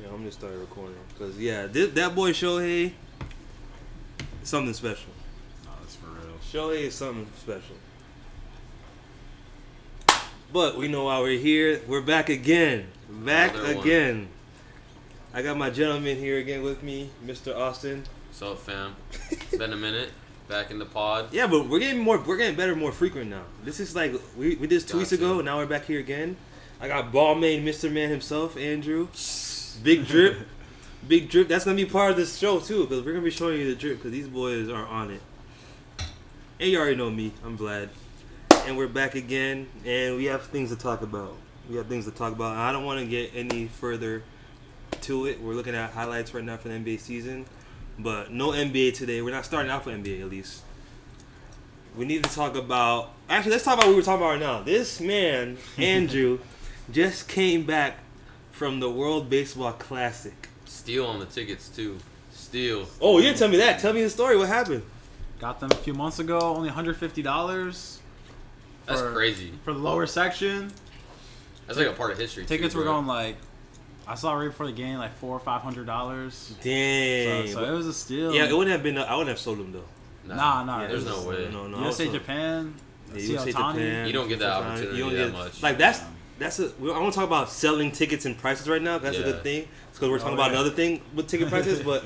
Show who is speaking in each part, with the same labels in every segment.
Speaker 1: Yeah, I'm gonna start recording because yeah, this, that boy Shohei, something special.
Speaker 2: Oh,
Speaker 3: No, that's for real.
Speaker 1: Shohei is something special. But we know why we're here. We're back again, back
Speaker 2: Another one.
Speaker 1: again. I got my gentleman here again with me, Mr. Austin.
Speaker 2: What's up, fam? Been a minute. Back in the pod.
Speaker 1: Yeah, but we're getting more, we're getting better, more frequent now. This is like we, we did this two weeks
Speaker 2: Gotcha.
Speaker 1: ago. Now we're back here again. I got ball main Mr. Man himself, Andrew. Big drip, big drip. That's gonna be part of this show too, because we're gonna be showing you the drip, because these boys are on it. And you already know me. I'm Vlad, and we're back again, and we have things to talk about. We have things to talk about. I don't want to get any further to it. We're looking at highlights right now for the NBA season, but no NBA today. We're not starting out for NBA at least. We need to talk about. Actually, let's talk about what we were talking about right now. This man, Andrew, just came back from the World Baseball Classic.
Speaker 2: Steal on the tickets too. Steal.
Speaker 1: Oh, you didn't tell me that. Tell me the story. What happened?
Speaker 3: Got them a few months ago, only $150
Speaker 2: That's
Speaker 3: For-
Speaker 2: crazy.
Speaker 3: for the lower section.
Speaker 2: That's like a part of history.
Speaker 3: Tickets
Speaker 2: too,
Speaker 3: were
Speaker 2: bro.
Speaker 3: going like, I saw right before the game, like four or five hundred dollars. So,
Speaker 1: Dang.
Speaker 3: so it was a steal.
Speaker 1: yeah, it wouldn't have been. I wouldn't have sold him though.
Speaker 3: Nah, nah.
Speaker 1: Yeah,
Speaker 2: There's
Speaker 3: it was-
Speaker 2: no way.
Speaker 1: No, no. I
Speaker 3: USA
Speaker 1: would've sold-
Speaker 3: Japan.
Speaker 1: Yeah,
Speaker 3: see
Speaker 1: USA,
Speaker 3: Ohtani.
Speaker 1: Japan.
Speaker 2: You don't get that
Speaker 1: Ohtani.
Speaker 2: opportunity
Speaker 1: You don't
Speaker 2: that
Speaker 1: get-
Speaker 2: much.
Speaker 1: Like that's that's a. we- I want to talk about selling tickets and prices right now. That's a
Speaker 2: Yeah.
Speaker 1: good thing because we're talking
Speaker 3: Oh,
Speaker 1: about
Speaker 3: yeah.
Speaker 1: another thing with ticket prices. but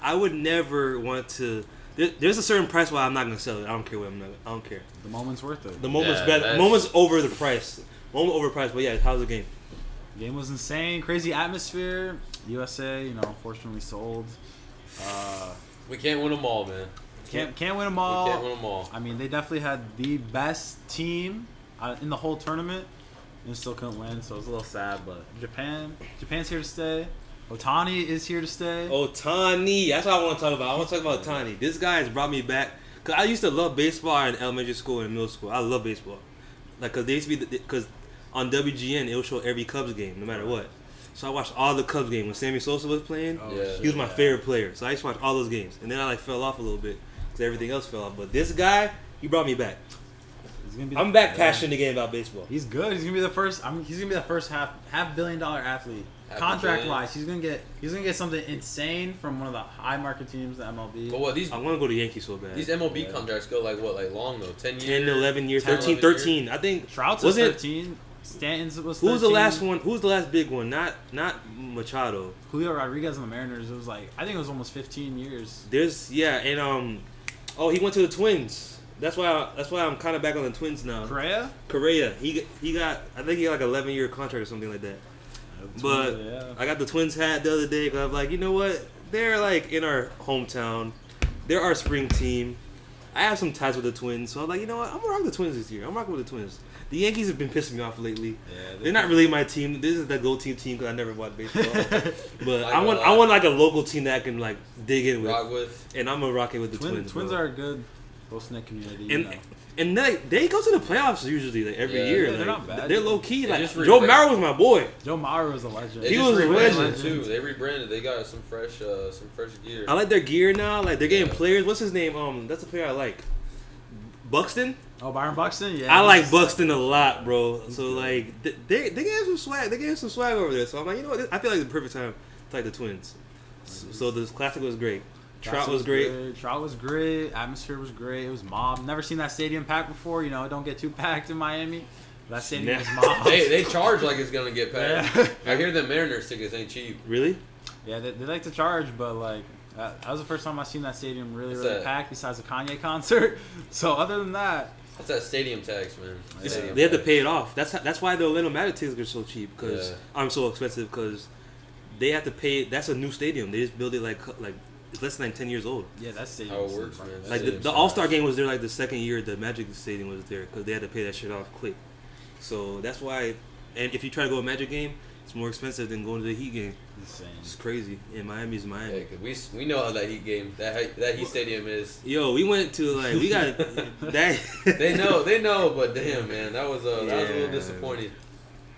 Speaker 1: I would never want to. There, there's a certain price where I'm not gonna sell it. I don't care what I'm not. I don't care.
Speaker 3: The moment's worth it.
Speaker 1: The
Speaker 3: The
Speaker 1: moment's
Speaker 2: Yeah,
Speaker 1: better.
Speaker 2: that's-
Speaker 1: Moment's over the price. Moment over price. But yeah, how's the game?
Speaker 3: game was insane. Crazy atmosphere. USA, you know, unfortunately sold. Uh,
Speaker 2: We can't win them all, man.
Speaker 3: can't can't win them
Speaker 2: We
Speaker 3: all.
Speaker 2: can't win them all.
Speaker 3: Oh. I mean, they definitely had the best team uh, in the whole tournament, and still couldn't win. So it was a little sad. But Japan, Japan's here to stay. Otani is here to stay.
Speaker 1: Oh, Tani. That's what I want to talk about. I want to talk about Tani. This guy has brought me back. Cause I used to love baseball in elementary school and middle school. I love baseball. Like, cause they used to be, the- cause on WGN it would show every Cubs game, no matter what. So I watched all the Cubs game when Sammy Sosa was playing.
Speaker 3: Oh,
Speaker 2: Yeah.
Speaker 1: He was my favorite player. So I used to watch all those games, and then I like fell off a little bit because everything else fell off. But this guy, he brought me back.
Speaker 3: He's gonna be
Speaker 1: I'm back passionate again about baseball.
Speaker 3: He's good. He's gonna be the first. I mean, he's gonna be the first half half billion dollar athlete.
Speaker 2: Half a
Speaker 3: Contract
Speaker 2: billion.
Speaker 3: wise, he's gonna get he's gonna get something insane from one of the high market teams, the MLB.
Speaker 2: But what these
Speaker 1: I want to go to Yankees so bad.
Speaker 2: these MLB
Speaker 3: Yeah.
Speaker 2: contracts go like what like long though? Ten years.
Speaker 1: 10, 11 years,
Speaker 2: 10,
Speaker 1: 13,
Speaker 2: 11 years.
Speaker 1: 13. I think.
Speaker 3: Trout's was
Speaker 1: wasn't it-
Speaker 3: thirteen. Stanton's was. 13.
Speaker 1: Who was the last one? Who was the last big one? Not not Machado.
Speaker 3: Julio Rodriguez and the Mariners. It was like I think it was almost fifteen years.
Speaker 1: There's yeah, and um, oh he went to the Twins. That's why that's why I'm kind of back on the Twins now.
Speaker 3: Correa.
Speaker 1: Correa, he he got I think he got like 11 year contract or something like that. But
Speaker 3: yeah.
Speaker 1: I got the Twins hat the other day because I'm like, you know what? They're like in our hometown. They're our spring team. I have some ties with the Twins, so I'm like, you know what? I'm gonna rock the Twins this year. I'm rocking with the Twins. The Yankees have been pissing me off lately.
Speaker 3: Yeah,
Speaker 1: They're not really my team. This is the go team team because I never watched baseball. But
Speaker 2: Like
Speaker 1: I
Speaker 2: a
Speaker 1: want
Speaker 2: lot.
Speaker 1: I want like a local team that I can like dig in with,
Speaker 2: Rock with.
Speaker 1: and I'm gonna rock it with the
Speaker 3: Twin,
Speaker 1: Twins.
Speaker 3: twins
Speaker 1: bro.
Speaker 3: are a good close knit community. you
Speaker 1: and
Speaker 3: know.
Speaker 1: and they they go to the playoffs usually like every
Speaker 2: Yeah.
Speaker 1: year.
Speaker 3: Yeah,
Speaker 1: like,
Speaker 3: they're not bad.
Speaker 1: They're low key.
Speaker 2: They
Speaker 1: Like
Speaker 2: just re-
Speaker 1: Joe Mauer was my boy.
Speaker 3: Joe Mauer is a legend.
Speaker 2: They
Speaker 1: He
Speaker 2: just
Speaker 1: was a
Speaker 2: rebranded
Speaker 1: legend.
Speaker 2: too. They rebranded. They got some fresh uh some fresh gear.
Speaker 1: I like their gear now. Like they're getting
Speaker 2: Yeah.
Speaker 1: players. What's his name? Um, that's a player I like. Buxton.
Speaker 3: Oh, Byron Buxton. Yeah,
Speaker 1: I
Speaker 3: he's
Speaker 1: like
Speaker 3: just-
Speaker 1: Buxton a lot, bro.
Speaker 3: He's
Speaker 1: So
Speaker 3: good.
Speaker 1: like th- they they gave some swag. They gave some swag over there. So I'm like, you know what? This- I feel like the perfect time to like the Twins. So, so this classic was great. Trout
Speaker 3: Jackson
Speaker 1: was great.
Speaker 3: Trout was great. Atmosphere was great. It was mob. Never seen that stadium packed before. You know, it don't get too packed in Miami. That stadium was
Speaker 1: Nah.
Speaker 3: mob.
Speaker 2: They they charge like it's gonna get packed.
Speaker 3: yeah.
Speaker 2: I hear the Mariners tickets ain't cheap.
Speaker 1: Really?
Speaker 3: Yeah, they, they like to charge, but like uh, that, that was the first time I seen that stadium really,
Speaker 2: It's
Speaker 3: really
Speaker 2: a-
Speaker 3: packed. Besides the Kanye concert. So other than that,
Speaker 2: That's that stadium tax, man.
Speaker 3: Yeah.
Speaker 1: It's-
Speaker 2: Stadium
Speaker 1: They have to
Speaker 2: tax.
Speaker 1: pay it off. That's how, that's why the Orlando Magic tickets are so cheap because
Speaker 2: Yeah.
Speaker 1: I'm so expensive because they have to pay. That's a new stadium. They just built it like like it's less than like ten years old.
Speaker 3: yeah, that stadium.
Speaker 2: How it
Speaker 3: was
Speaker 2: works,
Speaker 3: insane.
Speaker 2: man.
Speaker 1: Like the, the
Speaker 2: Stadium's
Speaker 1: All Star game was there like the second year the Magic Stadium was there because they had to pay that shit off quick. So that's why. And if you try to go to a Magic game, it's more expensive than going to the Heat game. It's
Speaker 3: Insane.
Speaker 1: crazy. And Miami's Miami.
Speaker 2: Yeah, 'cause we we know how that Heat game that that Heat Stadium is.
Speaker 1: Yo, we went to like we got that.
Speaker 2: They know, they know, but damn, man, that was uh, that was a
Speaker 1: Yeah.
Speaker 2: little disappointing.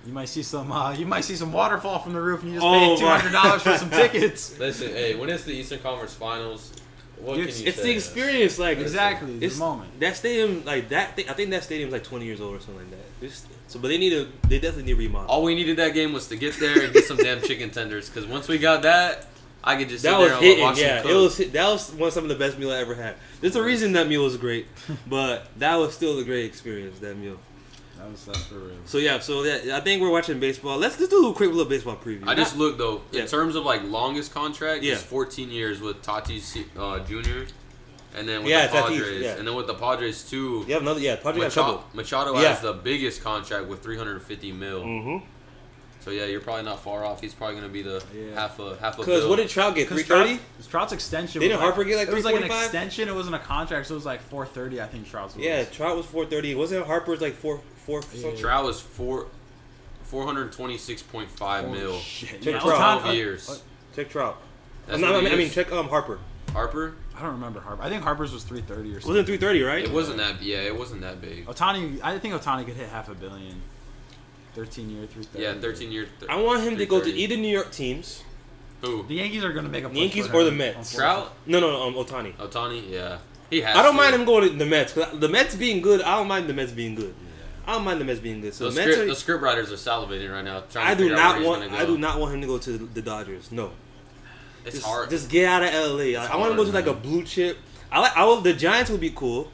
Speaker 3: You might see some. Uh, you might see some waterfall from the roof, and you just
Speaker 1: Oh,
Speaker 3: paid two
Speaker 1: my-
Speaker 3: hundred dollars for some tickets.
Speaker 2: Listen, hey, when it's the Eastern Conference Finals, What
Speaker 3: Dude,
Speaker 2: can you
Speaker 1: It's
Speaker 2: say?
Speaker 1: the experience, like
Speaker 3: Exactly, it's the
Speaker 1: it's-
Speaker 3: moment.
Speaker 1: That stadium, like that, thing, I think that stadium's like 20 years old or something like that. It's, so, but they need to, they definitely need to remodel.
Speaker 2: All we needed that game was to get there and get some damn chicken tenders. Because once we got that, I could just sit
Speaker 1: that
Speaker 2: there
Speaker 1: was
Speaker 2: and
Speaker 1: hitting,
Speaker 2: watch
Speaker 1: yeah.
Speaker 2: them cook.
Speaker 1: It was hit, that was one of some of the best meal I ever had. There's a reason that meal was great, but that was still a great experience. That meal.
Speaker 3: That was that's for real.
Speaker 1: So yeah, so that I think we're watching baseball. Let's just do a quick little baseball preview.
Speaker 2: I just looked though. In
Speaker 1: Yeah.
Speaker 2: terms of like longest contract, it's
Speaker 1: Yeah.
Speaker 2: 14 years with Tatis uh, Jr. And then with
Speaker 1: Yeah,
Speaker 2: the
Speaker 1: Tatis,
Speaker 2: Padres,
Speaker 1: yeah.
Speaker 2: and then with the Padres too.
Speaker 1: you have another, yeah. Padre got a
Speaker 2: Machado,
Speaker 1: couple.
Speaker 2: Machado
Speaker 1: Yeah.
Speaker 2: has the biggest contract with 350 mil.
Speaker 1: Mm-hmm.
Speaker 2: So yeah, you're probably not far off. He's probably gonna be the
Speaker 3: Yeah.
Speaker 2: half a half a.
Speaker 1: Because
Speaker 2: bill.
Speaker 1: what did Trout get?
Speaker 3: Because
Speaker 1: Three thirty.
Speaker 3: Trout- Trout's extension.
Speaker 1: Didn't
Speaker 3: was
Speaker 1: Harper get, like,
Speaker 3: It was like an
Speaker 1: 345?
Speaker 3: extension. It wasn't a contract. So it was like 430. I think Trout's. was.
Speaker 1: Yeah, Trout was four thirty. Wasn't Harper's like four four? something?
Speaker 2: Trout was four, 426.5
Speaker 3: Holy
Speaker 2: mil.
Speaker 3: Shit.
Speaker 1: Check
Speaker 3: Yeah,
Speaker 1: Trout.
Speaker 3: Otani-
Speaker 2: 12 years.
Speaker 3: uh,
Speaker 1: Check Trout.
Speaker 2: That's
Speaker 1: No,
Speaker 2: what
Speaker 1: I mean,
Speaker 2: it
Speaker 1: I mean,
Speaker 2: is.
Speaker 1: check um Harper.
Speaker 2: Harper.
Speaker 3: I don't remember Harper. I think Harper's was 330 or
Speaker 1: It wasn't
Speaker 3: something.
Speaker 1: three thirty, right?
Speaker 2: It wasn't that. Yeah, it wasn't that big.
Speaker 3: Otani. I think Otani could hit half a billion. 13 year, 330.
Speaker 2: Yeah, 13 years.
Speaker 1: I want him to go to
Speaker 2: 330.
Speaker 1: either New York teams.
Speaker 2: Who?
Speaker 3: The Yankees are going to make a push
Speaker 1: Yankees
Speaker 3: for
Speaker 1: or
Speaker 3: him,
Speaker 1: the Mets?
Speaker 2: Trout.
Speaker 1: No, no, no um, Otani.
Speaker 2: Otani. Yeah, he has.
Speaker 1: I don't
Speaker 2: to.
Speaker 1: mind him going to the Mets. 'cause the Mets being good, I don't mind the Mets being good. I don't mind the Mets being good. So
Speaker 2: The
Speaker 1: Mets
Speaker 2: script,
Speaker 1: are-
Speaker 2: the script writers are salivating right now. Trying
Speaker 1: I
Speaker 2: to
Speaker 1: do
Speaker 2: figure out
Speaker 1: not
Speaker 2: where
Speaker 1: want.
Speaker 2: He's gonna
Speaker 1: I
Speaker 2: go.
Speaker 1: do not want him to go to the Dodgers. No,
Speaker 2: It's
Speaker 1: just,
Speaker 2: hard.
Speaker 1: Just get out of LA. Like, I want to
Speaker 2: hard,
Speaker 1: go to like a
Speaker 2: man.
Speaker 1: blue chip. I like. I will, the Giants would be cool,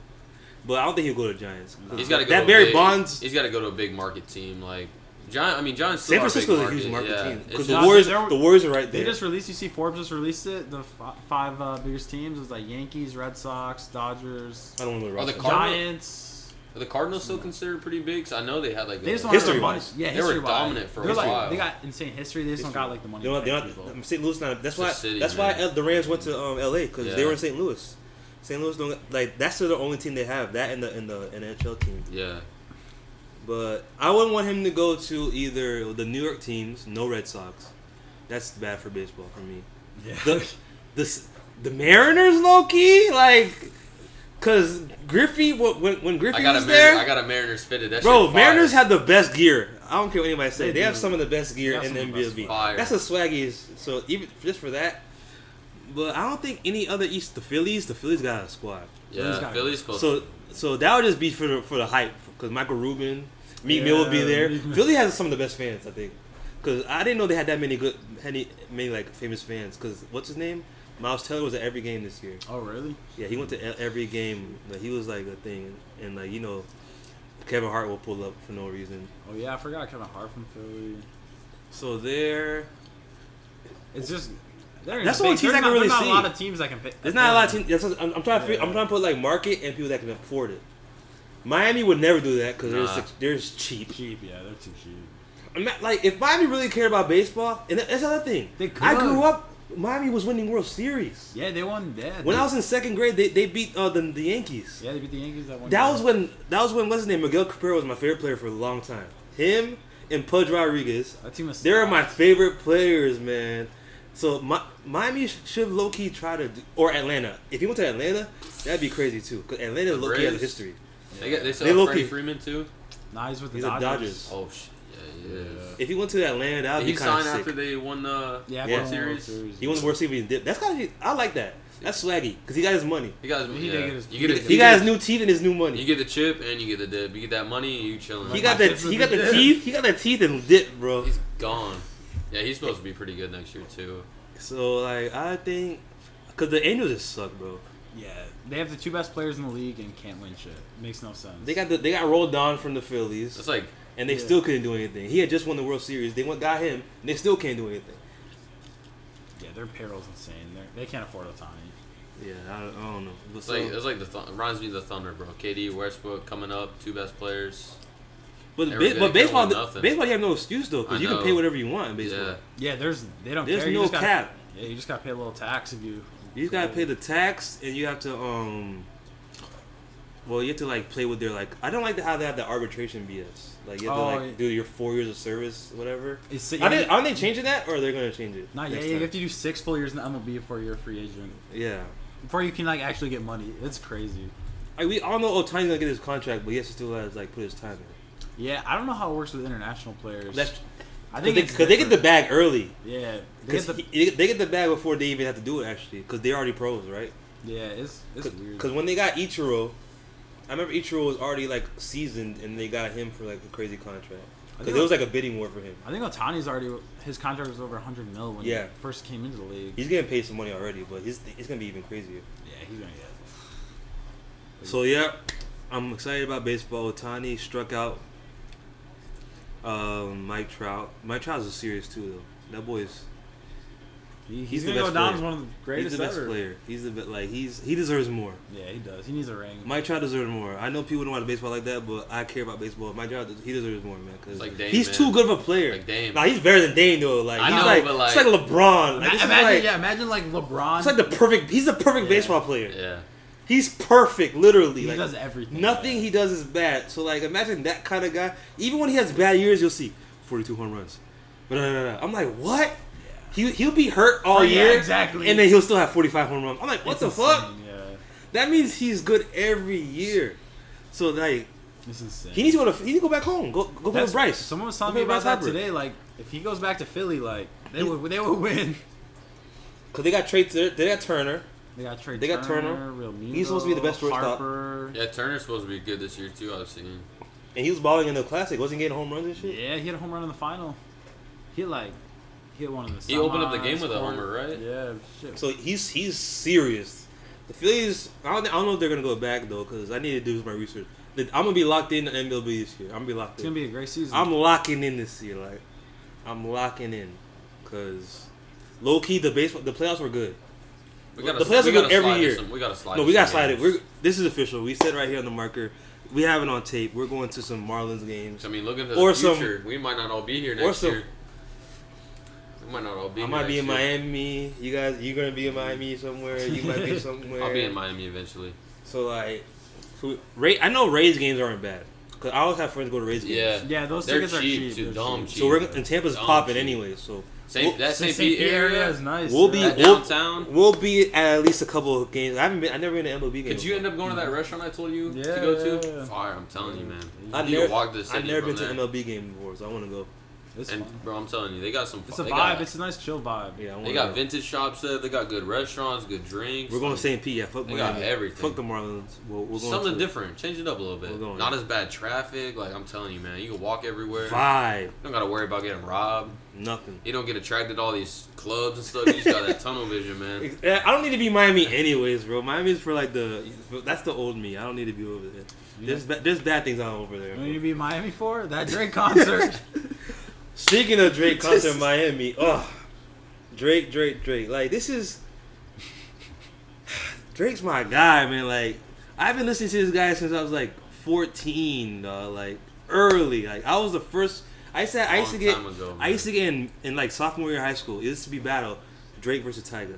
Speaker 1: but I don't think he'll go to Giants. 'Cause
Speaker 2: he's got to go. to
Speaker 1: That
Speaker 2: a
Speaker 1: Barry
Speaker 2: big-
Speaker 1: Bonds.
Speaker 2: He's got to go to a big market team like. Giant. I mean, Giants.
Speaker 1: San
Speaker 2: still
Speaker 1: Francisco is
Speaker 2: are
Speaker 1: a huge market
Speaker 2: yeah.
Speaker 1: team
Speaker 2: It's
Speaker 1: because the
Speaker 2: just-
Speaker 3: not-
Speaker 1: Warriors.
Speaker 3: they're-
Speaker 1: The Warriors are right
Speaker 3: They
Speaker 1: there.
Speaker 3: just released. You see, Forbes just released it. The f- five uh, biggest teams is like Yankees, Red Sox, Dodgers,
Speaker 1: I don't want to
Speaker 2: Are
Speaker 1: roster.
Speaker 2: the Cardinals-
Speaker 3: Giants.
Speaker 2: Are the Cardinals still considered pretty big? 'Cause I know they had like.
Speaker 3: They just
Speaker 2: a-
Speaker 3: don't have
Speaker 1: History
Speaker 3: the money.
Speaker 1: wise.
Speaker 3: Yeah,
Speaker 2: They were
Speaker 3: history wise.
Speaker 2: dominant for a
Speaker 3: They're like-
Speaker 2: while.
Speaker 3: They got insane history. They just
Speaker 1: History.
Speaker 3: don't got like the money.
Speaker 1: They don't,
Speaker 3: to
Speaker 1: they're
Speaker 3: pay people.
Speaker 1: not, St. Louis not. That's
Speaker 2: a
Speaker 1: why.
Speaker 2: city,
Speaker 1: that's why
Speaker 2: man.
Speaker 1: uh, the Rams went to um, L.A. because they
Speaker 2: Yeah.
Speaker 1: were in St. Louis. St. Louis don't. got- Like that's the only team they have. That and the and the NHL team.
Speaker 2: Yeah.
Speaker 1: But I wouldn't want him to go to either the New York teams, no Red Sox. That's bad for baseball for me.
Speaker 3: Yeah.
Speaker 1: The the the Mariners, low key, like, cause Griffey wa- when when Griffey
Speaker 2: I got a
Speaker 1: was
Speaker 2: Mariners,
Speaker 1: there,
Speaker 2: I got a Mariners fitted. That
Speaker 1: bro,
Speaker 2: shit fire.
Speaker 1: Mariners have the best gear. I don't care what anybody say.
Speaker 3: They
Speaker 1: They, have
Speaker 3: do.
Speaker 1: some of the best gear
Speaker 3: They
Speaker 1: in
Speaker 3: got
Speaker 1: the
Speaker 3: some of the best
Speaker 1: MLB.
Speaker 2: fire.
Speaker 1: That's the swaggiest. So even just for that, but I don't think any other East. The Phillies, the Phillies got a squad.
Speaker 3: Philly's
Speaker 2: Yeah,
Speaker 3: got-
Speaker 2: Philly's close.
Speaker 1: So so that would just be for the for the hype because Michael Rubin, Meek Mill would be
Speaker 3: Yeah,
Speaker 1: there.
Speaker 3: Meek Mill.
Speaker 1: Philly has some of the best fans, I think. Because I didn't know they had that many good, many, many like famous fans. Because what's his name? Miles Taylor was at every game this year.
Speaker 3: oh really?
Speaker 1: Yeah, he went to e- every game. Like he was like a thing, and like you know, Kevin Hart will pull up for no reason.
Speaker 3: Oh yeah, I forgot Kevin Hart from Philly.
Speaker 1: So there,
Speaker 3: It's just they're
Speaker 1: That's
Speaker 3: they're
Speaker 1: the only teams
Speaker 3: not-
Speaker 1: I can really
Speaker 3: there's not
Speaker 1: see.
Speaker 3: a lot of teams that can. Pay,
Speaker 1: there's not a lot of teams. that's what- I'm, I'm trying to, fig- I'm
Speaker 3: Yeah.
Speaker 1: trying to put like market and people that can afford it. Miami would never do that because
Speaker 2: Nah.
Speaker 1: they're, just- they're just cheap.
Speaker 3: cheap. Yeah, they're too cheap.
Speaker 1: I'm not- like if Miami really cared about baseball, and that's another thing.
Speaker 3: They
Speaker 1: I
Speaker 3: could.
Speaker 1: grew up. Miami was winning World Series.
Speaker 3: Yeah, they won. Yeah,
Speaker 1: When
Speaker 3: they,
Speaker 1: I was in second grade, they, they beat uh, the the Yankees.
Speaker 3: yeah, they beat the Yankees that one.
Speaker 1: That
Speaker 3: year.
Speaker 1: was when that was when what's his name Miguel Cabrera was my favorite player for a long time. Him and Pudge Rodriguez,
Speaker 3: that team was.
Speaker 1: they're my favorite players, man. So my, Miami sh- should low key try to do, or Atlanta. If you went to Atlanta, that'd be crazy too. Cause Atlanta low key has a
Speaker 2: Braves?
Speaker 1: history.
Speaker 2: they got they
Speaker 1: They
Speaker 2: still
Speaker 1: low
Speaker 2: have Freddie
Speaker 1: key-
Speaker 2: Freeman too.
Speaker 3: nice with the
Speaker 1: He's a
Speaker 3: Dodgers.
Speaker 1: Dodgers.
Speaker 2: Oh shit. Yeah, yeah.
Speaker 3: Yeah.
Speaker 1: If you went to Atlanta, that'd be
Speaker 2: Did he
Speaker 1: kind
Speaker 2: signed
Speaker 1: of sick.
Speaker 2: after they won the
Speaker 3: Yeah,
Speaker 1: Yeah.
Speaker 3: World
Speaker 2: Series?
Speaker 3: Series.
Speaker 1: He won the World Series and dipped. That's gotta be. I like that. That's swaggy because he got his money.
Speaker 2: He got his,
Speaker 3: He
Speaker 2: yeah.
Speaker 3: did get his-
Speaker 2: you
Speaker 3: he
Speaker 2: get,
Speaker 3: did-
Speaker 2: a-
Speaker 1: He
Speaker 2: you
Speaker 1: got his
Speaker 2: get
Speaker 1: new teeth and his new money.
Speaker 2: You get the chip and you get the dip. You get that money and you chilling.
Speaker 1: He
Speaker 3: Like
Speaker 1: got
Speaker 3: my
Speaker 1: the
Speaker 3: kids
Speaker 1: he
Speaker 3: with
Speaker 1: got
Speaker 3: the
Speaker 1: the
Speaker 3: dip.
Speaker 1: teeth. He got the teeth and dip, bro.
Speaker 2: He's gone. Yeah, he's supposed to be pretty good next year too.
Speaker 1: So like I think, cause the Angels just suck, bro.
Speaker 3: Yeah, they have the two best players in the league and can't win shit. Makes no sense.
Speaker 1: They got the, they got rolled on from the Phillies,
Speaker 2: It's like
Speaker 1: and they
Speaker 3: Yeah.
Speaker 1: still couldn't do anything. He had just won the World Series. They went got him, and they still can't do anything.
Speaker 3: yeah, their payroll's insane. They're, they can't afford Otani.
Speaker 1: Yeah, I, don't- I don't know. But
Speaker 2: it's
Speaker 1: so,
Speaker 2: like it's like the th- reminds me of the Thunder, bro. KD Westbrook coming up, two best players.
Speaker 1: but,
Speaker 2: they
Speaker 1: ba-
Speaker 2: were good,
Speaker 1: but
Speaker 2: they
Speaker 1: baseball,
Speaker 2: won nothing.
Speaker 1: baseball, you have no excuse though,
Speaker 2: I
Speaker 1: because you can
Speaker 2: know.
Speaker 1: pay whatever you want in baseball.
Speaker 2: Yeah,
Speaker 3: Yeah, there's they don't
Speaker 1: There's
Speaker 3: care. You
Speaker 1: no
Speaker 3: just gotta-
Speaker 1: cap.
Speaker 3: Yeah, you just got to pay a little tax if you.
Speaker 1: You just gotta pay the tax, and you have to um. Well, you have to like play with their like. I don't like how they have the arbitration BS. Like you have
Speaker 3: Oh,
Speaker 1: to like
Speaker 3: yeah.
Speaker 1: do your four years of service, whatever.
Speaker 3: It's,
Speaker 1: Are they, are they changing that, or they're gonna change it?
Speaker 3: Not yet.
Speaker 1: next
Speaker 3: You
Speaker 1: time?
Speaker 3: have to do six full years in the MLB before you're a free agent.
Speaker 1: Yeah.
Speaker 3: Before you can like actually get money. It's crazy.
Speaker 1: I, we all know Otani's gonna get his contract, but he has to still has like put his time in.
Speaker 3: Yeah, I don't know how it works with international players.
Speaker 1: That's
Speaker 3: I think
Speaker 1: because
Speaker 3: it's
Speaker 1: they, get the
Speaker 3: different.
Speaker 1: bag early.
Speaker 3: Yeah, they get
Speaker 1: Because
Speaker 3: the
Speaker 1: they get the bag before they even have to do it actually, because they're already pros, right?
Speaker 3: Yeah, it's it's weird.
Speaker 1: Because when they got Ichiro, I remember Ichiro was already like seasoned, and they got him for like a crazy contract. Because
Speaker 3: I think
Speaker 1: it was like a bidding war for him.
Speaker 3: I think Otani's already his contract was over 100 mil when
Speaker 1: Yeah.
Speaker 3: he first came into the league.
Speaker 1: He's getting paid some money already, but his, it's gonna be even crazier.
Speaker 3: yeah, he's gonna get. it.
Speaker 1: So yeah, I'm excited about baseball. Otani struck out um, Mike Trout. Mike Trout's a serious too though. That boy is
Speaker 3: He, he's,
Speaker 1: He's the
Speaker 3: gonna go
Speaker 1: best
Speaker 3: down as
Speaker 1: player.
Speaker 3: one of the greatest
Speaker 1: he's the best
Speaker 3: ever.
Speaker 1: player. He's the best. Like he's he deserves more.
Speaker 3: Yeah, he does. He needs a ring.
Speaker 1: Mike Trout deserves more. I know people don't like baseball like that, but I care about baseball. Mike Trout, he deserves more, man. Cause
Speaker 2: It's like Dame,
Speaker 1: he's
Speaker 2: man.
Speaker 1: too good of a player.
Speaker 2: Like Dame.
Speaker 1: Nah, he's better than Dame though. Like
Speaker 2: I
Speaker 1: he's
Speaker 2: know,
Speaker 1: like,
Speaker 2: but, like-
Speaker 1: it's like LeBron. Like,
Speaker 3: Ma-
Speaker 1: this is
Speaker 3: imagine,
Speaker 1: like-
Speaker 3: yeah, imagine like LeBron.
Speaker 1: It's like the perfect. He's the perfect
Speaker 3: Yeah.
Speaker 1: baseball player.
Speaker 2: Yeah.
Speaker 1: He's perfect, literally.
Speaker 3: he
Speaker 1: like
Speaker 3: does everything.
Speaker 1: nothing he does is bad. So like, imagine that kind of guy. Even when he has bad years, you'll see forty-two home runs. But no, no, no. I'm like, what? He he'll be hurt all
Speaker 3: Oh, yeah,
Speaker 1: year,
Speaker 3: exactly.
Speaker 1: and then he'll still have forty-five home runs. I'm like, what
Speaker 3: It's
Speaker 1: the
Speaker 3: insane,
Speaker 1: fuck?
Speaker 3: Yeah,
Speaker 1: That means he's good every year. So like,
Speaker 3: it's insane.
Speaker 1: he needs to go to he needs to go back home. Go go play with Bryce.
Speaker 3: Someone was telling
Speaker 1: Go
Speaker 3: me
Speaker 1: play
Speaker 3: about
Speaker 1: with
Speaker 3: that
Speaker 1: Bryce Harper.
Speaker 3: today. Like, if he goes back to Philly, like they
Speaker 1: He-
Speaker 3: would they would win.
Speaker 1: because they got Trey. They got Turner.
Speaker 3: They got Trey.
Speaker 1: They got Turner.
Speaker 3: Realmuto,
Speaker 1: He's supposed to be the best shortstop.
Speaker 3: Harper.
Speaker 2: Yeah, Turner's supposed to be good this year too. I've seen.
Speaker 1: And he was balling in the classic. Wasn't he getting home runs and shit.
Speaker 3: Yeah, he hit a home run in the final. He like he hit one of the.
Speaker 2: He opened up the game
Speaker 3: semis,
Speaker 2: with a
Speaker 3: scored-
Speaker 2: homer, right?
Speaker 3: Yeah, shit.
Speaker 1: So he's he's serious. The Phillies, I don't, I don't know if they're gonna go back though, because I need to do my research. The- I'm gonna be locked in the MLB this year. I'm gonna be locked
Speaker 3: it's gonna
Speaker 1: in.
Speaker 3: be a great season.
Speaker 1: I'm locking in this year, like I'm locking in, because low key the baseball the playoffs were good.
Speaker 2: We got
Speaker 1: The playoffs are good every
Speaker 2: slide
Speaker 1: year.
Speaker 2: Some, we got to slide.
Speaker 1: No,
Speaker 2: in
Speaker 1: we got
Speaker 2: some
Speaker 1: slided.
Speaker 2: games.
Speaker 1: We're this is official. We said right here on the marker. We have it on tape. We're going to some Marlins games.
Speaker 2: I mean, look into
Speaker 1: Or
Speaker 2: the
Speaker 1: some-
Speaker 2: future. we might not all be here
Speaker 1: or
Speaker 2: next
Speaker 1: some-
Speaker 2: year. We might not all be.
Speaker 1: I
Speaker 2: here
Speaker 1: might be
Speaker 2: next
Speaker 1: in
Speaker 2: year.
Speaker 1: Miami. You guys, you're gonna be in Miami somewhere. You might be somewhere.
Speaker 2: I'll be in Miami eventually.
Speaker 1: So like, who, Ray, I know Rays games aren't bad because I always have friends go to Rays games.
Speaker 2: Yeah, Oh,
Speaker 3: Yeah, those
Speaker 2: They're
Speaker 3: tickets are
Speaker 2: cheap,
Speaker 3: cheap.
Speaker 2: too.
Speaker 3: They're
Speaker 2: Dumb
Speaker 3: cheap.
Speaker 2: cheap.
Speaker 1: So we're and Tampa's
Speaker 2: Dumb
Speaker 1: popping
Speaker 2: cheap.
Speaker 1: anyway. So
Speaker 2: Same
Speaker 1: We'll-
Speaker 2: that same
Speaker 3: St. Pete area is nice.
Speaker 1: we'll
Speaker 3: yeah.
Speaker 1: be
Speaker 2: That
Speaker 1: we'll,
Speaker 2: downtown.
Speaker 1: We'll be at at least a couple of games. I haven't been. I never been to MLB games.
Speaker 2: Could you end up going to that restaurant I told you to
Speaker 3: Yeah,
Speaker 2: go
Speaker 3: yeah, yeah.
Speaker 2: to? Fire, I'm telling you, man.
Speaker 1: I've
Speaker 2: you
Speaker 1: never,
Speaker 2: can walk to the city
Speaker 1: I've never
Speaker 2: from
Speaker 1: been to
Speaker 2: there.
Speaker 1: an MLB game before, so I want to go.
Speaker 3: It's
Speaker 2: And
Speaker 3: fun.
Speaker 2: bro, I'm telling you, they got some.
Speaker 3: It's a
Speaker 2: fun-
Speaker 3: vibe.
Speaker 2: they got-
Speaker 3: it's a nice chill vibe.
Speaker 1: Yeah, I want
Speaker 2: They got vintage shops there. They got good restaurants, good drinks.
Speaker 1: We're going to
Speaker 2: like,
Speaker 1: St. Pete. Yeah, fuck
Speaker 2: They
Speaker 1: Miami.
Speaker 2: got everything.
Speaker 1: Fuck the Marlins. We're, we're going
Speaker 2: something
Speaker 1: to
Speaker 2: different. Change it up a little bit.
Speaker 1: We're going
Speaker 2: Not
Speaker 1: there.
Speaker 2: as bad traffic. Like I'm telling you, man, you can walk everywhere.
Speaker 1: Vibe.
Speaker 2: You don't gotta worry about getting robbed.
Speaker 1: Nothing.
Speaker 2: You don't get attracted to all these clubs and stuff. You just got that tunnel vision, man.
Speaker 1: Ex- I don't need to be Miami anyways, bro. Miami's for like the that's the old me. I don't need to be over there. There's ba- there's bad things on over there.
Speaker 3: You know what
Speaker 1: bro.
Speaker 3: you'd be in Miami for? That Drake concert.
Speaker 1: Speaking of Drake concert in Miami, oh, Drake, Drake, Drake. Like this is Drake's my guy, man. Like I've been listening to this guy since I was like 14, dog. Like early. Like I was the first. I said I used to
Speaker 2: Long
Speaker 1: get.
Speaker 2: time ago,
Speaker 1: I used to get in, in like sophomore year of high school. It used to be battle Drake versus Tyga.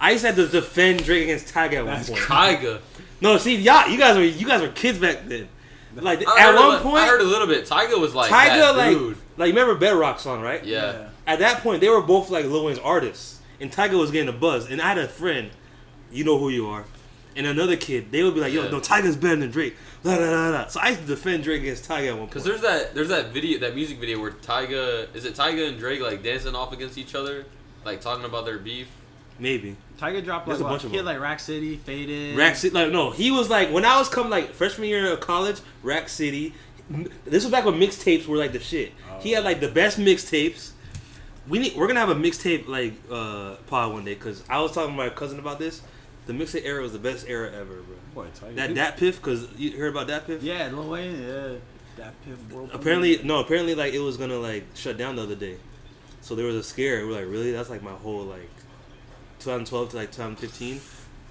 Speaker 1: I used to have to defend Drake against Tyga at one
Speaker 3: That's
Speaker 1: point.
Speaker 2: Tyga.
Speaker 1: no, see, y'all, you guys were you guys were kids back then. Like
Speaker 2: I
Speaker 1: at
Speaker 2: heard a
Speaker 1: one
Speaker 2: li-
Speaker 1: point,
Speaker 2: I heard a little bit. Tyga was like
Speaker 1: Tyga
Speaker 2: that
Speaker 1: like
Speaker 2: dude.
Speaker 1: like you remember Bedrock song, right?
Speaker 2: Yeah.
Speaker 1: At that point, they were both like Lil Wayne's artists, and Tyga was getting a buzz. And I had a friend, you know who you are, and another kid. They would be like, "Yo,
Speaker 2: Yeah.
Speaker 1: no, Tyga's better than Drake." La la la la. So I used to defend Drake against Tyga at one
Speaker 2: Cause
Speaker 1: point.
Speaker 2: there's that there's that video that music video where Tyga is it Tyga and Drake like dancing off against each other, like talking about their beef.
Speaker 1: Maybe
Speaker 3: Tiger dropped like
Speaker 1: There's a
Speaker 3: what?
Speaker 1: bunch of
Speaker 3: he had
Speaker 1: them.
Speaker 3: like Rack City, Faded.
Speaker 1: Rack City. Like no, he was like when I was coming like freshman year of college, Rack City. m- This was back when mixtapes were like the shit. He had like the best mixtapes. We need. We're gonna have a mixtape like uh pod one day because I was talking to my cousin about this. The mixtape era was the best era ever, bro.
Speaker 3: Boy, Tiger.
Speaker 1: That that piff because you heard about that piff.
Speaker 3: Yeah, Lil Wayne. Yeah, that Piff World.
Speaker 1: Apparently no. Apparently like it was gonna like shut down the other day, so there was a scare. We're like, really? That's like my whole like, 2012 to like 2015.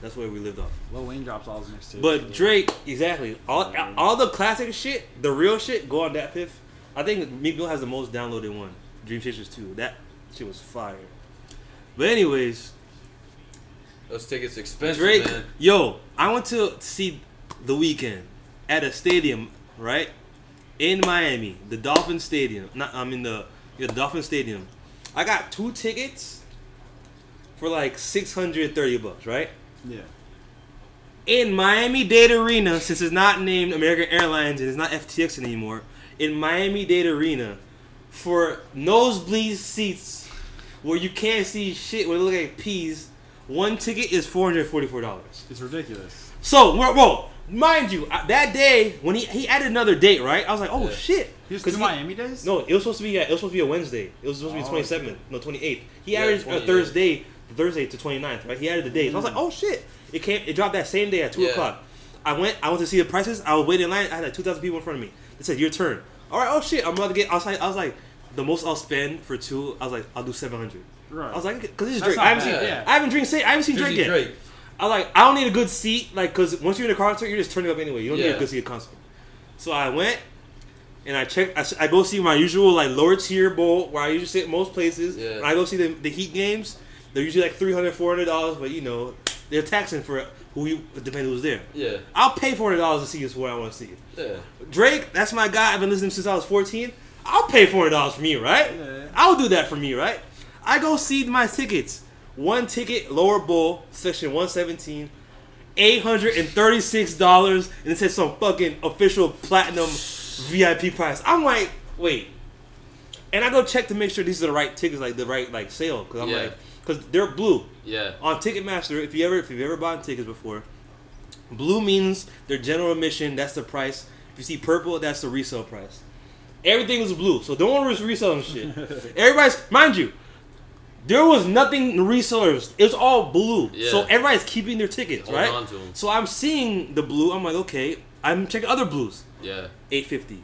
Speaker 1: That's where we lived off.
Speaker 3: Lil Wayne drops all his mixtapes.
Speaker 1: But Drake, exactly. All all the classic shit, the real shit, go on that piff. I think Meek Mill has the most downloaded one. Dream Chasers 2. That shit was fire. But anyways,
Speaker 2: Those tickets expensive,
Speaker 1: Drake,
Speaker 2: man.
Speaker 1: yo, I went to see The Weekend at a stadium, right? In Miami, the Dolphin Stadium. Not, I mean the yeah, Dolphin Stadium. I got two tickets for like 630 bucks, right?
Speaker 3: Yeah.
Speaker 1: in Miami Dade Arena, since it's not named American Airlines and it's not FTX anymore, in Miami Dade Arena for nosebleed seats where you can't see shit, where they look like peas, One ticket is four hundred forty-four dollars.
Speaker 3: It's ridiculous.
Speaker 1: So, whoa, whoa, mind you, I- that day when he he added another date, right? I was like, oh
Speaker 2: Yeah.
Speaker 1: shit,
Speaker 3: He was
Speaker 1: 'Cause
Speaker 3: two
Speaker 1: he-
Speaker 3: Miami days.
Speaker 1: No, it was supposed to be. A, it was supposed to be a Wednesday. It was supposed to be
Speaker 3: Oh,
Speaker 1: twenty seventh, no twenty eighth. He
Speaker 2: Yeah,
Speaker 1: added a
Speaker 2: 28th.
Speaker 1: Thursday, Thursday to 29th, right? He added the days. I was
Speaker 3: Mm.
Speaker 1: like, oh shit! It came. It dropped that same day at two
Speaker 2: Yeah.
Speaker 1: o'clock. I went. I went to see the prices. I was waiting in line. I had like two thousand people in front of me. They said, your turn. All right. Oh shit! I'm about to get outside. I was like, the most I'll spend for two. I was like, I'll do seven hundred.
Speaker 3: Right.
Speaker 1: I was like, because this is
Speaker 3: That's
Speaker 1: Drake.
Speaker 3: not
Speaker 1: I haven't
Speaker 3: bad.
Speaker 1: seen.
Speaker 3: Yeah.
Speaker 1: I haven't drink. Say, I haven't seen Drake
Speaker 2: Usually
Speaker 1: yet.
Speaker 2: Drake.
Speaker 1: I like I don't need a good seat, like because once you're in a concert, you're just turning up anyway. You don't need
Speaker 2: Yeah.
Speaker 1: a good seat at concert. So I went and I checked. I, s- I go see my usual like lower tier bowl where I usually sit most places.
Speaker 2: Yeah.
Speaker 1: When I go see the, the Heat games, they're usually like 300 dollars, but you know they're taxing for who you depending who's there.
Speaker 2: Yeah.
Speaker 1: I'll pay four hundred dollars to see this where I want to see it.
Speaker 2: Yeah.
Speaker 1: Drake, that's my guy. I've been listening since I was 14. I'll pay four hundred dollars for me, right?
Speaker 3: Yeah.
Speaker 1: I'll do that for me, right? I go see my tickets. One ticket, lower bowl, section one seventeen. Eight hundred and thirty-six dollars, and it says some fucking official platinum VIP price. I'm like, wait, and I go check to make sure these are the right tickets, like the right like sale, because I'm
Speaker 2: Yeah.
Speaker 1: like, because they're blue
Speaker 2: Yeah.
Speaker 1: on Ticketmaster, if you ever if you've ever bought tickets before, blue means their general admission. That's the price. If you see purple, that's the resale price. Everything was blue, so don't worry, reselling shit. Everybody's mind you, there was nothing in resellers. It was all blue, so
Speaker 2: Yeah.
Speaker 1: everybody's keeping their tickets,
Speaker 2: Holding
Speaker 1: right?
Speaker 2: on to 'em.
Speaker 1: So I'm seeing the blue. I'm like, okay, I'm checking other blues.
Speaker 2: Yeah.
Speaker 1: 850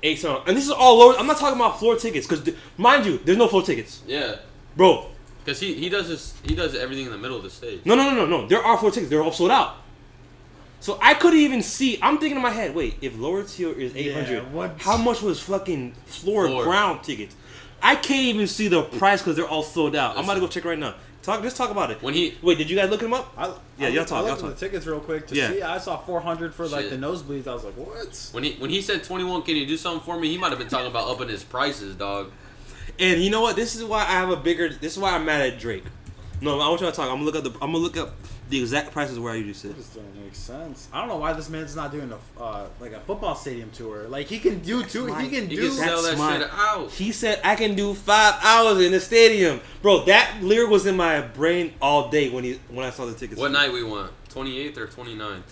Speaker 1: 800 and this is all lower. I'm not talking about floor tickets because, mind you, there's no floor tickets,
Speaker 2: Yeah.
Speaker 1: bro.
Speaker 2: Cause he, he does his he does everything in the middle of the stage.
Speaker 1: No, no, no, no, no. There are four tickets. They're all sold out. So I couldn't even see. I'm thinking in my head, wait, if lower tier is 800,
Speaker 3: what-
Speaker 1: how much was fucking floor,
Speaker 2: Floor.
Speaker 1: ground tickets? I can't even see the price because they're all sold out. I'm about to go check right now. Talk, just talk about it.
Speaker 2: When he
Speaker 1: Wait, did you guys look them up?
Speaker 3: I,
Speaker 1: Yeah,
Speaker 3: I
Speaker 1: y'all
Speaker 3: looked-
Speaker 1: talk,
Speaker 3: I
Speaker 1: y'all
Speaker 3: looked at
Speaker 1: talk.
Speaker 3: the tickets real quick to
Speaker 1: Yeah.
Speaker 3: see. I saw 400 for like
Speaker 2: Shit.
Speaker 3: the nosebleeds. I was like, what?
Speaker 2: when he when he said twenty one, can you do something for me? He might have been talking about upping his prices, dog.
Speaker 1: And you know what? This is why I have a bigger. This is why I'm mad at Drake. No, I want y'all to talk. I'm gonna look up the. I'm gonna look up the exact prices where I usually sit.
Speaker 3: This don't make sense. I don't know why this man's not doing a uh, like a football stadium tour. Like he can do two. He
Speaker 1: Mike,
Speaker 3: can
Speaker 2: He
Speaker 3: do.
Speaker 2: can sell that
Speaker 1: smart.
Speaker 2: shit out.
Speaker 1: He said, I can do five hours in the stadium. Bro, that lyric was in my brain all day when he when I saw the tickets.
Speaker 2: What night we want? Twenty eighth or 29th?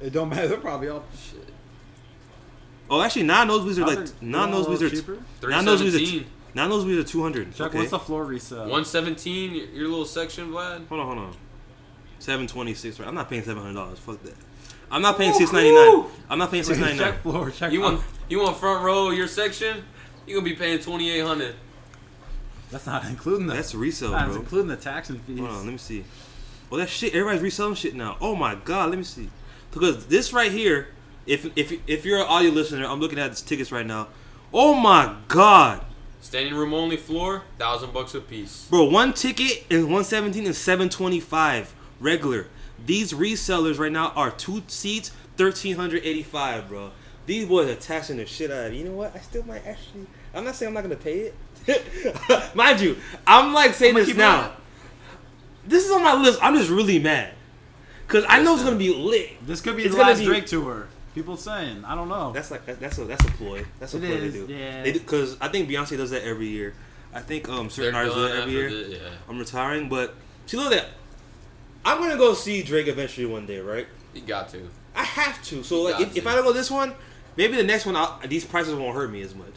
Speaker 3: It don't matter. They're probably all.
Speaker 2: Shit.
Speaker 1: Oh, actually, non nosebleeds are
Speaker 3: Aren't
Speaker 1: like
Speaker 3: they
Speaker 1: non
Speaker 3: all a
Speaker 1: nosebleeds
Speaker 3: little
Speaker 1: are
Speaker 3: cheaper?
Speaker 1: t-
Speaker 2: Three
Speaker 1: non nosebleeds are
Speaker 2: seventeen.
Speaker 1: non nosebleeds are two hundred.
Speaker 3: Chuck,
Speaker 1: Okay.
Speaker 3: what's the floor resale?
Speaker 2: One seventeen. Your, your little section, Vlad.
Speaker 1: Hold on, hold on. Seven twenty six. Right? I'm not paying seven hundred dollars. Fuck that. I'm not paying six ninety nine. I'm not paying six ninety nine.
Speaker 3: Check floor. Check.
Speaker 2: You want you want front row of your section? You gonna be paying twenty eight hundred.
Speaker 3: That's not including the.
Speaker 1: That's resale,
Speaker 3: that's
Speaker 1: bro.
Speaker 3: including the tax and fees.
Speaker 1: Hold on, let me see. Well, that shit, everybody's reselling shit now. Oh my god, let me see. Because this right here, if if if you're an audio listener, I'm looking at these tickets right now. Oh my god,
Speaker 2: Standing room only floor, thousand bucks a piece.
Speaker 1: bro, one ticket is 117 and 725 regular. These resellers right now are two seats, 1385, bro. These boys are taxing the shit out of you. You know what? I still might actually. I'm not saying I'm not gonna pay it. Mind you, I'm like saying
Speaker 3: I'ma
Speaker 1: this
Speaker 3: keep it
Speaker 1: now.
Speaker 3: up.
Speaker 1: This is on my list. I'm just really mad. Cause I know it's gonna
Speaker 2: Listen.
Speaker 1: be lit.
Speaker 3: This could be
Speaker 1: It's
Speaker 3: the
Speaker 1: gonna
Speaker 3: last
Speaker 1: be-
Speaker 3: Drake tour. People saying, I don't know.
Speaker 1: That's like that, that's a that's a ploy. That's a
Speaker 3: It
Speaker 1: ploy
Speaker 3: is,
Speaker 1: they do.
Speaker 3: yeah.
Speaker 1: They do because I think Beyonce does that every year. I think um certain artists do that every year.
Speaker 2: the- yeah.
Speaker 1: I'm retiring, but you know that I'm gonna go see Drake eventually one day, right?
Speaker 2: You got to.
Speaker 1: I have to. So like,
Speaker 2: got
Speaker 1: if, if
Speaker 2: to.
Speaker 1: I don't go this one, maybe the next one, I'll, these prices won't hurt me as much.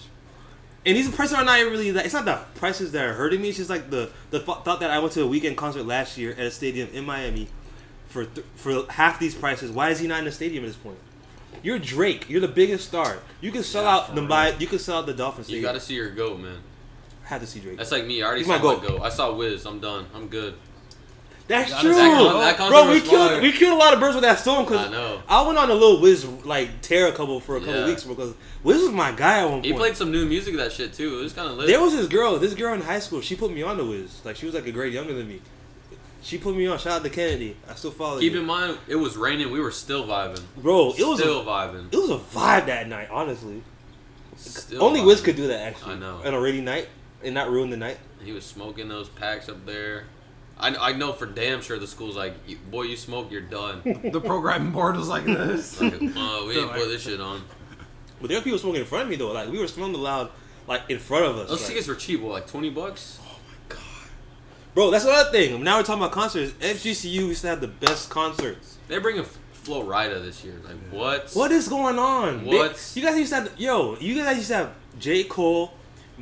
Speaker 1: And these prices are not really that. It's not the prices that are hurting me. It's just like the the th- thought that I went to a weekend concert last year at a stadium in Miami for th- for half these prices. Why is he not in the stadium at this point? You're Drake. You're the biggest star. You can sell
Speaker 3: Yeah,
Speaker 1: out
Speaker 3: for
Speaker 1: the
Speaker 3: real.
Speaker 1: buy. You can sell out the Dolphins.
Speaker 2: You
Speaker 1: Stadium.
Speaker 2: gotta see your goat, man.
Speaker 1: have to see Drake.
Speaker 2: That's like me. I already
Speaker 1: He's
Speaker 2: saw
Speaker 1: my
Speaker 2: my
Speaker 1: goat.
Speaker 2: goat. I saw Wiz. I'm done. I'm good.
Speaker 1: That's
Speaker 3: That
Speaker 1: true,
Speaker 2: con- that concert
Speaker 1: bro. We
Speaker 2: was
Speaker 1: killed
Speaker 2: fire.
Speaker 1: we killed a lot of birds with that storm
Speaker 2: I
Speaker 1: because
Speaker 2: know.
Speaker 1: I, went on a little Wiz like tear a couple for a couple
Speaker 2: Yeah.
Speaker 1: weeks because Wiz was my guy at one point.
Speaker 2: He played some new music of that shit too. It was kind of lit.
Speaker 1: There was this girl, this girl in high school. She put me on to Wiz. Like she was like a grade younger than me. She put me on. Shout out to Kennedy. I still follow
Speaker 2: Keep
Speaker 1: you,
Speaker 2: in mind, it was raining. We were still vibing.
Speaker 1: bro. It was
Speaker 2: still
Speaker 1: a,
Speaker 2: vibing.
Speaker 1: it was a vibe that night. Honestly,
Speaker 2: Still
Speaker 1: only
Speaker 2: vibing.
Speaker 1: Wiz could do that. Actually,
Speaker 2: I know.
Speaker 1: On a rainy night and not ruin the night.
Speaker 2: He was smoking those packs up there. I, I know for damn sure the school's like, "You- boy, you smoke, you're done. Like,
Speaker 3: the programming board was like this.
Speaker 2: uh, we didn't
Speaker 3: Like-
Speaker 2: put this shit on.
Speaker 1: But there were people smoking in front of me though. Like we were smelling the loud, like in front of us.
Speaker 2: Those
Speaker 1: like-
Speaker 2: tickets were cheap. What, like twenty bucks?
Speaker 1: Bro, that's another thing. Now we're talking about concerts. FGCU used to have the best concerts.
Speaker 2: They're bringing Flo Rida this year. Like what?
Speaker 1: What is going on? Big-
Speaker 2: What?
Speaker 1: you guys used to have, yo, you guys used to have J. Cole,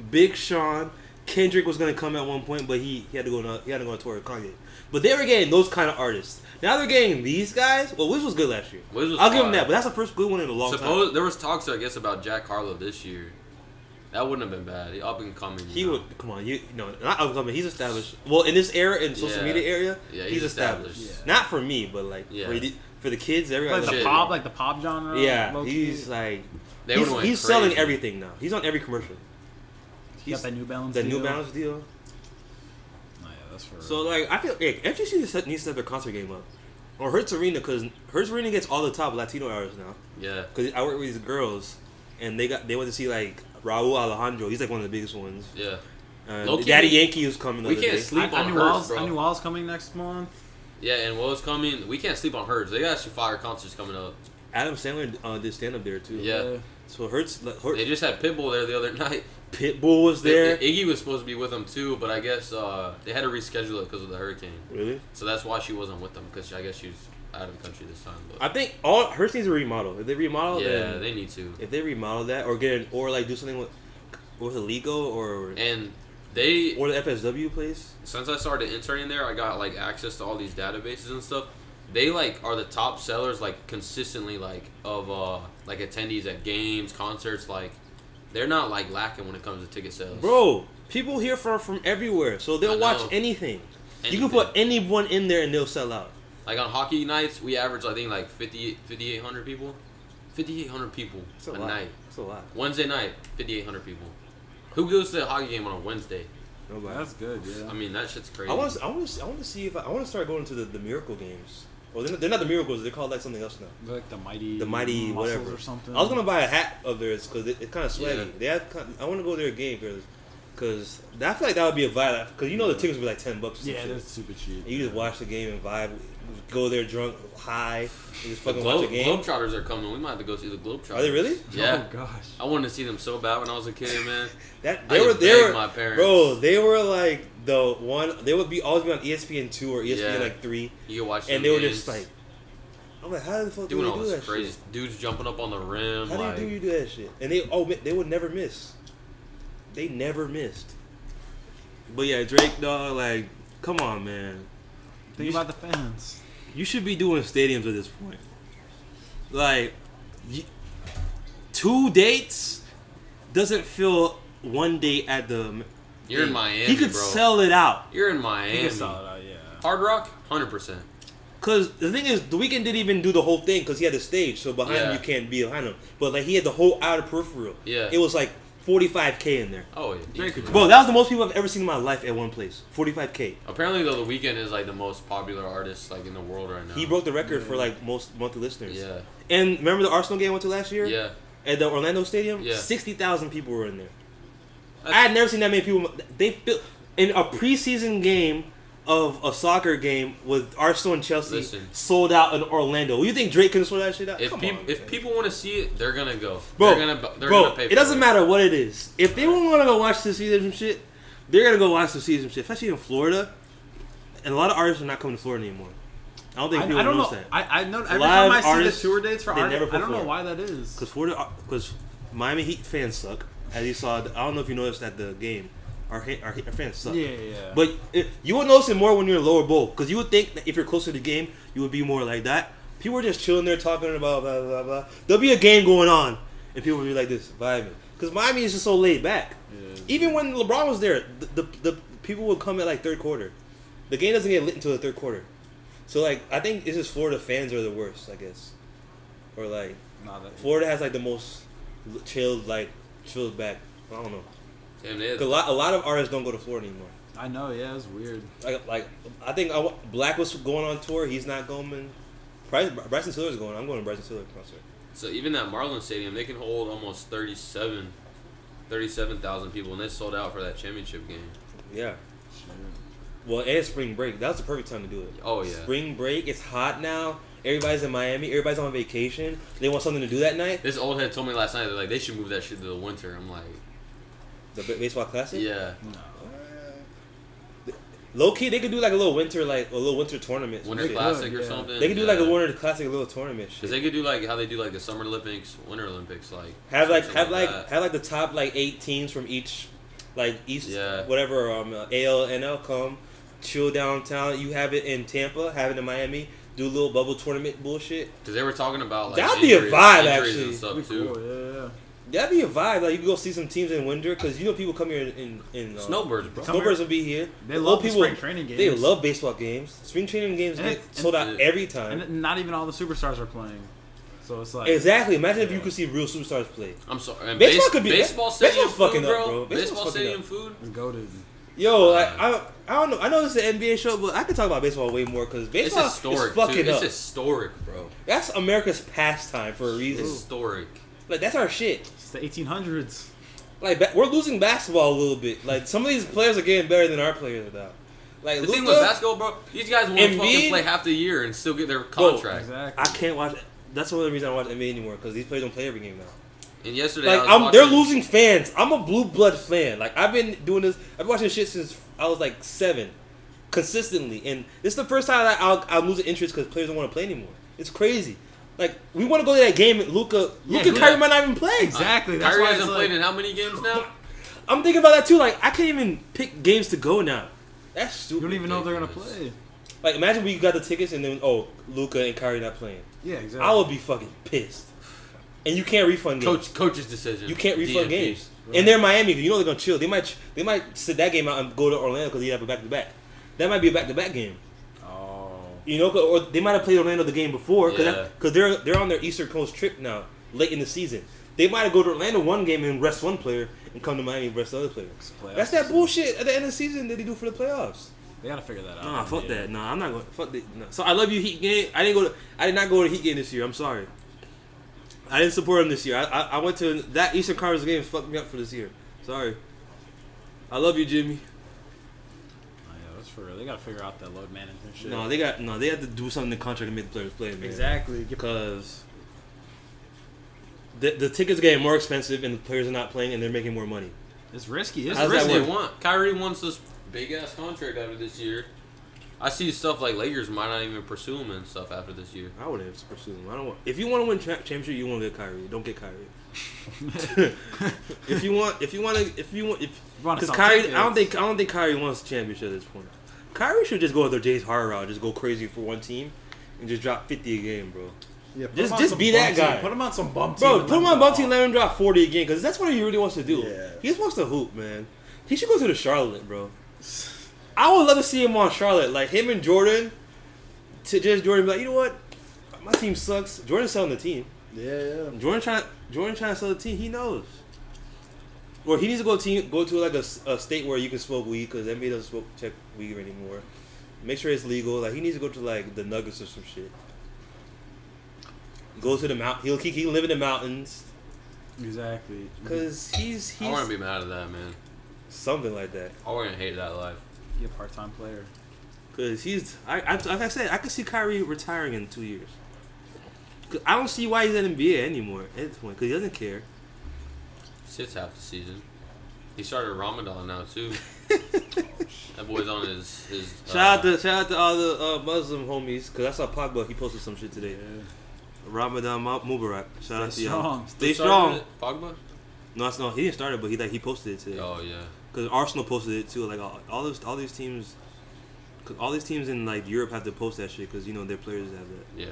Speaker 1: Big Sean, Kendrick was gonna come at one point, but he, he had to go on a, he had to go on tour with Kanye. But they were getting those kind of artists. Now they're getting these guys. Well, Wiz was good last year.
Speaker 2: Wiz was
Speaker 1: I'll give him
Speaker 2: fire.
Speaker 1: that, but that's the first good one in a long
Speaker 2: Suppose
Speaker 1: time.
Speaker 2: there was talks, I guess, about Jack Harlow this year. That wouldn't have been bad. He up and coming. you
Speaker 1: He
Speaker 2: know.
Speaker 1: would come on, you no, not upcoming. He's established. Well, in this era, in social
Speaker 2: Yeah.
Speaker 1: media area,
Speaker 2: Yeah,
Speaker 1: he's,
Speaker 2: he's
Speaker 1: established.
Speaker 3: established.
Speaker 1: Not for me, but like
Speaker 2: Yeah.
Speaker 1: for, the, for the kids, everybody.
Speaker 3: Like the
Speaker 2: Shit.
Speaker 3: pop, like the pop genre.
Speaker 1: yeah,
Speaker 3: low-key.
Speaker 1: he's like
Speaker 2: They
Speaker 1: he's,
Speaker 2: would've went
Speaker 1: he's selling
Speaker 2: crazy.
Speaker 1: everything now. He's on every commercial.
Speaker 3: He got that New Balance.
Speaker 1: The New
Speaker 3: deal.
Speaker 1: Balance deal.
Speaker 3: Oh, yeah, that's for.
Speaker 1: So like I feel like FGC just needs to have their concert game up, or Hertz Arena because Hertz Arena gets all the top Latino artists now.
Speaker 2: Yeah.
Speaker 1: Because I work with these girls, and they got they went to see like Raul Alejandro. He's like one of the biggest ones.
Speaker 2: Yeah.
Speaker 1: Uh,
Speaker 2: Low-key,
Speaker 1: Daddy
Speaker 2: we-
Speaker 1: Yankee is coming. the
Speaker 2: we
Speaker 1: other
Speaker 2: can't
Speaker 1: day.
Speaker 2: sleep
Speaker 3: I,
Speaker 2: on
Speaker 3: I knew
Speaker 2: Hurts,
Speaker 3: Al's,
Speaker 2: bro.
Speaker 3: I knew Al's coming next month.
Speaker 2: Yeah, and Woe's coming. We can't sleep on hers. They got some fire concerts coming up.
Speaker 1: Adam Sandler uh, did stand up there too.
Speaker 2: Yeah.
Speaker 1: So Hertz, Hertz
Speaker 2: They just had Pitbull there the other night.
Speaker 1: Pitbull was there.
Speaker 2: Iggy was supposed to be with them too, but I guess uh, they had to reschedule it because of the hurricane.
Speaker 1: really?
Speaker 2: So that's why she wasn't with them because I guess she was out of the country this time. But
Speaker 1: I think all Hertz needs to remodel. If they remodel,
Speaker 2: yeah,
Speaker 1: then
Speaker 2: they need to.
Speaker 1: if they remodel that or get an, or like do something with with Aligo or
Speaker 2: And they
Speaker 1: or the FSW place.
Speaker 2: since I started interning there, I got like access to all these databases and stuff. They like are the top sellers like consistently like of uh like attendees at games, concerts. Like they're not like lacking when it comes to ticket sales.
Speaker 1: Bro, people here from from everywhere, so they'll
Speaker 2: I
Speaker 1: watch
Speaker 2: know.
Speaker 1: anything. You
Speaker 2: Anything.
Speaker 1: can put anyone in there and they'll sell out.
Speaker 2: Like on hockey nights, we average I think like 50 5,800 people, fifty eight hundred people
Speaker 1: That's
Speaker 2: a,
Speaker 1: a, lot.
Speaker 2: night.
Speaker 1: That's a lot.
Speaker 2: Wednesday night, fifty eight hundred people. Who goes to a hockey game on a Wednesday?
Speaker 1: Nobody.
Speaker 3: that's good. Yeah.
Speaker 2: I mean that shit's crazy.
Speaker 1: I want to. I want to. I want to see if I, I want to start going to the, the miracle games. Well, they're not, they're not the miracles. They're called like something else now.
Speaker 3: They're like the mighty,
Speaker 1: The mighty
Speaker 3: muscles
Speaker 1: whatever.
Speaker 3: or something.
Speaker 1: I was gonna buy a hat of theirs because it, it's kind of swaggy.
Speaker 2: Yeah.
Speaker 1: They have. Kind I want to go to their game because, because I feel like that would be a vibe. Because you know the tickets would be like ten bucks. or some
Speaker 3: Yeah,
Speaker 1: shit.
Speaker 3: that's super cheap.
Speaker 1: And you just watch the game and vibe. Go there drunk, high, and just
Speaker 2: the
Speaker 1: fucking
Speaker 2: Glo-
Speaker 1: watch the game.
Speaker 2: Globetrotters are coming. We might have to go see the Globetrotters.
Speaker 1: Are they really?
Speaker 2: Yeah.
Speaker 3: Oh gosh.
Speaker 2: I wanted to see them so bad when I was a kid, man.
Speaker 1: That
Speaker 2: I
Speaker 1: they
Speaker 2: could
Speaker 1: were they
Speaker 2: beg
Speaker 1: were
Speaker 2: my parents.
Speaker 1: bro. They were like the one. They would be always be on E ESPN two or ESPN
Speaker 2: Yeah.
Speaker 1: like three,
Speaker 2: You could watch. them
Speaker 1: and they were
Speaker 2: games,
Speaker 1: just like, I'm like, how the fuck do
Speaker 2: doing
Speaker 1: you
Speaker 2: all
Speaker 1: do that
Speaker 2: this crazy
Speaker 1: shit?
Speaker 2: dudes jumping up on the rim.
Speaker 1: How
Speaker 2: like,
Speaker 1: do you do you do that shit? And they oh man, they would never miss. They never missed. But yeah, Drake dog, like, come on, man.
Speaker 3: Think
Speaker 1: You
Speaker 3: about the fans.
Speaker 1: You should be doing stadiums at this point. Like, you, two dates doesn't feel one day at the.
Speaker 2: You're in Miami,
Speaker 1: He could
Speaker 2: bro.
Speaker 1: sell it out.
Speaker 2: You're in
Speaker 3: He
Speaker 2: Miami.
Speaker 3: gets solid out, uh, yeah.
Speaker 2: Hard Rock, hundred percent.
Speaker 1: Cause the thing is, the weekend didn't even do the whole thing because he had a stage, so behind
Speaker 2: Yeah.
Speaker 1: him you can't be behind him. But like he had the whole outer peripheral.
Speaker 2: Yeah.
Speaker 1: it was like 45k in there.
Speaker 2: Oh yeah.
Speaker 3: Drake could
Speaker 2: easily.
Speaker 1: Bro, that was the most people I've ever seen in my life at one place. 45k.
Speaker 2: Apparently though, the weekend is like the most popular artist like in the world right now.
Speaker 1: He broke the record for like most monthly listeners.
Speaker 2: Yeah.
Speaker 1: And remember the Arsenal game I went to last year?
Speaker 2: Yeah.
Speaker 1: At the Orlando Stadium,
Speaker 2: Yeah.
Speaker 1: sixty thousand people were in there. I
Speaker 2: That's-
Speaker 1: had never seen that many people. They feel in a preseason game of a soccer game with Arsenal and Chelsea
Speaker 2: Listen.
Speaker 1: sold out in Orlando. You think Drake can sort that shit out?
Speaker 2: If
Speaker 1: Come
Speaker 2: people
Speaker 1: on,
Speaker 2: if
Speaker 1: man.
Speaker 2: people want to see it, they're gonna go.
Speaker 1: Bro,
Speaker 2: they're gonna, bu- they're
Speaker 1: bro,
Speaker 2: gonna pay. For
Speaker 1: it doesn't
Speaker 2: it.
Speaker 1: matter what it is. If they want to go watch the season shit, they're gonna go watch the season shit, especially in Florida. And a lot of artists are not coming to Florida anymore. I don't
Speaker 3: I,
Speaker 1: think
Speaker 3: I
Speaker 1: people
Speaker 3: don't
Speaker 1: knows
Speaker 3: know.
Speaker 1: that.
Speaker 3: I, I know every
Speaker 1: Live
Speaker 3: time I see
Speaker 1: artists,
Speaker 3: the tour dates for
Speaker 1: they
Speaker 3: art, I
Speaker 1: never
Speaker 3: don't know
Speaker 1: perform.
Speaker 3: why that is.
Speaker 1: Because Florida, because uh, Miami Heat fans suck. As you saw, I don't know if you noticed at the game, our hit, our, hit, our fans suck.
Speaker 3: Yeah, yeah.
Speaker 1: But it, you would notice it more when you're in lower bowl, because you would think that if you're closer to the game, you would be more like that. People are just chilling there, talking about blah blah blah. There'll be a game going on, and people will be like this vibing, because Miami is just so laid back.
Speaker 3: Yeah.
Speaker 1: Even when LeBron was there, the, the the people would come at like third quarter. The game doesn't get lit until the third quarter, so like I think it's just Florida fans are the worst, I guess, or like
Speaker 3: Nah, that-
Speaker 1: Florida has like the most l- chilled, like chilled back. I don't know.
Speaker 2: Damn, they had-
Speaker 1: 'Cause A lot, a lot of artists don't go to Florida anymore.
Speaker 3: I know. Yeah, it's weird.
Speaker 1: Like, like I think I, wa- Black was going on tour. He's not going. Bryce, Bryson Tiller's going. I'm going to Bryson Tiller concert.
Speaker 2: So even that Marlins Stadium, they can hold almost 37 37,000 people, and they sold out for that championship game.
Speaker 1: Yeah.
Speaker 3: Shit.
Speaker 1: Well, and it's spring break. That's the perfect time to do it.
Speaker 2: Oh, yeah.
Speaker 1: Spring break. It's hot now. Everybody's in Miami. Everybody's on vacation. They want something to do that night.
Speaker 2: This old head told me last night, they're like, they should move that shit to the winter. I'm like,
Speaker 1: The ba- baseball classic.
Speaker 2: yeah.
Speaker 3: No.
Speaker 1: The- Low key, they could do like a little winter, like a little winter tournament. some
Speaker 2: Winter
Speaker 1: shit.
Speaker 2: Classic or
Speaker 3: yeah.
Speaker 2: something.
Speaker 1: They could do like a
Speaker 2: yeah.
Speaker 1: winter classic, a little tournament. Shit.
Speaker 2: Cause they could do like how they do like the Summer Olympics, Winter Olympics, like
Speaker 1: have like
Speaker 2: something
Speaker 1: have like
Speaker 2: that.
Speaker 1: have like the top like eight teams from each like east
Speaker 2: Yeah.
Speaker 1: whatever um uh, ALNL come chill downtown. You have it in Tampa, have it in Miami. Do a little bubble tournament bullshit.
Speaker 2: Cause they were talking about like
Speaker 1: That'd be a
Speaker 2: injuries-
Speaker 1: vibe,
Speaker 2: injuries
Speaker 1: actually.
Speaker 2: and stuff
Speaker 3: Be
Speaker 2: too.
Speaker 3: cool, yeah, yeah.
Speaker 1: That'd be a vibe. Like you could go see some teams in winter because you know people come here in in uh,
Speaker 2: Snowbirds, bro.
Speaker 3: Come
Speaker 1: Snowbirds will be here.
Speaker 3: They
Speaker 1: The
Speaker 3: love
Speaker 1: old
Speaker 3: the spring training games.
Speaker 1: They love baseball games. Spring training games
Speaker 3: And
Speaker 1: get
Speaker 3: it-
Speaker 1: sold out
Speaker 2: and-
Speaker 1: every time.
Speaker 3: and not even all the superstars are playing. So it's like
Speaker 1: exactly. Imagine if you
Speaker 3: Yeah.
Speaker 1: could see real superstars play.
Speaker 2: I'm sorry. And
Speaker 1: Baseball
Speaker 2: base-
Speaker 1: could be-
Speaker 2: baseball
Speaker 1: baseball's
Speaker 2: stadium
Speaker 1: fucking
Speaker 2: food,
Speaker 1: up,
Speaker 2: bro.
Speaker 1: bro. Baseball's
Speaker 2: Baseball
Speaker 1: fucking
Speaker 2: stadium
Speaker 1: up.
Speaker 2: food.
Speaker 3: go to
Speaker 1: Yo, like, I I don't know. I know this is an NBA show, but I could talk about baseball way more because
Speaker 2: It's
Speaker 1: baseball
Speaker 2: historic.
Speaker 1: is fucking
Speaker 2: dude.
Speaker 1: up.
Speaker 2: It's historic, bro.
Speaker 1: That's America's pastime for a
Speaker 2: It's
Speaker 1: reason.
Speaker 2: historic.
Speaker 1: Like that's our shit.
Speaker 3: it's the 1800s.
Speaker 1: Like ba- we're losing basketball a little bit. Like some of these players are getting better than our players are now. Like
Speaker 2: The
Speaker 1: Luka,
Speaker 2: thing with basketball, bro, these guys won't
Speaker 1: Embiid-
Speaker 2: fucking play half the year and still get their contract.
Speaker 3: Exactly.
Speaker 1: I can't watch. That's one of the reasons I don't watch NBA anymore because these players don't play every game now.
Speaker 2: And yesterday, I
Speaker 1: Like
Speaker 2: was
Speaker 1: I'm, they're
Speaker 2: watching-
Speaker 1: losing fans. I'm a blue blood fan. Like I've been doing this. I've been watching shit since I was like seven, consistently. And this is the first time that I'll, I'll lose interest because players don't want to play anymore. It's crazy. Like we want to go to that game. and Luca,
Speaker 3: Yeah,
Speaker 1: Luca,
Speaker 3: who-
Speaker 1: Kyrie might not even play.
Speaker 3: Exactly. That's
Speaker 2: Kyrie
Speaker 3: why it's
Speaker 2: hasn't
Speaker 3: like,
Speaker 2: played in how many games now?
Speaker 1: I'm thinking about that too. Like I can't even pick games to go now. That's
Speaker 3: you
Speaker 1: stupid.
Speaker 3: don't even know if they're gonna
Speaker 2: ridiculous.
Speaker 3: play.
Speaker 1: like imagine we got the tickets and then oh Luca and Kyrie not playing.
Speaker 3: Yeah, exactly.
Speaker 1: I would be fucking pissed. And you can't refund games.
Speaker 2: Coach, coach's decision.
Speaker 1: You can't refund
Speaker 2: DNP.
Speaker 1: games,
Speaker 3: Right.
Speaker 1: and they're Miami. You know they're gonna chill. They might they might sit that game out and go to Orlando because they have a back to back. That might be a back to back game.
Speaker 3: oh,
Speaker 1: You know, 'cause- or they might have played Orlando the game before
Speaker 2: Yeah.
Speaker 1: because they're they're on their Eastern Coast trip now, late in the season. They might have go to Orlando one game and rest one player and come to Miami and rest the other player.
Speaker 3: It's playoff
Speaker 1: That's that
Speaker 3: season.
Speaker 1: bullshit at the end of the season that they do for the playoffs.
Speaker 3: they gotta figure that out.
Speaker 1: Nah, Oh, fuck
Speaker 3: Yeah.
Speaker 1: that. Nah, I'm not going. Fuck that. Nah. So I love you Heat game. I didn't go to. I did not go to Heat game this year. I'm sorry. I didn't support him this year. I I, I went to that Eastern Conference game. Fucked me up for this year. Sorry. I love you, Jimmy.
Speaker 3: Oh, yeah, that's for real. They gotta figure out that load management shit.
Speaker 1: No, they got no. They had to do something in the contract to make the players play. Man.
Speaker 3: exactly. Get-
Speaker 1: Because the the tickets are getting more expensive and the players are not playing and they're making more money.
Speaker 3: It's risky. It's
Speaker 1: How's that
Speaker 2: That's
Speaker 3: risky.
Speaker 2: what they
Speaker 1: work?
Speaker 2: want. Kyrie wants this big ass contract after this year. I see stuff like Lakers might not even pursue him and stuff after this year.
Speaker 1: I would have pursued him. I don't want. If you want to win cha- championship, you want to get Kyrie. Don't get Kyrie. if you want, if you want to, if you want, if
Speaker 3: Wanna
Speaker 1: because
Speaker 3: sell
Speaker 1: Kyrie,
Speaker 3: tickets.
Speaker 1: I don't think, I don't think Kyrie wants a championship at this point. Kyrie should just go the James Harden route, just go crazy for one team, and just drop fifty a game, bro.
Speaker 4: Yeah, put
Speaker 1: Just-
Speaker 4: him on
Speaker 1: just
Speaker 4: some
Speaker 1: be
Speaker 4: bum
Speaker 1: that
Speaker 4: team.
Speaker 1: guy.
Speaker 4: Put him on some bum team.
Speaker 1: Bro,
Speaker 4: and
Speaker 1: put him
Speaker 4: let
Speaker 1: on
Speaker 4: go.
Speaker 1: both team, let him drop forty a game, because that's what he really wants to do.
Speaker 4: Yeah.
Speaker 1: He just wants to hoop, man. He should go to the Charlotte, bro. I would love to see him on Charlotte, like him and Jordan. To just Jordan, be like you know what, my team sucks. Jordan's selling the team.
Speaker 4: Yeah, yeah.
Speaker 1: Jordan trying Jordan trying to sell the team. He knows. Or he needs to go team go to like a, s- a state where you can smoke weed because NBA doesn't smoke check weed anymore. Make sure it's legal. Like he needs to go to like the Nuggets or some shit. Go to the mount. He'll keep he live in the mountains
Speaker 3: exactly.
Speaker 1: because he's
Speaker 2: I
Speaker 1: he's
Speaker 2: wouldn't be mad at that, man.
Speaker 1: something like that.
Speaker 2: I wouldn't hate that life.
Speaker 3: Be a part-time player.
Speaker 1: Because he's I, I like I said I could see Kyrie retiring in two years. 'Cause I don't see why he's in NBA anymore at this point because he doesn't care.
Speaker 2: Sits half the season. He started Ramadan now too. that boy's on his his.
Speaker 1: Shout out
Speaker 2: uh,
Speaker 1: to shout out to all the uh, Muslim homies because I saw Pogba he posted some shit today. Ramadan Mu- Mubarak. Shout out to
Speaker 3: Stay
Speaker 1: y'all.
Speaker 3: strong.
Speaker 1: Stay
Speaker 2: who
Speaker 1: strong.
Speaker 2: started it? Pogba.
Speaker 1: No, it's not. He didn't start it, but he like he posted it today.
Speaker 2: Oh yeah.
Speaker 1: Because Arsenal posted it too. Like all, all those all these teams, 'cause all these teams in like Europe have to post that shit because you know their players have that.
Speaker 2: Yeah.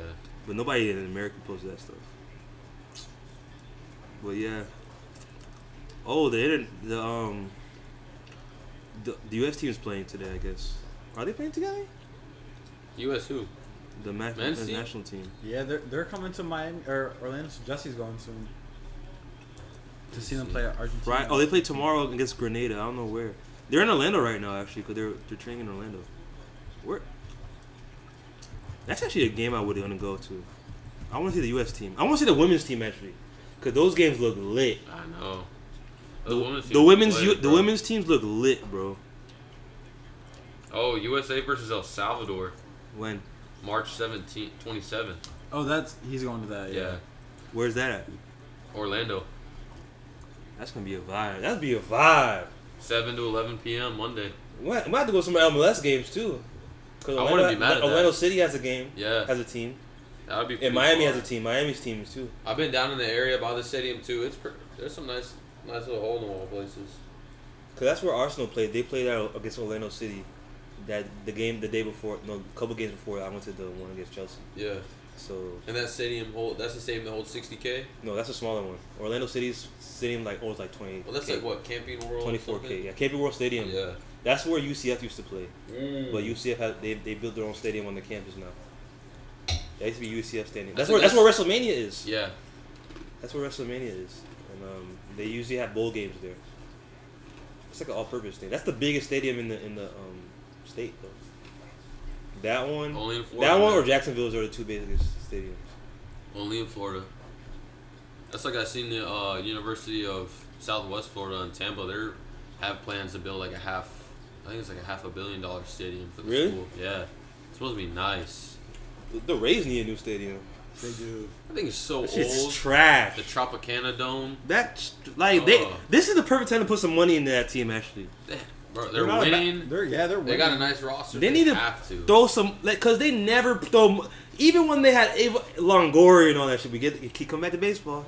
Speaker 1: But nobody in America posted that stuff. But yeah. Oh, the inter- the um the, the U.S. team's playing today. I guess are they playing together?
Speaker 2: U.S. Who?
Speaker 1: The ma-
Speaker 2: Men's
Speaker 1: men's
Speaker 2: team?
Speaker 1: national team.
Speaker 3: Yeah, they're they're coming to Miami or Orlando. So Jesse's going soon. To see them play Argentina.
Speaker 1: Right. Oh, they play tomorrow against Grenada. I don't know where. They're in Orlando right now, actually, because they're they're training in Orlando. Where? That's actually a game I would want to go to. I want to see the U.S. team. I want to see the women's team actually, because those games look lit.
Speaker 2: I know.
Speaker 1: The,
Speaker 2: women's
Speaker 1: the
Speaker 2: team
Speaker 1: women's
Speaker 2: played,
Speaker 1: U- the
Speaker 2: bro.
Speaker 1: women's teams look lit, bro.
Speaker 2: Oh, USA versus El Salvador,
Speaker 1: When?
Speaker 2: March 17th, 27th.
Speaker 3: Oh, that's he's going to that. Yeah.
Speaker 2: Yeah.
Speaker 1: Where's that at?
Speaker 2: Orlando,
Speaker 1: That's gonna be a vibe. That'd be a vibe.
Speaker 2: 7 to 11 p.m. Monday.
Speaker 1: I'm gonna I'm gonna have to go to some MLS games too. Because
Speaker 2: I wouldn't be mad at that.
Speaker 1: Orlando City has a game,
Speaker 2: Yeah,
Speaker 1: has a team,
Speaker 2: that would be. pretty
Speaker 1: and Miami
Speaker 2: far.
Speaker 1: has a team. Miami's team is too.
Speaker 2: I've been down in the area by the stadium too. It's per- there's some nice, nice little hole in the wall places.
Speaker 1: Cause that's where Arsenal played. They played out against Orlando City. That the game the day before, no, a couple games before, I went to the one against Chelsea.
Speaker 2: Yeah,
Speaker 1: So
Speaker 2: and that stadium hold. That's the stadium that holds 60k.
Speaker 1: no, that's a smaller one. Orlando City's stadium like holds like twenty.
Speaker 2: Well, that's like what Camping World. or
Speaker 1: Twenty four k.
Speaker 2: something?
Speaker 1: Yeah, KP World Stadium.
Speaker 2: Yeah.
Speaker 1: That's where UCF used to play.
Speaker 2: Mm.
Speaker 1: But UCF has they they built their own stadium on the campus now. That used to be UCF stadium. That's
Speaker 2: That's
Speaker 1: where
Speaker 2: like
Speaker 1: that's where WrestleMania is.
Speaker 2: Yeah.
Speaker 1: That's where WrestleMania is, and um, they usually have bowl games there. It's like an all-purpose thing. That's the biggest stadium in the in the um, state though. That one,
Speaker 2: Only in Florida.
Speaker 1: that one, or
Speaker 2: man.
Speaker 1: Jacksonville's are the two biggest stadiums.
Speaker 2: Only in Florida. That's like I seen the uh, University of Southwest Florida in Tampa. They are have plans to build like a half. I think it's like a half a billion dollar stadium for the
Speaker 1: Really?
Speaker 2: school. Yeah. It's supposed to be nice.
Speaker 1: The, the Rays need a new stadium.
Speaker 3: They do.
Speaker 2: I think it's so
Speaker 1: It's
Speaker 2: old. the
Speaker 1: trash.
Speaker 2: Tropicana Dome.
Speaker 1: That sh- like they.
Speaker 2: Oh.
Speaker 1: This is the perfect time to put some money into that team. Actually,
Speaker 2: Eh, Bro, they're
Speaker 3: They're not a ba-
Speaker 2: winning.
Speaker 3: they're yeah, they're winning.
Speaker 2: They got a nice roster.
Speaker 1: They need to
Speaker 2: have to.
Speaker 1: throw some like because they never throw. m- Even when they had Ava, Longoria and all that shit, we get keep coming back to baseball.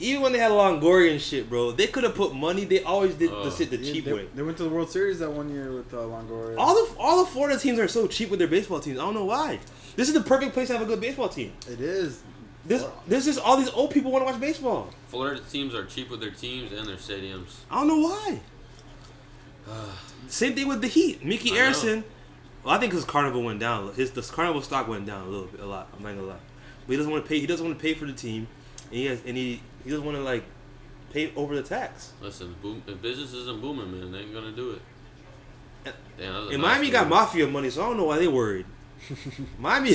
Speaker 1: Even when they had Longoria and shit, bro, they could have put money. They always did the
Speaker 2: Ugh.
Speaker 1: shit the
Speaker 3: Yeah,
Speaker 1: cheap
Speaker 3: they,
Speaker 1: way.
Speaker 3: They went to the World Series that one year with uh, Longoria.
Speaker 1: All the all the Florida teams are so cheap with their baseball teams. I don't know why. This is the perfect place to have a good baseball team.
Speaker 3: it is.
Speaker 1: This this is all these old people want to watch baseball.
Speaker 2: Florida teams are cheap with their teams and their stadiums.
Speaker 1: I don't know why. Same thing with the Heat. Mickey
Speaker 2: I know.
Speaker 1: Arison. Well, I think his Carnival went down. His the Carnival stock went down a little bit, a lot. I'm not gonna lie. But he doesn't want to pay. He doesn't want to pay for the team, and he has, and he he doesn't want to like pay over the tax.
Speaker 2: Listen, boom, if business isn't booming, man, they ain't gonna do it.
Speaker 1: And-
Speaker 2: Damn, that was a
Speaker 1: And
Speaker 2: nice
Speaker 1: Miami got
Speaker 2: move.
Speaker 1: mafia money, so I don't know why they worried. Miami,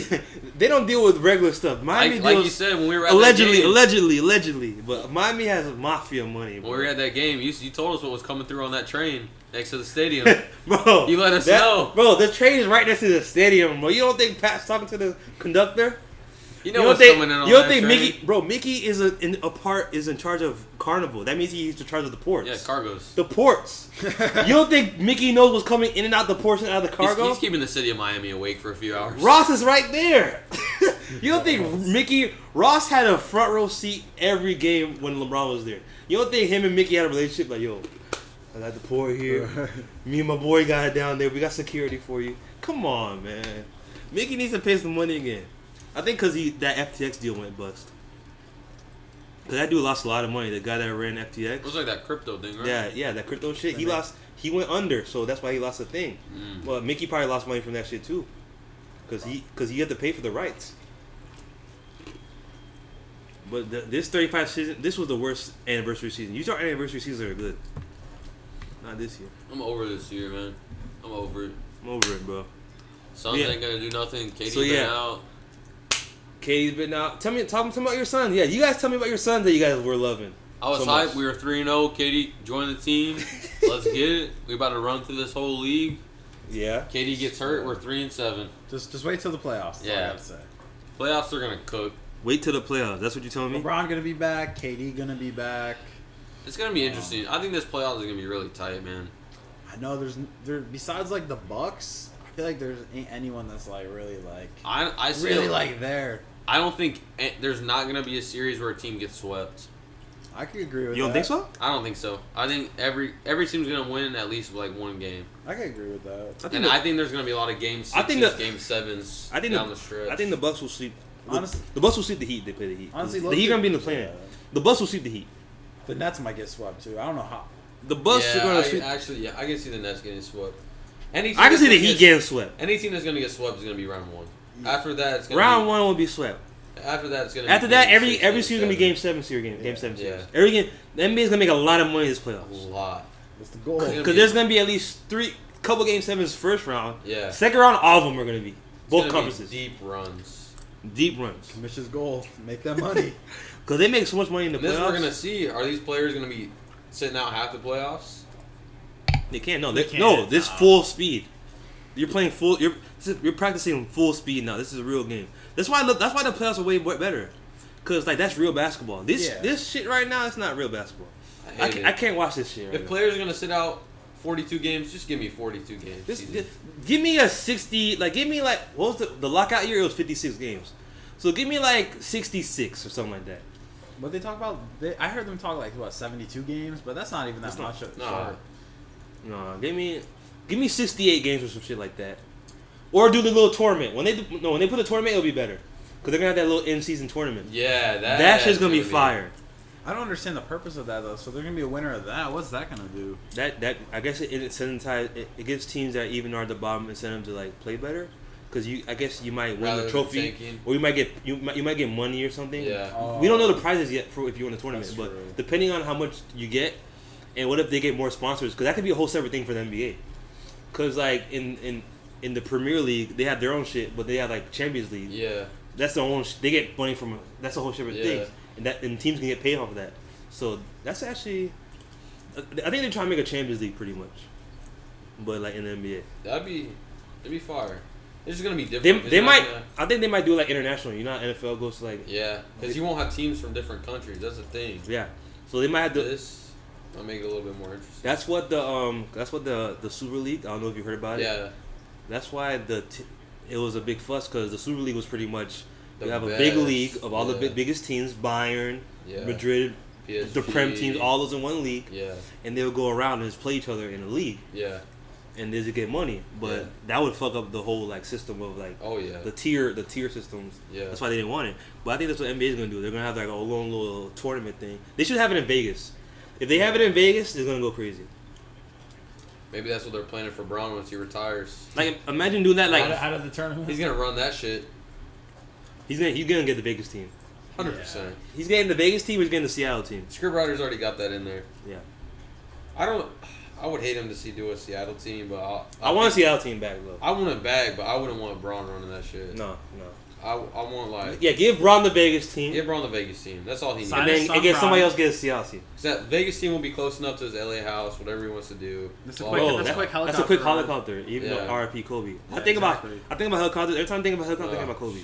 Speaker 1: they don't deal with regular stuff. Miami
Speaker 2: Like, like
Speaker 1: deals
Speaker 2: you said, when we were at that
Speaker 1: allegedly,
Speaker 2: game,
Speaker 1: allegedly, allegedly. But Miami has mafia money,
Speaker 2: when we were
Speaker 1: bro.
Speaker 2: at that game, you, you told us what was coming through on that train next to the stadium.
Speaker 1: bro
Speaker 2: You let us
Speaker 1: that-
Speaker 2: know.
Speaker 1: bro. The train is right next to the stadium, bro. You don't think Pat's talking to the conductor?
Speaker 2: You
Speaker 1: You
Speaker 2: know
Speaker 1: don't
Speaker 2: what's
Speaker 1: think?
Speaker 2: coming in on
Speaker 1: You don't
Speaker 2: that
Speaker 1: think
Speaker 2: train?
Speaker 1: Mickey, bro? Mickey is a, in a part is in charge of Carnival. That means he's in charge of the ports.
Speaker 2: Yeah, cargos.
Speaker 1: the ports. you don't think Mickey knows what's coming in and out the ports and out of the
Speaker 2: He's-
Speaker 1: cargo?
Speaker 2: He's, keeping the city of Miami awake for a few hours.
Speaker 1: Ross is right there. you don't think Mickey Ross had a front row seat every game when LeBron was there? You don't think him and Mickey had a relationship like, yo, I got the poor here. Me and my boy got it down there. We got security for you. Come on, man. Mickey needs to pay some money again. I think because he that FTX deal went bust. Cause that dude lost a lot of money. The guy that ran
Speaker 2: It
Speaker 1: FTX.
Speaker 2: was like that crypto thing, right?
Speaker 1: Yeah, yeah, that crypto shit. He
Speaker 3: Mhm.
Speaker 1: lost. He went under, so that's why he lost the thing.
Speaker 2: Mm.
Speaker 1: Well, Mickey probably lost money from that shit too, because he because he had to pay for the rights. But the, this thirty five season, this was the worst anniversary season. Usually our anniversary seasons are good. Not this year.
Speaker 2: I'm over this year, man. I'm over it.
Speaker 1: I'm over it, bro.
Speaker 2: Suns
Speaker 1: Yeah.
Speaker 2: ain't gonna do nothing. Katie
Speaker 1: So,
Speaker 2: been
Speaker 1: yeah.
Speaker 2: out.
Speaker 1: Katie's been out. Tell me, talk, tell me about your son. Yeah, you guys tell me about your son that you guys were loving.
Speaker 2: I was
Speaker 1: so
Speaker 2: hyped.
Speaker 1: much.
Speaker 2: We were three and zero. Katie joined the team. Let's get it. We about to run through this whole league.
Speaker 1: Yeah.
Speaker 2: Katie gets hurt. We're three and seven.
Speaker 3: Just just wait till the playoffs. That's all
Speaker 2: Yeah.
Speaker 3: I gotta say.
Speaker 2: Playoffs are gonna cook.
Speaker 1: Wait till the playoffs. That's what you telling me.
Speaker 3: LeBron gonna be back. KD gonna be back.
Speaker 2: It's gonna be interesting. I think this playoffs is gonna be really tight, man.
Speaker 3: I know there's n- there besides like the Bucks. I feel like there's ain't anyone that's like really like
Speaker 2: I I still,
Speaker 3: really like there.
Speaker 2: I don't think eh, there's not gonna be a series where a team gets swept.
Speaker 3: I could agree with.
Speaker 1: You don't think
Speaker 3: that.
Speaker 1: so?
Speaker 2: I don't think so. I think every every team's gonna win at least like one game,
Speaker 3: I could agree with that.
Speaker 1: I think
Speaker 2: and
Speaker 1: the,
Speaker 2: I think there's gonna be a lot of game sixes,
Speaker 1: I think the-
Speaker 2: game sevens
Speaker 1: I think
Speaker 2: down
Speaker 1: the-
Speaker 2: the, stretch.
Speaker 1: I think the Bucks will sleep.
Speaker 3: Honest-
Speaker 1: the Bucks will sleep the Heat. They play the Heat.
Speaker 3: Honestly,
Speaker 1: the
Speaker 3: low-key-
Speaker 1: Heat gonna be in the play.
Speaker 3: Yeah.
Speaker 1: The Bucks will sleep the Heat.
Speaker 3: The Nets might get swept too. I don't know how.
Speaker 1: The Bucks
Speaker 2: yeah,
Speaker 1: are gonna
Speaker 2: I-
Speaker 1: sweep.
Speaker 2: actually, yeah, I can see the Nets getting swept. Any team
Speaker 1: I can
Speaker 2: that's
Speaker 1: see the
Speaker 2: gonna
Speaker 1: Heat
Speaker 2: get-
Speaker 1: getting swept.
Speaker 2: Any team that's gonna get swept is gonna be round one. After that, it's gonna
Speaker 1: Round
Speaker 2: be,
Speaker 1: one will be swept.
Speaker 2: After that, it's gonna.
Speaker 1: After
Speaker 2: be
Speaker 1: that,
Speaker 2: game
Speaker 1: every
Speaker 2: six,
Speaker 1: every series gonna be game
Speaker 2: seven.
Speaker 1: seven series game. Game
Speaker 3: Yeah.
Speaker 1: seven series.
Speaker 2: Yeah.
Speaker 1: Every game, the NBA is gonna make a lot of money this playoffs
Speaker 2: A lot.
Speaker 3: That's the goal.
Speaker 2: It's gonna
Speaker 1: because
Speaker 2: be-
Speaker 1: there's gonna be at least three couple game sevens first round.
Speaker 2: Yeah.
Speaker 1: Second round, all of them are gonna be
Speaker 2: It's
Speaker 1: both
Speaker 2: gonna be
Speaker 1: conferences deep.
Speaker 2: deep runs.
Speaker 1: runs
Speaker 3: Mitch's goal. Make that money.
Speaker 1: because they make so much money in the
Speaker 2: And this
Speaker 1: playoffs.
Speaker 2: we're gonna see. Are these players gonna be sitting out half the playoffs?
Speaker 1: They can't. No,
Speaker 3: They
Speaker 1: they, no.
Speaker 3: can't,
Speaker 1: This
Speaker 3: no.
Speaker 1: full speed. You're playing full. You're this is- you're practicing full speed now. This is a real game. That's why. I love- That's why the playoffs are way more better. Cause like that's real basketball. This
Speaker 3: Yeah.
Speaker 1: this shit right now, it's not real basketball.
Speaker 2: I hate
Speaker 1: I, ca-
Speaker 2: it.
Speaker 1: I can't watch this shit. Right
Speaker 2: If
Speaker 1: now.
Speaker 2: players are gonna sit out 42 games. Just give me 42 games.
Speaker 1: This,
Speaker 2: season.
Speaker 1: this- give me a sixty. Like give me like what was the the lockout year? It was fifty six games. So give me like sixty six or something like that.
Speaker 3: But they talk about. They, I heard them talk like what seventy two games, but that's not even that
Speaker 1: That's not-
Speaker 3: much. of
Speaker 2: nah.
Speaker 3: short.
Speaker 1: No, give me give me sixty eight games or some shit like that. Or do the little tournament when they do- no when they put a tournament it'll be better because they're gonna have that little in season tournament.
Speaker 2: yeah, that,
Speaker 1: that shit's gonna be fire.
Speaker 3: I don't understand the purpose of that though. So they're gonna be a winner of that. What's that gonna do?
Speaker 1: That that I guess it incentivizes it, it gives teams that even are at the bottom incentive to like play better because you I guess you might win
Speaker 2: Rather
Speaker 1: the
Speaker 2: than
Speaker 1: trophy
Speaker 2: tanking.
Speaker 1: or you might get you might, you might get money or something.
Speaker 2: Yeah.
Speaker 1: We don't know the prizes yet for if you win the tournament,
Speaker 3: That's
Speaker 1: but
Speaker 3: true.
Speaker 1: depending on how much you get, and what if they get more sponsors? Because that could be a whole separate thing for the NBA. Because like in in in the Premier League, they have their own shit, but they have like Champions League.
Speaker 2: Yeah.
Speaker 1: That's their own. Sh- they get money from that's a whole separate
Speaker 2: Yeah.
Speaker 1: thing, and that and teams can get paid off of that. So that's actually, I I think they're trying to make a Champions League pretty much, but like in the NBA,
Speaker 2: That'd be that'd be fire. It's just gonna be
Speaker 1: they,
Speaker 2: different.
Speaker 1: they
Speaker 2: It's not
Speaker 1: might.
Speaker 2: gonna-
Speaker 1: I think they might do like international. You know, how NFL goes to like
Speaker 2: yeah, because you won't have teams from different countries. That's the thing.
Speaker 1: yeah. So they might have to.
Speaker 2: This might make it a little bit more interesting.
Speaker 1: That's what the um. That's what the the Super League. I don't know if you heard about it.
Speaker 2: yeah,
Speaker 1: That's why the t- it was a big fuss because the Super League was pretty much
Speaker 2: The
Speaker 1: you have a big
Speaker 2: best,
Speaker 1: league of all the
Speaker 2: yeah.
Speaker 1: big, biggest teams: Bayern,
Speaker 2: yeah.
Speaker 1: Madrid,
Speaker 2: PSG,
Speaker 1: the Prem teams, all those in one league,
Speaker 2: Yeah,
Speaker 1: and they would go around and just play each other in a league,
Speaker 2: yeah.
Speaker 1: and they would get money. But
Speaker 2: Yeah.
Speaker 1: that would fuck up the whole like system of like
Speaker 2: Oh yeah.
Speaker 1: the tier the tier systems.
Speaker 2: Yeah.
Speaker 1: That's why they didn't want it. But I think that's what NBA is gonna do. They're gonna have like a long little tournament thing. They should have it in Vegas. If they have it in Vegas, it's gonna go crazy.
Speaker 2: Maybe that's what they're planning for Brown once he retires.
Speaker 1: Like imagine doing that.
Speaker 3: out, of,
Speaker 1: Like
Speaker 3: out of the tournament.
Speaker 2: He's gonna run that shit.
Speaker 1: he's gonna he's gonna get the Vegas team.
Speaker 2: Hundred
Speaker 3: Yeah.
Speaker 2: percent.
Speaker 1: He's getting the Vegas team. He's getting the Seattle team.
Speaker 2: Scriptwriter's already got that in there.
Speaker 1: Yeah.
Speaker 2: I don't. I would hate him to see do a Seattle team, but I'll,
Speaker 1: I want to see our team back though.
Speaker 2: I want a bag, but I wouldn't want Braun running that shit.
Speaker 1: No, no.
Speaker 2: I, I want like
Speaker 1: Yeah, give Braun the Vegas team,
Speaker 2: give Braun the Vegas team. That's all he needs.
Speaker 1: and
Speaker 3: Sign
Speaker 1: then
Speaker 3: his
Speaker 1: and get
Speaker 3: son
Speaker 1: somebody
Speaker 3: Braun.
Speaker 1: else get a Seattle team.
Speaker 2: Because that Vegas team will be close enough to his LA house, whatever he wants to do.
Speaker 3: That's a
Speaker 2: Blah,
Speaker 3: quick-
Speaker 2: blah,
Speaker 1: Whoa,
Speaker 2: blah.
Speaker 3: that's a quick
Speaker 1: Oh, That's a quick
Speaker 3: helicopter
Speaker 1: helicopter. Even
Speaker 2: Yeah.
Speaker 1: though R.I.P. Kobe. I
Speaker 3: Yeah,
Speaker 1: think
Speaker 3: exactly.
Speaker 1: about I think about helicopters every time I think about helicopters. I think about Kobe.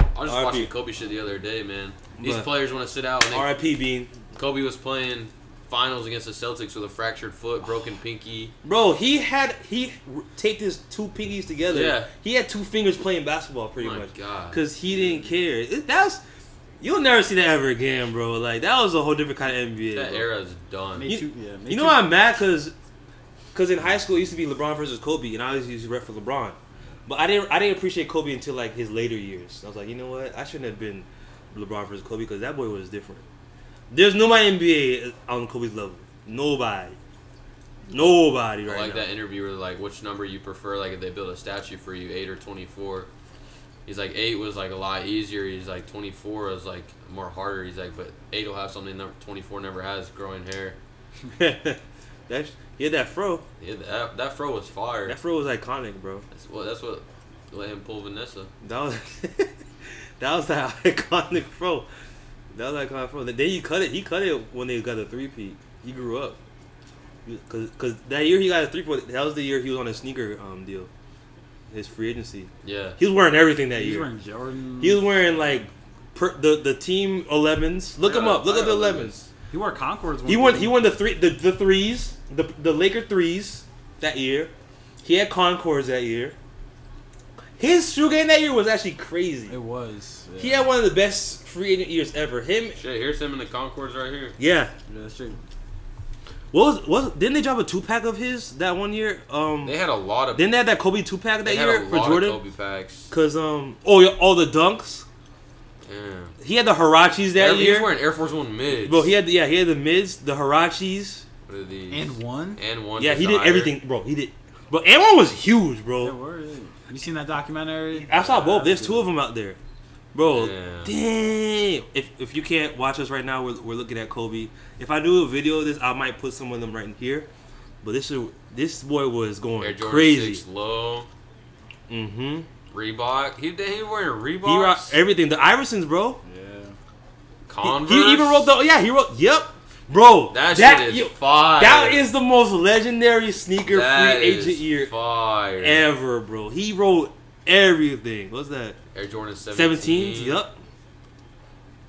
Speaker 2: I was just
Speaker 1: RIP.
Speaker 2: watching Kobe shit the other day, man. These
Speaker 1: But-
Speaker 2: players want to sit out. And they,
Speaker 1: R.I.P. Bean,
Speaker 2: Kobe was playing finals against the Celtics with a fractured foot, broken pinky.
Speaker 1: bro. He had he r- taped his two pinkies together.
Speaker 2: Yeah.
Speaker 1: He had two fingers playing basketball pretty
Speaker 2: My
Speaker 1: much.
Speaker 2: God.
Speaker 1: Cause he didn't care. It, that's you'll never see that ever again, bro. Like that was a whole different kind of NBA.
Speaker 2: That
Speaker 1: bro.
Speaker 2: era's done.
Speaker 3: Me
Speaker 1: You-
Speaker 3: too. Yeah. Me
Speaker 1: You know
Speaker 3: too.
Speaker 1: why I'm mad? Cause, cause in high school it used to be LeBron versus Kobe, and I always used to rep for LeBron. But I didn't, I didn't appreciate Kobe until like his later years. I was like, you know what? I shouldn't have been LeBron versus Kobe because that boy was different. There's nobody in NBA on Kobe's level. Nobody. Nobody
Speaker 2: I
Speaker 1: right
Speaker 2: like
Speaker 1: now.
Speaker 2: that interview where like, which number you prefer? Like, if they build a statue for you, eight or twenty-four. He's like, eight was like a lot easier. He's like, twenty-four is like more harder. He's like, but eight will have something number twenty-four never has: growing hair.
Speaker 1: That. That's he had that fro.
Speaker 2: Yeah, that, that fro was fire.
Speaker 1: That fro was iconic, bro.
Speaker 2: That's what that's what let him pull Vanessa.
Speaker 1: That was that was that iconic fro. That was iconic fro. Then he cut it. He cut it when they got a three peat. He grew up. Cause, Cause that year he got a three point. That was the year he was on a sneaker um deal, his free agency.
Speaker 2: Yeah.
Speaker 1: He was wearing everything that
Speaker 3: He's
Speaker 1: year.
Speaker 3: wearing Jordan.
Speaker 1: he was wearing like per, the the team 11s. Look
Speaker 2: I
Speaker 1: him
Speaker 2: got-
Speaker 1: up. Look
Speaker 2: I
Speaker 1: at the
Speaker 2: got
Speaker 1: 11s.
Speaker 3: He wore Concords.
Speaker 1: He
Speaker 3: one
Speaker 1: won.
Speaker 3: year.
Speaker 1: He won the three the, the threes. The the Laker threes that year. He had Concords that year. His shoe game that year was actually crazy.
Speaker 3: It was. Yeah.
Speaker 1: He had one of the best free agent years ever. Him,
Speaker 2: Shit, here's him in the Concords right here.
Speaker 1: yeah.
Speaker 3: Yeah, that's true.
Speaker 1: What was what? Didn't they drop a two pack of his that one year? Um,
Speaker 2: They had a lot of.
Speaker 1: didn't they have that Kobe two pack that
Speaker 2: they had
Speaker 1: year
Speaker 2: a
Speaker 1: for
Speaker 2: lot
Speaker 1: Jordan?
Speaker 2: of Kobe packs.
Speaker 1: Cause um, oh yeah, all the dunks.
Speaker 2: Damn.
Speaker 1: He had the Harachis that
Speaker 2: Air, he was
Speaker 1: year.
Speaker 2: wearing Air Force One mids.
Speaker 1: Bro, he had the, yeah, he had the mids, the Harachis.
Speaker 2: What are these?
Speaker 3: And one.
Speaker 2: And one.
Speaker 1: Yeah, he did
Speaker 2: desire.
Speaker 1: everything, bro. He did. But Aaron was huge,
Speaker 3: Yeah,
Speaker 1: bro.
Speaker 3: where is it? You seen that documentary?
Speaker 1: I saw
Speaker 3: Yeah,
Speaker 1: both. There's
Speaker 3: that's
Speaker 1: two of them out there, bro.
Speaker 2: Yeah.
Speaker 1: Dang. If if you can't watch us right now, we're, we're looking at Kobe. If I do a video of this, I might put some of them right in here. But this is this boy was
Speaker 2: Air
Speaker 1: going
Speaker 2: Jordan
Speaker 1: crazy.
Speaker 2: Six low.
Speaker 1: Mm-hmm.
Speaker 2: Reebok. He did. He was wearing Reebok.
Speaker 1: He rocked everything. The Iversons, bro.
Speaker 3: good. Yeah.
Speaker 1: He,
Speaker 2: Converse.
Speaker 1: he even wrote the. Yeah, he wrote. Yep, bro.
Speaker 2: That, shit is
Speaker 1: yo,
Speaker 2: fire.
Speaker 1: that is the most legendary sneaker
Speaker 2: That
Speaker 1: free agent
Speaker 2: is
Speaker 1: year
Speaker 2: Fire.
Speaker 1: ever, bro. He wrote everything. What's that?
Speaker 2: Air Jordan seventeen.
Speaker 1: Seventeen. Yep.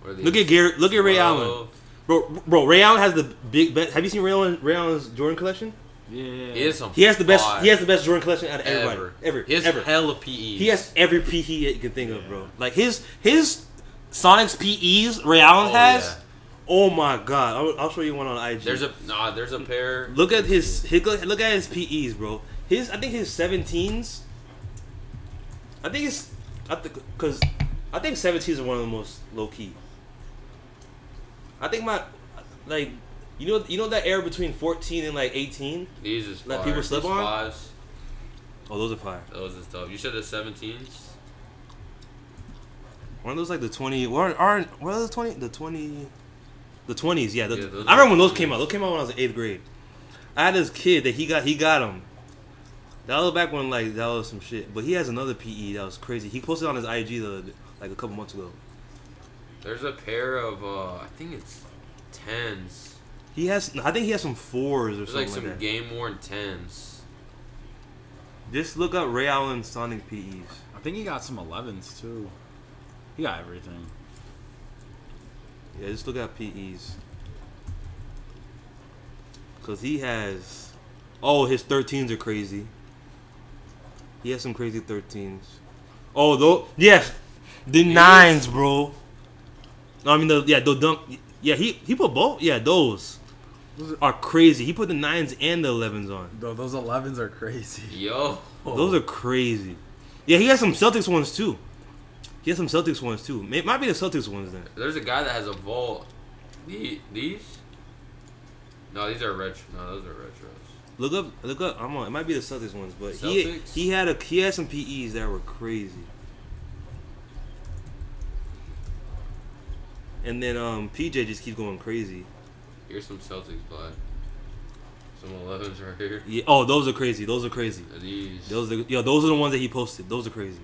Speaker 2: What are these?
Speaker 1: Look at Gary. Look at Ray
Speaker 2: Low.
Speaker 1: Allen. Bro, bro, Ray Allen has the big bet. Have you seen Ray, Allen, Ray Allen's Jordan collection?
Speaker 3: Yeah, yeah,
Speaker 2: He is some.
Speaker 1: He has the best.
Speaker 2: fire
Speaker 1: He has the best Jordan collection out of everybody.
Speaker 2: ever.
Speaker 1: Ever.
Speaker 2: He has
Speaker 1: ever.
Speaker 2: hella PEs.
Speaker 1: He has every PE you can think of, bro.
Speaker 3: Yeah.
Speaker 1: Like his his Sonic's PEs Ray Allen
Speaker 2: Oh,
Speaker 1: has.
Speaker 2: yeah.
Speaker 1: Oh my god! I'll, I'll show you one on IG.
Speaker 2: There's a nah. There's a pair.
Speaker 1: look at his he- look look at his PEs, bro. His I think his 17s. I think it's I think because I think 17s are one of the most low key. I think my like you know you know that era between 14 and like 18.
Speaker 2: These is
Speaker 1: Let
Speaker 2: fire.
Speaker 1: people slip
Speaker 2: These
Speaker 1: on?
Speaker 2: Fives.
Speaker 1: Oh, those are fire.
Speaker 2: Those is tough. You said the 17s.
Speaker 1: Aren't those like the twenty? Aren't aren't what are those twenty? The twenty, the twenties. Yeah, the,
Speaker 2: Yeah, those
Speaker 1: I remember when
Speaker 2: are-
Speaker 1: those came out. Those came out when I was in eighth grade. I had this kid that he got. He got them. That was back when like that was some shit. But he has another PE that was crazy. He posted on his IG the, like a couple months ago.
Speaker 2: There's a pair of uh, I think it's tens.
Speaker 1: He has. I think he has some fours or
Speaker 2: There's
Speaker 1: something like,
Speaker 2: like some
Speaker 1: that.
Speaker 2: game worn tens.
Speaker 1: Just look up Ray Allen Sonic PEs.
Speaker 3: I think he got some 11s too. He got everything.
Speaker 1: Yeah, just look up PEs. Cause he has. Oh, his thirteens are crazy. He has some crazy thirteens. Oh, though yes, the nines, bro. No, I mean the yeah the dunk. Yeah, he he put both. Yeah, those
Speaker 3: Those are-
Speaker 1: are crazy. He put the nines and the elevens on.
Speaker 3: Bro, those 11s are crazy.
Speaker 2: Yo.
Speaker 3: Oh.
Speaker 1: Those are crazy. Yeah, he has some Celtics ones too. He has some Celtics ones too. It might be the Celtics ones then.
Speaker 2: There's a guy that has a vault. The- These? No, these are retro. No, those are retros.
Speaker 1: Look up, look up. I'm on. It might be the Celtics ones, but he
Speaker 2: Celtics?
Speaker 1: he had a he had some PEs that were crazy. And then um PJ just keeps going crazy.
Speaker 2: Here's some Celtics blood. Some 11s right here.
Speaker 1: Yeah. Oh, those are crazy. Those are crazy.
Speaker 2: These.
Speaker 1: Those are yo. Those are the ones that he posted. Those are crazy.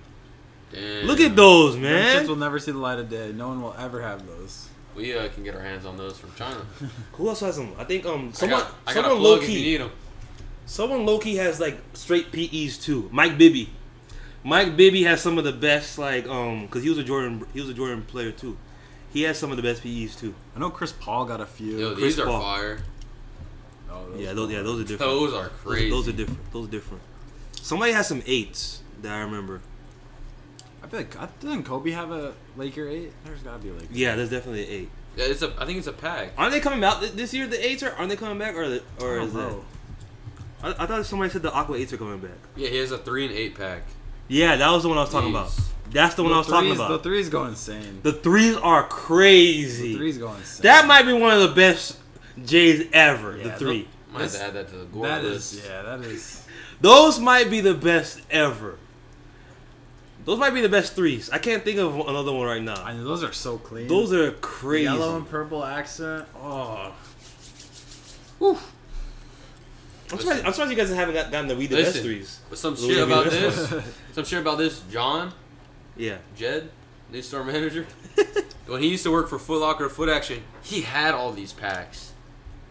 Speaker 2: Damn.
Speaker 1: Look at those,
Speaker 3: Them shits will
Speaker 1: man.
Speaker 3: never see the light of day. No one will ever have those.
Speaker 2: We uh, can get our hands on those from China.
Speaker 1: Who else has them? I think um
Speaker 2: I
Speaker 1: someone
Speaker 2: got, I got a
Speaker 1: someone
Speaker 2: plug
Speaker 1: low
Speaker 2: if you
Speaker 1: key
Speaker 2: need them.
Speaker 1: someone low key has like straight PEs too. Mike Bibby. Mike Bibby has some of the best like um because he was a Jordan he was a Jordan player too. He has some of the best PEs too.
Speaker 3: I know Chris Paul got a few.
Speaker 2: Yo,
Speaker 1: Chris
Speaker 2: these are
Speaker 1: Paul.
Speaker 2: fire.
Speaker 3: Oh,
Speaker 1: Yeah, those, yeah, those are different.
Speaker 2: Those are
Speaker 1: Those
Speaker 2: crazy.
Speaker 1: Those, are different. Those are different. Somebody has some eights that I remember.
Speaker 3: I feel like I didn't Kobe have a Laker eight? There's gotta be a Laker.
Speaker 1: Yeah, there's definitely an eight.
Speaker 2: Yeah, it's a, I think it's a pack.
Speaker 1: Aren't they coming out thi- this year? The eights are aren't they coming back or the, or is that? I, I thought somebody said the aqua eights are coming back.
Speaker 2: Yeah, he has a 3 and 8 pack.
Speaker 1: Yeah, that was the one I was talking about.
Speaker 2: Jeez.
Speaker 1: That's the one I was talking about.
Speaker 3: The threes go insane.
Speaker 1: The threes are crazy.
Speaker 3: The threes go insane.
Speaker 1: That might be one of the best J's ever.
Speaker 3: Yeah,
Speaker 1: the
Speaker 3: tho-
Speaker 1: three.
Speaker 2: Might have
Speaker 3: That's-
Speaker 2: to add that to the goal
Speaker 3: That
Speaker 2: list.
Speaker 3: is yeah. That is.
Speaker 1: Those might be the best ever. Those might be the best threes. I can't think of another one right now.
Speaker 3: I mean, those are so clean.
Speaker 1: Those are crazy.
Speaker 3: yellow and purple accent. Oh,
Speaker 1: I'm surprised, I'm surprised you guys haven't got, gotten the We the
Speaker 2: Listen.
Speaker 1: Best threes.
Speaker 2: But some
Speaker 1: Louis
Speaker 2: shit about
Speaker 1: Vuitton.
Speaker 2: this. Some shit about this. John,
Speaker 1: Yeah.
Speaker 2: Jed, new store manager. when he used to work for Foot Locker, Foot Action, he had all these packs.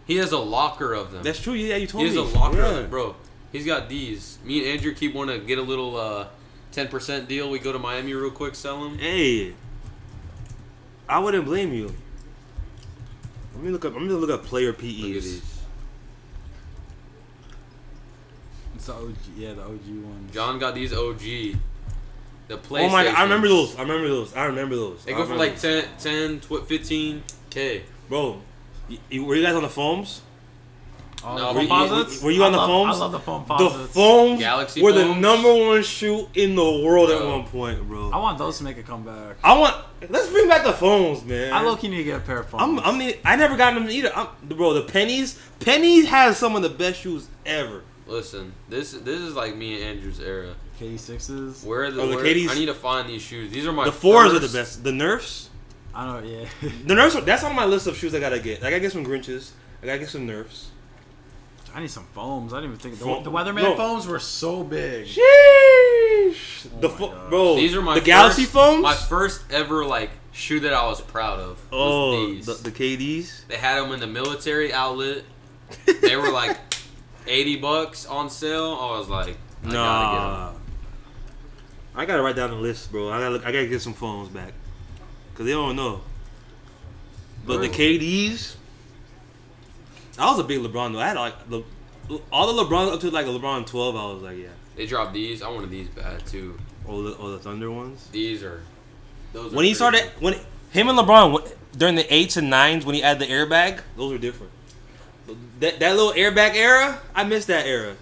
Speaker 2: He has a locker of them.
Speaker 1: That's true. Yeah, you told
Speaker 2: he has
Speaker 1: me.
Speaker 2: a locker
Speaker 1: yeah.
Speaker 2: of them, bro. He's got these. Me and Andrew keep wanting to get a little uh, 10% deal. We go to Miami real quick, sell them.
Speaker 1: Hey, I wouldn't blame you. Let me look up. I'm gonna look up player PEs.
Speaker 2: Look at these.
Speaker 3: it's the OG. Yeah, the OG one.
Speaker 2: John got these OG. The play.
Speaker 1: Oh my! I remember those. I remember those. I remember those.
Speaker 2: They
Speaker 1: I
Speaker 2: go for
Speaker 1: remember
Speaker 2: like
Speaker 1: those.
Speaker 2: 10, 10 tw- 15K.
Speaker 1: bro. y- y- were you guys on the foams?
Speaker 3: Oh,
Speaker 2: No,
Speaker 3: the
Speaker 2: were-
Speaker 3: foam
Speaker 2: were-
Speaker 3: posits?
Speaker 1: were you on
Speaker 3: I
Speaker 1: the
Speaker 3: love-
Speaker 1: foams?
Speaker 3: I love the foam
Speaker 1: The
Speaker 3: posits.
Speaker 1: foams
Speaker 2: Galaxy
Speaker 1: were the
Speaker 2: foams?
Speaker 1: number one shoe in the world at
Speaker 2: Bro.
Speaker 1: one point, bro.
Speaker 3: I want those to make a comeback.
Speaker 1: I want. Let's bring back the phones, man.
Speaker 3: I low key need to get a pair of phones.
Speaker 1: I'm, I mean, I never gotten them either. I'm, bro, the pennies, pennies has some of the best shoes ever.
Speaker 2: Listen, this this is like me and Andrew's era.
Speaker 3: KD sixes.
Speaker 2: Where are the,
Speaker 1: Oh, the
Speaker 2: where,
Speaker 1: KDs?
Speaker 2: I need to find these shoes. These are my
Speaker 1: The fours are
Speaker 2: first-
Speaker 1: the best. The Nerfs,
Speaker 3: I don't. Yeah.
Speaker 1: the Nerfs. Are, that's on my list of shoes I gotta get. I gotta get some Grinches. I gotta get some Nerfs.
Speaker 3: I need some foams. I didn't even think
Speaker 1: Foam-
Speaker 3: the, the Weatherman
Speaker 1: no.
Speaker 3: foams were so big.
Speaker 1: Sheesh. the
Speaker 3: my
Speaker 1: fo-
Speaker 3: God.
Speaker 1: bro.
Speaker 2: These are Oh my
Speaker 1: the Galaxy
Speaker 2: first,
Speaker 1: foams.
Speaker 2: My first ever like shoe that I was proud of. was
Speaker 1: oh,
Speaker 2: these.
Speaker 1: the, the KDs.
Speaker 2: they had them in the military outlet. They were like eighty bucks on sale. I was like, I gotta
Speaker 1: Nah. I gotta write down the list, bro. I gotta look, I gotta get some phones back because they don't know. But the
Speaker 2: Bro.
Speaker 1: KDs, I was a big LeBron though. I had like Le- all the LeBrons up to like a LeBron twelve. I was like, yeah.
Speaker 2: They dropped these. I wanted these bad too.
Speaker 1: All the all the Thunder ones.
Speaker 2: These are. Those are
Speaker 1: When he
Speaker 2: pretty
Speaker 1: started,
Speaker 2: good.
Speaker 1: when him and LeBron when- during the eights and nines, when he added the airbag, those were different. That that little airbag era, I miss that era.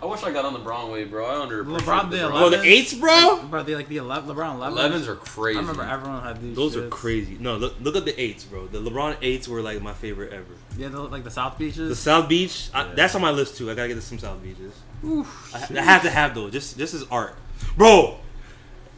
Speaker 2: I wish I got on the Brown wave, bro. I underappreciated
Speaker 3: LeBron did a
Speaker 1: Bro,
Speaker 3: lot.
Speaker 2: LeBron.
Speaker 1: the eights, bro.
Speaker 3: Bro, they like the 11, LeBron 11s.
Speaker 2: 11s are crazy.
Speaker 3: I remember everyone had these.
Speaker 1: Those are
Speaker 3: shits.
Speaker 1: crazy. No, look look at the eights, bro. The LeBron eights were like my favorite ever.
Speaker 3: Yeah, the, like the South
Speaker 1: The
Speaker 3: Beaches.
Speaker 1: South Beach, I,
Speaker 3: Yeah.
Speaker 1: that's on my list too. I gotta get some South Beaches.
Speaker 3: Oof,
Speaker 1: I, I
Speaker 3: shit.
Speaker 1: have to have those. Just this is art, bro.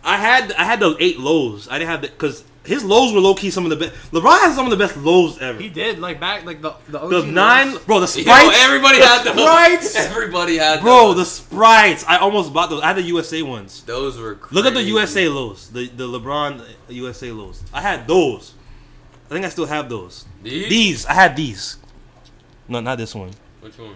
Speaker 1: I had I had those eight lows. I didn't have the because his lows were low key some of the best. LeBron has some of the best lows ever.
Speaker 3: He did like back like the the, OG
Speaker 1: the nine,
Speaker 3: was-
Speaker 1: bro. The
Speaker 2: Yo,
Speaker 1: sprites,
Speaker 2: everybody
Speaker 1: the
Speaker 2: had them.
Speaker 1: sprites,
Speaker 2: Everybody had
Speaker 1: bro.
Speaker 2: them.
Speaker 1: The sprites. I almost bought those. I had the USA ones.
Speaker 2: Those were crazy.
Speaker 1: Look at the USA lows. The the LeBron USA lows. I had those. I think I still have those.
Speaker 2: These?
Speaker 1: These. I had these. No, not this one.
Speaker 2: Which one?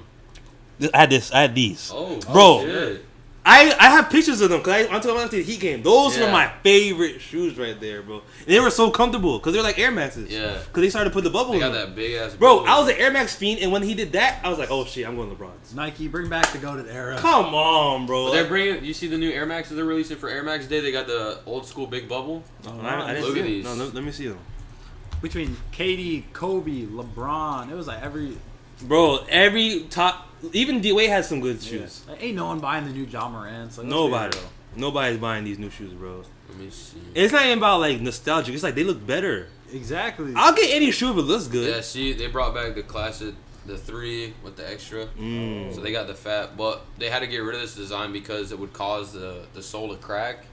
Speaker 1: Th- I had this. I had these.
Speaker 2: Oh,
Speaker 1: Bro.
Speaker 2: shit.
Speaker 1: I, I have pictures of them because I'm talking about the Heat game. Those were
Speaker 2: Yeah.
Speaker 1: my favorite shoes right there, bro. And they were so comfortable because they're like Air Maxes.
Speaker 2: Yeah.
Speaker 1: Because they started to put the bubble
Speaker 2: They
Speaker 1: in.
Speaker 2: got
Speaker 1: them.
Speaker 2: that big ass.
Speaker 1: Bro, I was an Air Max fiend, and when he did that, I was like, oh shit, I'm going LeBron's.
Speaker 3: Nike bring back the golden era.
Speaker 1: Come on, bro.
Speaker 2: But they're bringing. You see the new Air Maxes they're releasing for Air Max Day. They got the old school big bubble.
Speaker 1: No, I, I didn't
Speaker 2: Look
Speaker 1: see
Speaker 2: at
Speaker 1: them.
Speaker 2: these.
Speaker 1: No, let, let me see them.
Speaker 3: Oh, Between Katie, Kobe, LeBron, it was like every
Speaker 1: Bro, every top, even D Wade has some good shoes.
Speaker 3: Like, ain't no one buying the new John Moran. So let's be
Speaker 1: Nobody.
Speaker 3: real.
Speaker 1: Nobody's buying these new shoes, bro.
Speaker 2: Let me see.
Speaker 1: And it's not even about like nostalgic. It's like they look better.
Speaker 3: Exactly.
Speaker 1: I'll get any shoe if it looks good.
Speaker 2: Yeah, see, they brought back the classic, the three with the extra.
Speaker 1: Mm.
Speaker 2: So they got the fat, but they had to get rid of this design because it would cause the the sole to crack.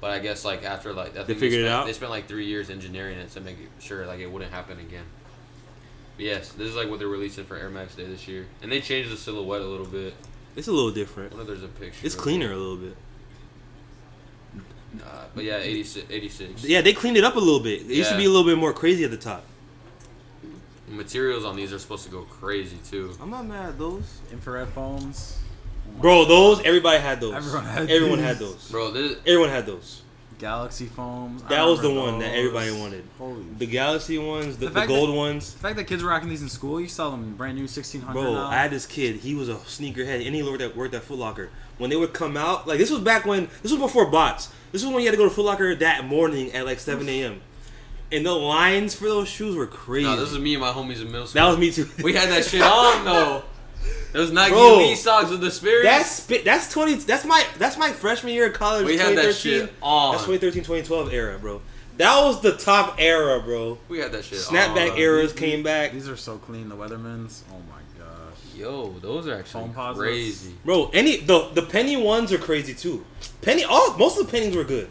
Speaker 2: But I guess like after like I think
Speaker 1: figured it
Speaker 2: spent,
Speaker 1: out?
Speaker 2: They spent like three years engineering it to make it sure like it wouldn't happen again. But yes, this is like what they're releasing for Air Max Day this year, and they changed the silhouette a little bit.
Speaker 1: It's a little different.
Speaker 2: I wonder if there's a picture.
Speaker 1: It's
Speaker 2: of it.
Speaker 1: cleaner a little bit.
Speaker 2: Uh, but yeah, 86, 86.
Speaker 1: Yeah, they cleaned it up a little bit. It used to
Speaker 2: Yeah.
Speaker 1: be a little bit more crazy at the top.
Speaker 2: Materials on these are supposed to go crazy too.
Speaker 1: I'm not mad at those.
Speaker 3: Infrared foams.
Speaker 1: Bro, those everybody had those.
Speaker 3: Everyone had
Speaker 1: Everyone
Speaker 3: these.
Speaker 1: had those.
Speaker 2: Bro, this
Speaker 1: Everyone had those.
Speaker 3: Galaxy foams. I
Speaker 1: That was the
Speaker 3: remember
Speaker 1: one that
Speaker 3: those.
Speaker 1: everybody wanted.
Speaker 3: Holy.
Speaker 1: The galaxy ones, the,
Speaker 3: The
Speaker 1: the
Speaker 3: fact
Speaker 1: gold
Speaker 3: that-
Speaker 1: ones.
Speaker 3: the fact that kids were rocking these in school, you saw them brand new 1600.
Speaker 1: Bro,
Speaker 3: now.
Speaker 1: I had this kid. He was a sneakerhead, and he worked at worked at Foot Locker. When they would come out, like this was back when this was before bots. This was when you had to go to Foot Locker that morning at like 7 a.m. And the lines for those shoes were crazy.
Speaker 2: no, this is me and my homies in middle school.
Speaker 1: that was me too.
Speaker 2: We had that shit on though. Those Nike
Speaker 1: Bro.
Speaker 2: Lee socks with the spirit.
Speaker 1: That's spi- that's twenty. That's my that's my freshman year of college.
Speaker 2: We had that
Speaker 1: 2013.
Speaker 2: shit on.
Speaker 1: That's 2013, 2012 era, bro. That was the top era, bro.
Speaker 2: we had that shit.
Speaker 1: Snapback
Speaker 2: on.
Speaker 1: eras came back,
Speaker 3: These are so clean. The Weathermans. Oh my gosh.
Speaker 2: Yo, those are actually
Speaker 3: Foam posits.
Speaker 2: crazy.
Speaker 1: bro. Any the the penny ones are crazy too. Penny all most of the pennies were good.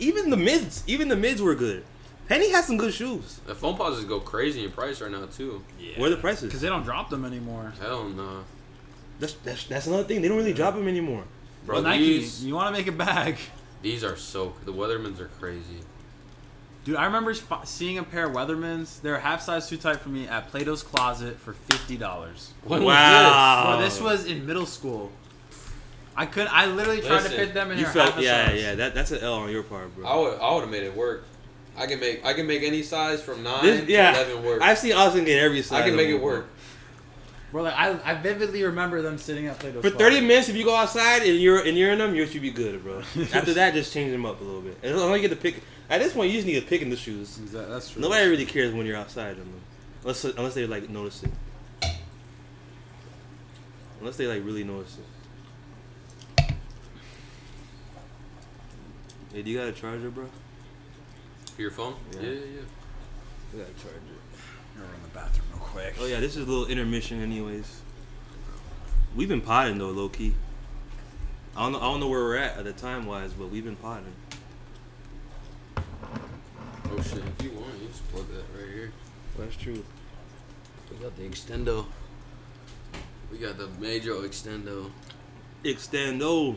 Speaker 1: Even the mids, even the mids were good. Penny has some good shoes.
Speaker 2: The foam posits go crazy in price right now too.
Speaker 1: Where are the prices?
Speaker 3: Because they don't drop them anymore.
Speaker 2: Hell no,
Speaker 1: That's, that's that's another thing. They don't really drop them anymore.
Speaker 2: bro.
Speaker 3: well, Nike,
Speaker 2: these
Speaker 3: you want to make it back.
Speaker 2: these are so. The Weathermans are crazy.
Speaker 3: Dude, I remember sp- seeing a pair of Weathermans. They're half size too tight for me at Plato's Closet for fifty dollars.
Speaker 2: When
Speaker 1: Wow.
Speaker 3: Bro, this was in middle school. I could not I literally tried
Speaker 2: Listen,
Speaker 3: to fit them in
Speaker 1: You
Speaker 3: their
Speaker 1: felt
Speaker 3: half a
Speaker 1: yeah
Speaker 3: size.
Speaker 1: yeah. That that's an L on your part, bro.
Speaker 2: I would I would have made it work. I can make I can make any size from nine
Speaker 1: This- yeah,
Speaker 2: to eleven work. I,
Speaker 1: I've seen Austin get every size.
Speaker 2: can
Speaker 1: of
Speaker 2: make
Speaker 1: them,
Speaker 2: it
Speaker 1: bro.
Speaker 2: work.
Speaker 3: Bro, like I, I vividly remember them sitting at Plato's
Speaker 1: For
Speaker 3: Closet.
Speaker 1: thirty minutes, if you go outside and you're and you're in them, you should be good, bro. After that, just change them up a little bit. As long as you get to pick. At this point, you just need to pick in the shoes.
Speaker 3: Exactly, that's true.
Speaker 1: Nobody really cares when you're outside in them, unless unless they like notice it. Unless they like really notice it. Hey, do you got a charger, bro?
Speaker 2: For your phone?
Speaker 1: Yeah.
Speaker 2: Yeah, yeah. yeah.
Speaker 1: I got a charger.
Speaker 3: You're in the bathroom real quick.
Speaker 1: Oh yeah, this is a little intermission, anyways. We've been potting though, low key. I don't know, I don't know where we're at at the time wise, but we've been potting.
Speaker 2: Oh shit! If you want, you just plug that right here.
Speaker 1: That's true.
Speaker 2: We got the extendo. We got the major extendo.
Speaker 1: Extendo,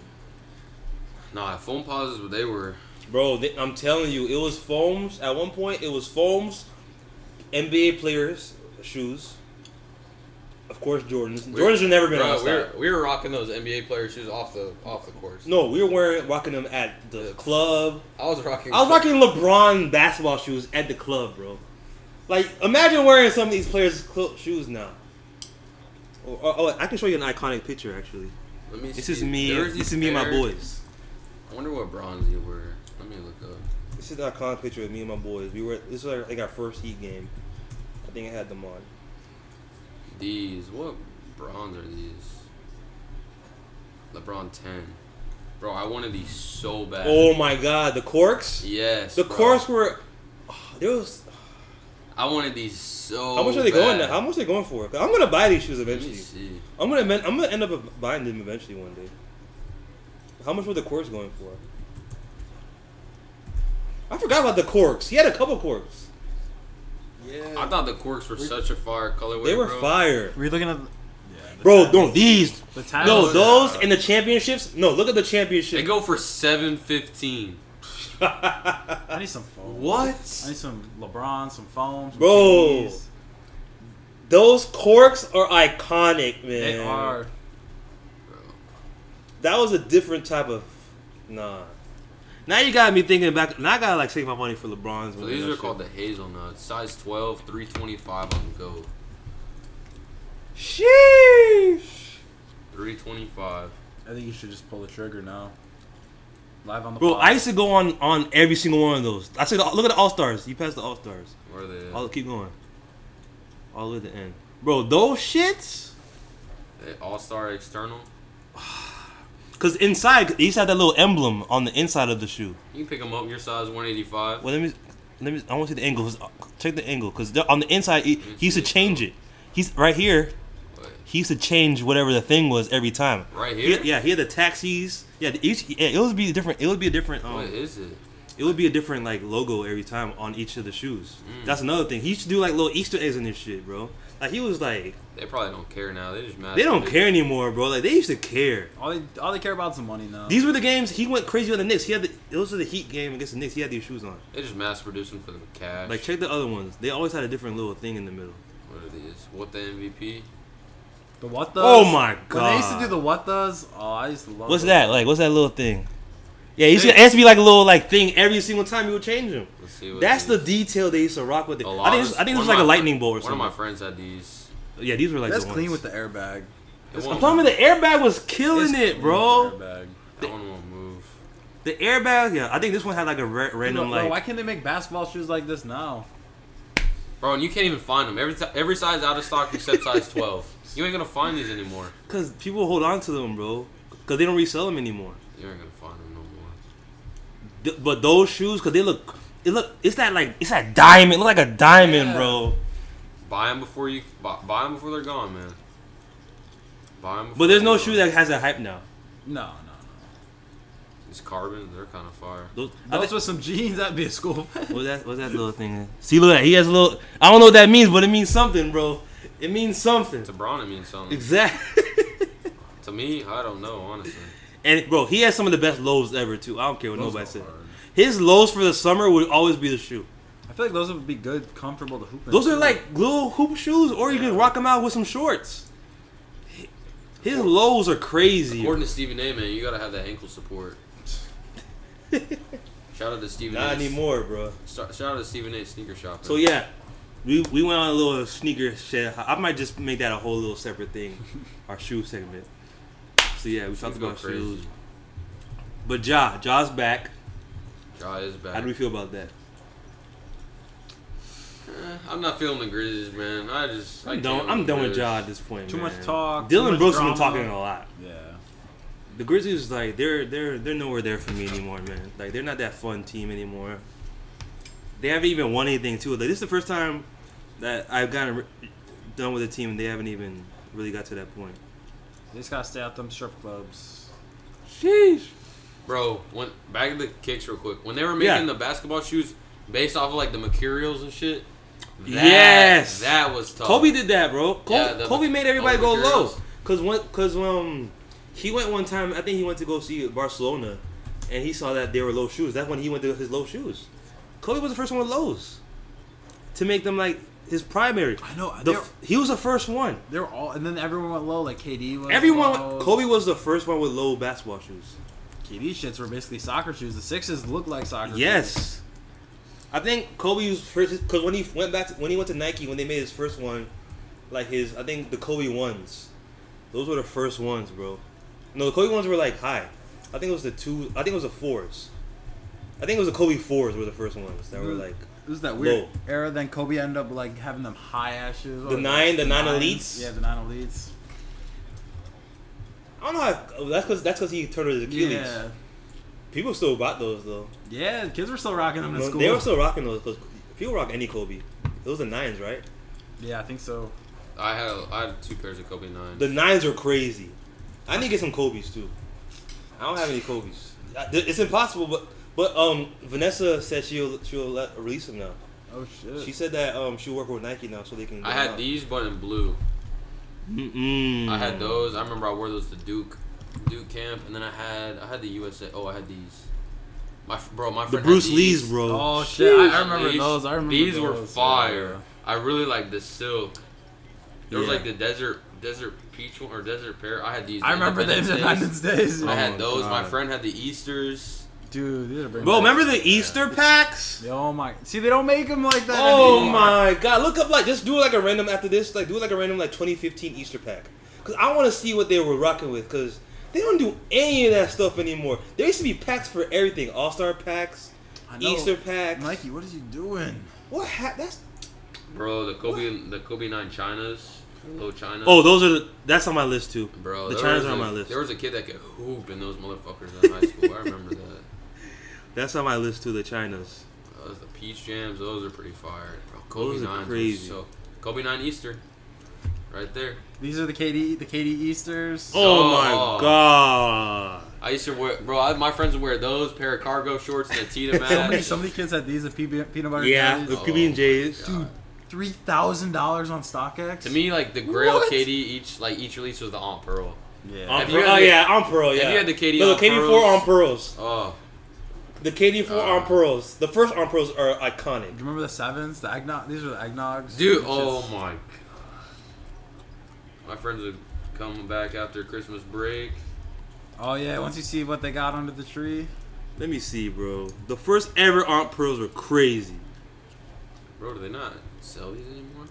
Speaker 2: Nah, foam pauses, but they were.
Speaker 1: bro. They, I'm telling you, it was foams. At one point, it was foams, NBA players' shoes. Of course, Jordans. Jordans have never been
Speaker 2: Bro,
Speaker 1: on
Speaker 2: we
Speaker 1: outside.
Speaker 2: were, we were rocking those NBA player shoes off the off the course.
Speaker 1: No, we were wearing rocking them at the club.
Speaker 2: I was rocking.
Speaker 1: I was rocking LeBron basketball shoes at the club, bro. Like, imagine wearing some of these players' cl- shoes now. Oh, oh, oh, I can show you an iconic picture actually.
Speaker 2: Let me
Speaker 1: This
Speaker 2: see.
Speaker 1: is me.
Speaker 2: There was
Speaker 1: This
Speaker 2: these
Speaker 1: is me and my
Speaker 2: pairs.
Speaker 1: boys.
Speaker 2: I wonder what bronze you were. Let me look up.
Speaker 1: This is an iconic picture of me and my boys. We were this was our- like our first heat game. I think I had them on.
Speaker 2: These. What bronze are these? LeBron 10. Bro, I wanted these so bad.
Speaker 1: Oh my god, the corks!
Speaker 2: Yes.
Speaker 1: The
Speaker 2: bro.
Speaker 1: corks were there was
Speaker 2: I wanted these so
Speaker 1: how much are they going now?
Speaker 2: bad.
Speaker 1: How much are they going for? 'Cause I'm gonna buy these shoes
Speaker 2: Oh, Let me
Speaker 1: eventually.
Speaker 2: see.
Speaker 1: I'm gonna men- I'm gonna end up buying them eventually one day. How much were the corks going for? I forgot about the corks. He had a couple corks.
Speaker 3: Yeah.
Speaker 2: I thought the quirks were such a fire colorway.
Speaker 1: They were
Speaker 2: bro.
Speaker 1: fire,
Speaker 3: Were you looking at? the- the
Speaker 1: bro.
Speaker 3: tab-
Speaker 1: No, these.
Speaker 3: The tab-
Speaker 1: No,
Speaker 2: Those-
Speaker 1: those and the championships. No, look at the
Speaker 2: They
Speaker 1: championship.
Speaker 2: go for seven fifteen.
Speaker 3: I need some foam. I
Speaker 2: What?
Speaker 3: need some LeBron, some foam, some
Speaker 1: Bro.
Speaker 3: KDs.
Speaker 1: Those corks are iconic, man.
Speaker 3: They are.
Speaker 2: Bro.
Speaker 1: That was a different type of nah. Now you got me thinking back. Now I gotta like save my money for LeBron's.
Speaker 2: So these are called the hazelnuts. Size 12, 325 on go.
Speaker 1: Sheesh.
Speaker 2: 325.
Speaker 3: I think you should just pull the trigger now. Live on the
Speaker 1: Bro,
Speaker 3: pod.
Speaker 1: I used to go on on every single one of those. I said, look at the All Stars. You passed the All Stars.
Speaker 2: Where are they? at?
Speaker 1: I'll keep going. All the way to the end, bro. Those shits.
Speaker 2: They All star external.
Speaker 1: Cause inside, they used to have that little emblem on the inside of the shoe.
Speaker 2: You can pick them up your size 185.
Speaker 1: Well, let me, let me. I want to see the angle. uh, Check the angle, cause they're- on the inside, he, he used to change it. He's right here.
Speaker 2: Wait,
Speaker 1: He used to change whatever the thing was every time.
Speaker 2: Right
Speaker 1: He-
Speaker 2: here?
Speaker 1: yeah, he had the taxis. Yeah, the- each, yeah, it would be different. It would be a different.
Speaker 2: What
Speaker 1: Um,
Speaker 2: is it?
Speaker 1: it would be a different like logo every time on each of the shoes.
Speaker 2: Mm.
Speaker 1: That's another thing. He used to do like little Easter eggs in this shit, bro. Like he was like,
Speaker 2: They probably don't care now. They just mad.
Speaker 1: they
Speaker 2: at
Speaker 1: don't
Speaker 2: the-
Speaker 1: care anymore, bro. Like they used to care.
Speaker 3: all they all they care about is the money now.
Speaker 1: These were the games he went crazy on the Knicks. He had the those were the Heat game against the Knicks. He had these shoes on.
Speaker 2: They just mass producing for the cash.
Speaker 1: Like check the other ones. They always had a different little thing in the middle.
Speaker 2: what are these? What the MVP?
Speaker 3: the what does?
Speaker 1: Oh my
Speaker 3: When they used to
Speaker 1: God.
Speaker 3: do the what does, oh, I used to love.
Speaker 1: What's
Speaker 3: those.
Speaker 1: that? Like what's that little thing? Yeah, he used to,
Speaker 3: Shit.
Speaker 1: it used to be like a little like thing every single time he would change them.
Speaker 2: Let's see. What
Speaker 1: That's the
Speaker 2: these-
Speaker 1: detail they used to rock with it.
Speaker 2: A
Speaker 1: I
Speaker 2: lot
Speaker 1: think
Speaker 2: of-
Speaker 1: this, I think
Speaker 2: one
Speaker 1: this was
Speaker 2: of
Speaker 1: like a
Speaker 2: my
Speaker 1: lightning
Speaker 2: fri-
Speaker 1: bolt or something.
Speaker 2: One of my friends had these.
Speaker 1: Yeah, these were like
Speaker 3: That's
Speaker 1: the
Speaker 3: clean
Speaker 1: ones.
Speaker 3: with the airbag.
Speaker 2: That
Speaker 1: I'm
Speaker 2: one
Speaker 1: telling
Speaker 2: won't-
Speaker 1: you, the airbag was killing
Speaker 3: It's clean
Speaker 1: it,
Speaker 3: with
Speaker 1: bro.
Speaker 3: the airbag.
Speaker 2: That one won't move.
Speaker 1: The airbag, yeah. I think this one had like a ra- random
Speaker 3: Bro, why
Speaker 1: like.
Speaker 3: can't they make basketball shoes like this now?
Speaker 2: Bro, and you can't even find them. Every t- every size out of stock except size 12. You ain't gonna find these anymore.
Speaker 1: Because people hold on to them, bro. Because they don't resell them anymore.
Speaker 2: You ain't gonna find them no more.
Speaker 1: Th- but those shoes, because they look, it look, it's that like, it's that diamond. It look like a diamond,
Speaker 3: Yeah.
Speaker 1: bro.
Speaker 2: Buy them before you buy, buy 'em before they're gone, man. Buy them.
Speaker 1: But there's no shoe that has that hype now.
Speaker 3: No, no, no.
Speaker 2: It's carbon. They're kind of fire.
Speaker 1: Those, I
Speaker 3: Those
Speaker 1: think-
Speaker 3: with some jeans, that'd be a school. fit.
Speaker 1: what's that? What's that little thing? See, look, at that. he has a little. I don't know what that means, but it means something, bro. It means something.
Speaker 2: To Bron, it means something.
Speaker 1: Exactly.
Speaker 2: To me, I don't know, honestly.
Speaker 1: And bro, he has some of the best lows ever too. I don't care what
Speaker 3: Those
Speaker 1: nobody
Speaker 3: are
Speaker 1: said.
Speaker 3: hard.
Speaker 1: His lows for the summer would always be the shoe.
Speaker 3: I feel like those would be good, comfortable to hoop in.
Speaker 1: Those are
Speaker 3: too.
Speaker 1: like little hoop shoes, or you can rock them out with some shorts. His lows are crazy.
Speaker 2: According to Stephen A, man, you gotta have that ankle support. shout out to Stephen A.
Speaker 1: Not anymore, bro.
Speaker 2: Star- shout out to Stephen A. Sneaker Shop.
Speaker 1: So
Speaker 2: man.
Speaker 1: yeah, we we went on a little sneaker shit. I might just make that a whole little separate thing, our shoe segment. So yeah, we talked
Speaker 2: go
Speaker 1: about
Speaker 2: crazy.
Speaker 1: shoes. But Ja, Ja's back.
Speaker 2: Ja is back.
Speaker 1: How do we feel about that?
Speaker 2: Eh, I'm not feeling the Grizzlies, man. I just I
Speaker 1: I'm done.
Speaker 2: can't
Speaker 1: I'm done with
Speaker 2: Grizz.
Speaker 1: Ja at this point.
Speaker 3: Too much
Speaker 1: man.
Speaker 3: talk, too
Speaker 1: Dylan
Speaker 3: much
Speaker 1: Brooks been
Speaker 3: drama.
Speaker 1: talking a lot.
Speaker 3: Yeah.
Speaker 1: The Grizzlies like they're they're they're nowhere there for me anymore, man. Like they're not that fun team anymore. They haven't even won anything too. Like this is the first time that I've gotten re- done with a team and they haven't even really got to that point.
Speaker 3: They just gotta stay at them strip clubs.
Speaker 1: Sheesh.
Speaker 2: Bro, when back to the kicks real quick. When they were making
Speaker 1: Yeah.
Speaker 2: the basketball shoes based off of like the materials and shit. that-
Speaker 1: Yes.
Speaker 2: that was tough.
Speaker 1: Kobe did that, bro. Kobe,
Speaker 2: Oh. Yeah, the-
Speaker 1: Kobe made everybody
Speaker 2: oh,
Speaker 1: go
Speaker 2: the
Speaker 1: low.
Speaker 2: girls.
Speaker 1: Cause when, cause um, he went one time. I think he went to go see Barcelona, and he saw that they were low shoes. That's when he went to his low shoes. Kobe was the first one with lows to make them like his primary.
Speaker 3: I know.
Speaker 1: The,
Speaker 3: they're,
Speaker 1: f- he was the first one.
Speaker 3: they're all, and then everyone went low. Like KD was.
Speaker 1: Everyone,
Speaker 3: low.
Speaker 1: Kobe was the first one with low basketball shoes.
Speaker 3: KD shits were basically soccer shoes. The sixes look like soccer. shoes.
Speaker 1: Yes, I think Kobe's first because when he went back to, when he went to Nike when they made his first one, like his I think the Kobe ones, Those were the first ones, bro. No, the Kobe ones were like high. I think it was the two. I think it was the fours. I think it was the Kobe fours were the first ones that were
Speaker 3: Mhm.
Speaker 1: like
Speaker 3: It was that weird
Speaker 1: Low.
Speaker 3: era. Then Kobe ended up like having them high ashes.
Speaker 1: The nine- the nine elites?
Speaker 3: Yeah, the nine elites.
Speaker 1: I don't know. How, oh, that's because that's because he turned his Achilles.
Speaker 3: Yeah,
Speaker 1: People still got those though.
Speaker 3: yeah. Kids were still rocking them in school.
Speaker 1: They were still rocking those because people rock any Kobe. Those are nines, right?
Speaker 3: yeah, I think so.
Speaker 2: I had I had two pairs of Kobe nine.
Speaker 1: The nines are crazy. I need to get some Kobe's too. I don't have any Kobe's. I- th- It's impossible, but but um Vanessa said she'll she'll let, release them now.
Speaker 3: Oh shit.
Speaker 1: She said that um she'll work with Nike now so they can.
Speaker 2: I had these, but in blue.
Speaker 1: Mm-mm.
Speaker 2: I had those. I remember I wore those to Duke, Duke camp, and then I had I had the USA. Oh, I had these. My f- bro, my
Speaker 1: The
Speaker 2: friend. had
Speaker 1: Bruce
Speaker 2: these.
Speaker 1: Lee's, bro.
Speaker 3: oh shit. I, I
Speaker 2: Sheesh.
Speaker 3: remember
Speaker 2: These-
Speaker 3: those. I remember
Speaker 2: these
Speaker 3: those. uh,
Speaker 2: were
Speaker 3: Yeah.
Speaker 2: fire. I really like the silk. There was
Speaker 1: Yeah.
Speaker 2: like the desert desert peach one or desert pear. I had these.
Speaker 3: I remember them
Speaker 2: Independence
Speaker 3: Independence
Speaker 2: Days.
Speaker 3: Days.
Speaker 2: I
Speaker 1: Oh
Speaker 2: had
Speaker 1: my
Speaker 2: those. My
Speaker 1: God.
Speaker 2: friend had the Easters.
Speaker 3: Dude, these are bringing
Speaker 1: Bro,
Speaker 3: back-
Speaker 1: remember the Easter packs?
Speaker 3: Yo, my. See, they don't make them like that.
Speaker 1: Oh
Speaker 3: anymore.
Speaker 1: my god! Look up like just do like a random after this. Like do like a random like 2015 Easter pack. Cause I want to see what they were rocking with. Cause they don't do any of that stuff anymore. There used to be packs for everything: All Star packs,
Speaker 3: I know.
Speaker 1: Easter packs.
Speaker 3: Mikey, what is you doing?
Speaker 1: What ha- that's?
Speaker 2: Bro, the Kobe the Kobe nine Chinas, low China.
Speaker 1: Oh, those are the, that's on my list too.
Speaker 2: Bro,
Speaker 1: the
Speaker 2: there
Speaker 1: Chinas
Speaker 2: was
Speaker 1: are on
Speaker 2: a-
Speaker 1: my list.
Speaker 2: There was a kid that could hoop in those motherfuckers in high school. I remember that.
Speaker 1: That's on my list too. The Chinas.
Speaker 2: Those the peach jams, those are pretty fire, bro. Kobe
Speaker 1: Those are
Speaker 2: nine,
Speaker 1: crazy.
Speaker 2: So Kobe nine Easter, right there.
Speaker 3: These are the KD, the KD Easters.
Speaker 1: Oh
Speaker 2: Oh.
Speaker 1: my god!
Speaker 2: I used to wear, bro. I, my friends would wear those pair of cargo shorts and a tee to match.
Speaker 3: So many, so many kids had these at peanut peanut butter.
Speaker 1: Yeah, the
Speaker 3: Jellies.
Speaker 2: Oh
Speaker 1: Kobe and
Speaker 2: my
Speaker 1: J's.
Speaker 2: God.
Speaker 3: dude, three thousand dollars on StockX.
Speaker 2: to me, like the Grail
Speaker 3: What?
Speaker 2: KD each, like each release was the Aunt Pearl.
Speaker 3: yeah.
Speaker 1: On
Speaker 2: Have
Speaker 1: Pearl-
Speaker 2: you had
Speaker 1: oh
Speaker 2: the-
Speaker 1: yeah, on Pearl. Yeah.
Speaker 2: you had the KD
Speaker 1: No,
Speaker 2: on
Speaker 1: the KD four
Speaker 2: Pearls?
Speaker 1: on pearls.
Speaker 2: Oh,
Speaker 1: The KD four
Speaker 2: Uh.
Speaker 1: on pearls. The first on pearls are
Speaker 3: Do
Speaker 1: iconic.
Speaker 3: you remember the sevens? The eggnog. These are the eggnogs.
Speaker 2: dude.
Speaker 3: It's
Speaker 2: Oh
Speaker 3: just-
Speaker 2: my. God. My friends would come back after Christmas break.
Speaker 3: Oh yeah. Once you see what they got under the tree.
Speaker 1: Let me see, bro. The first ever Aunt Pearls were crazy.
Speaker 2: Bro, do they not sell these anymore?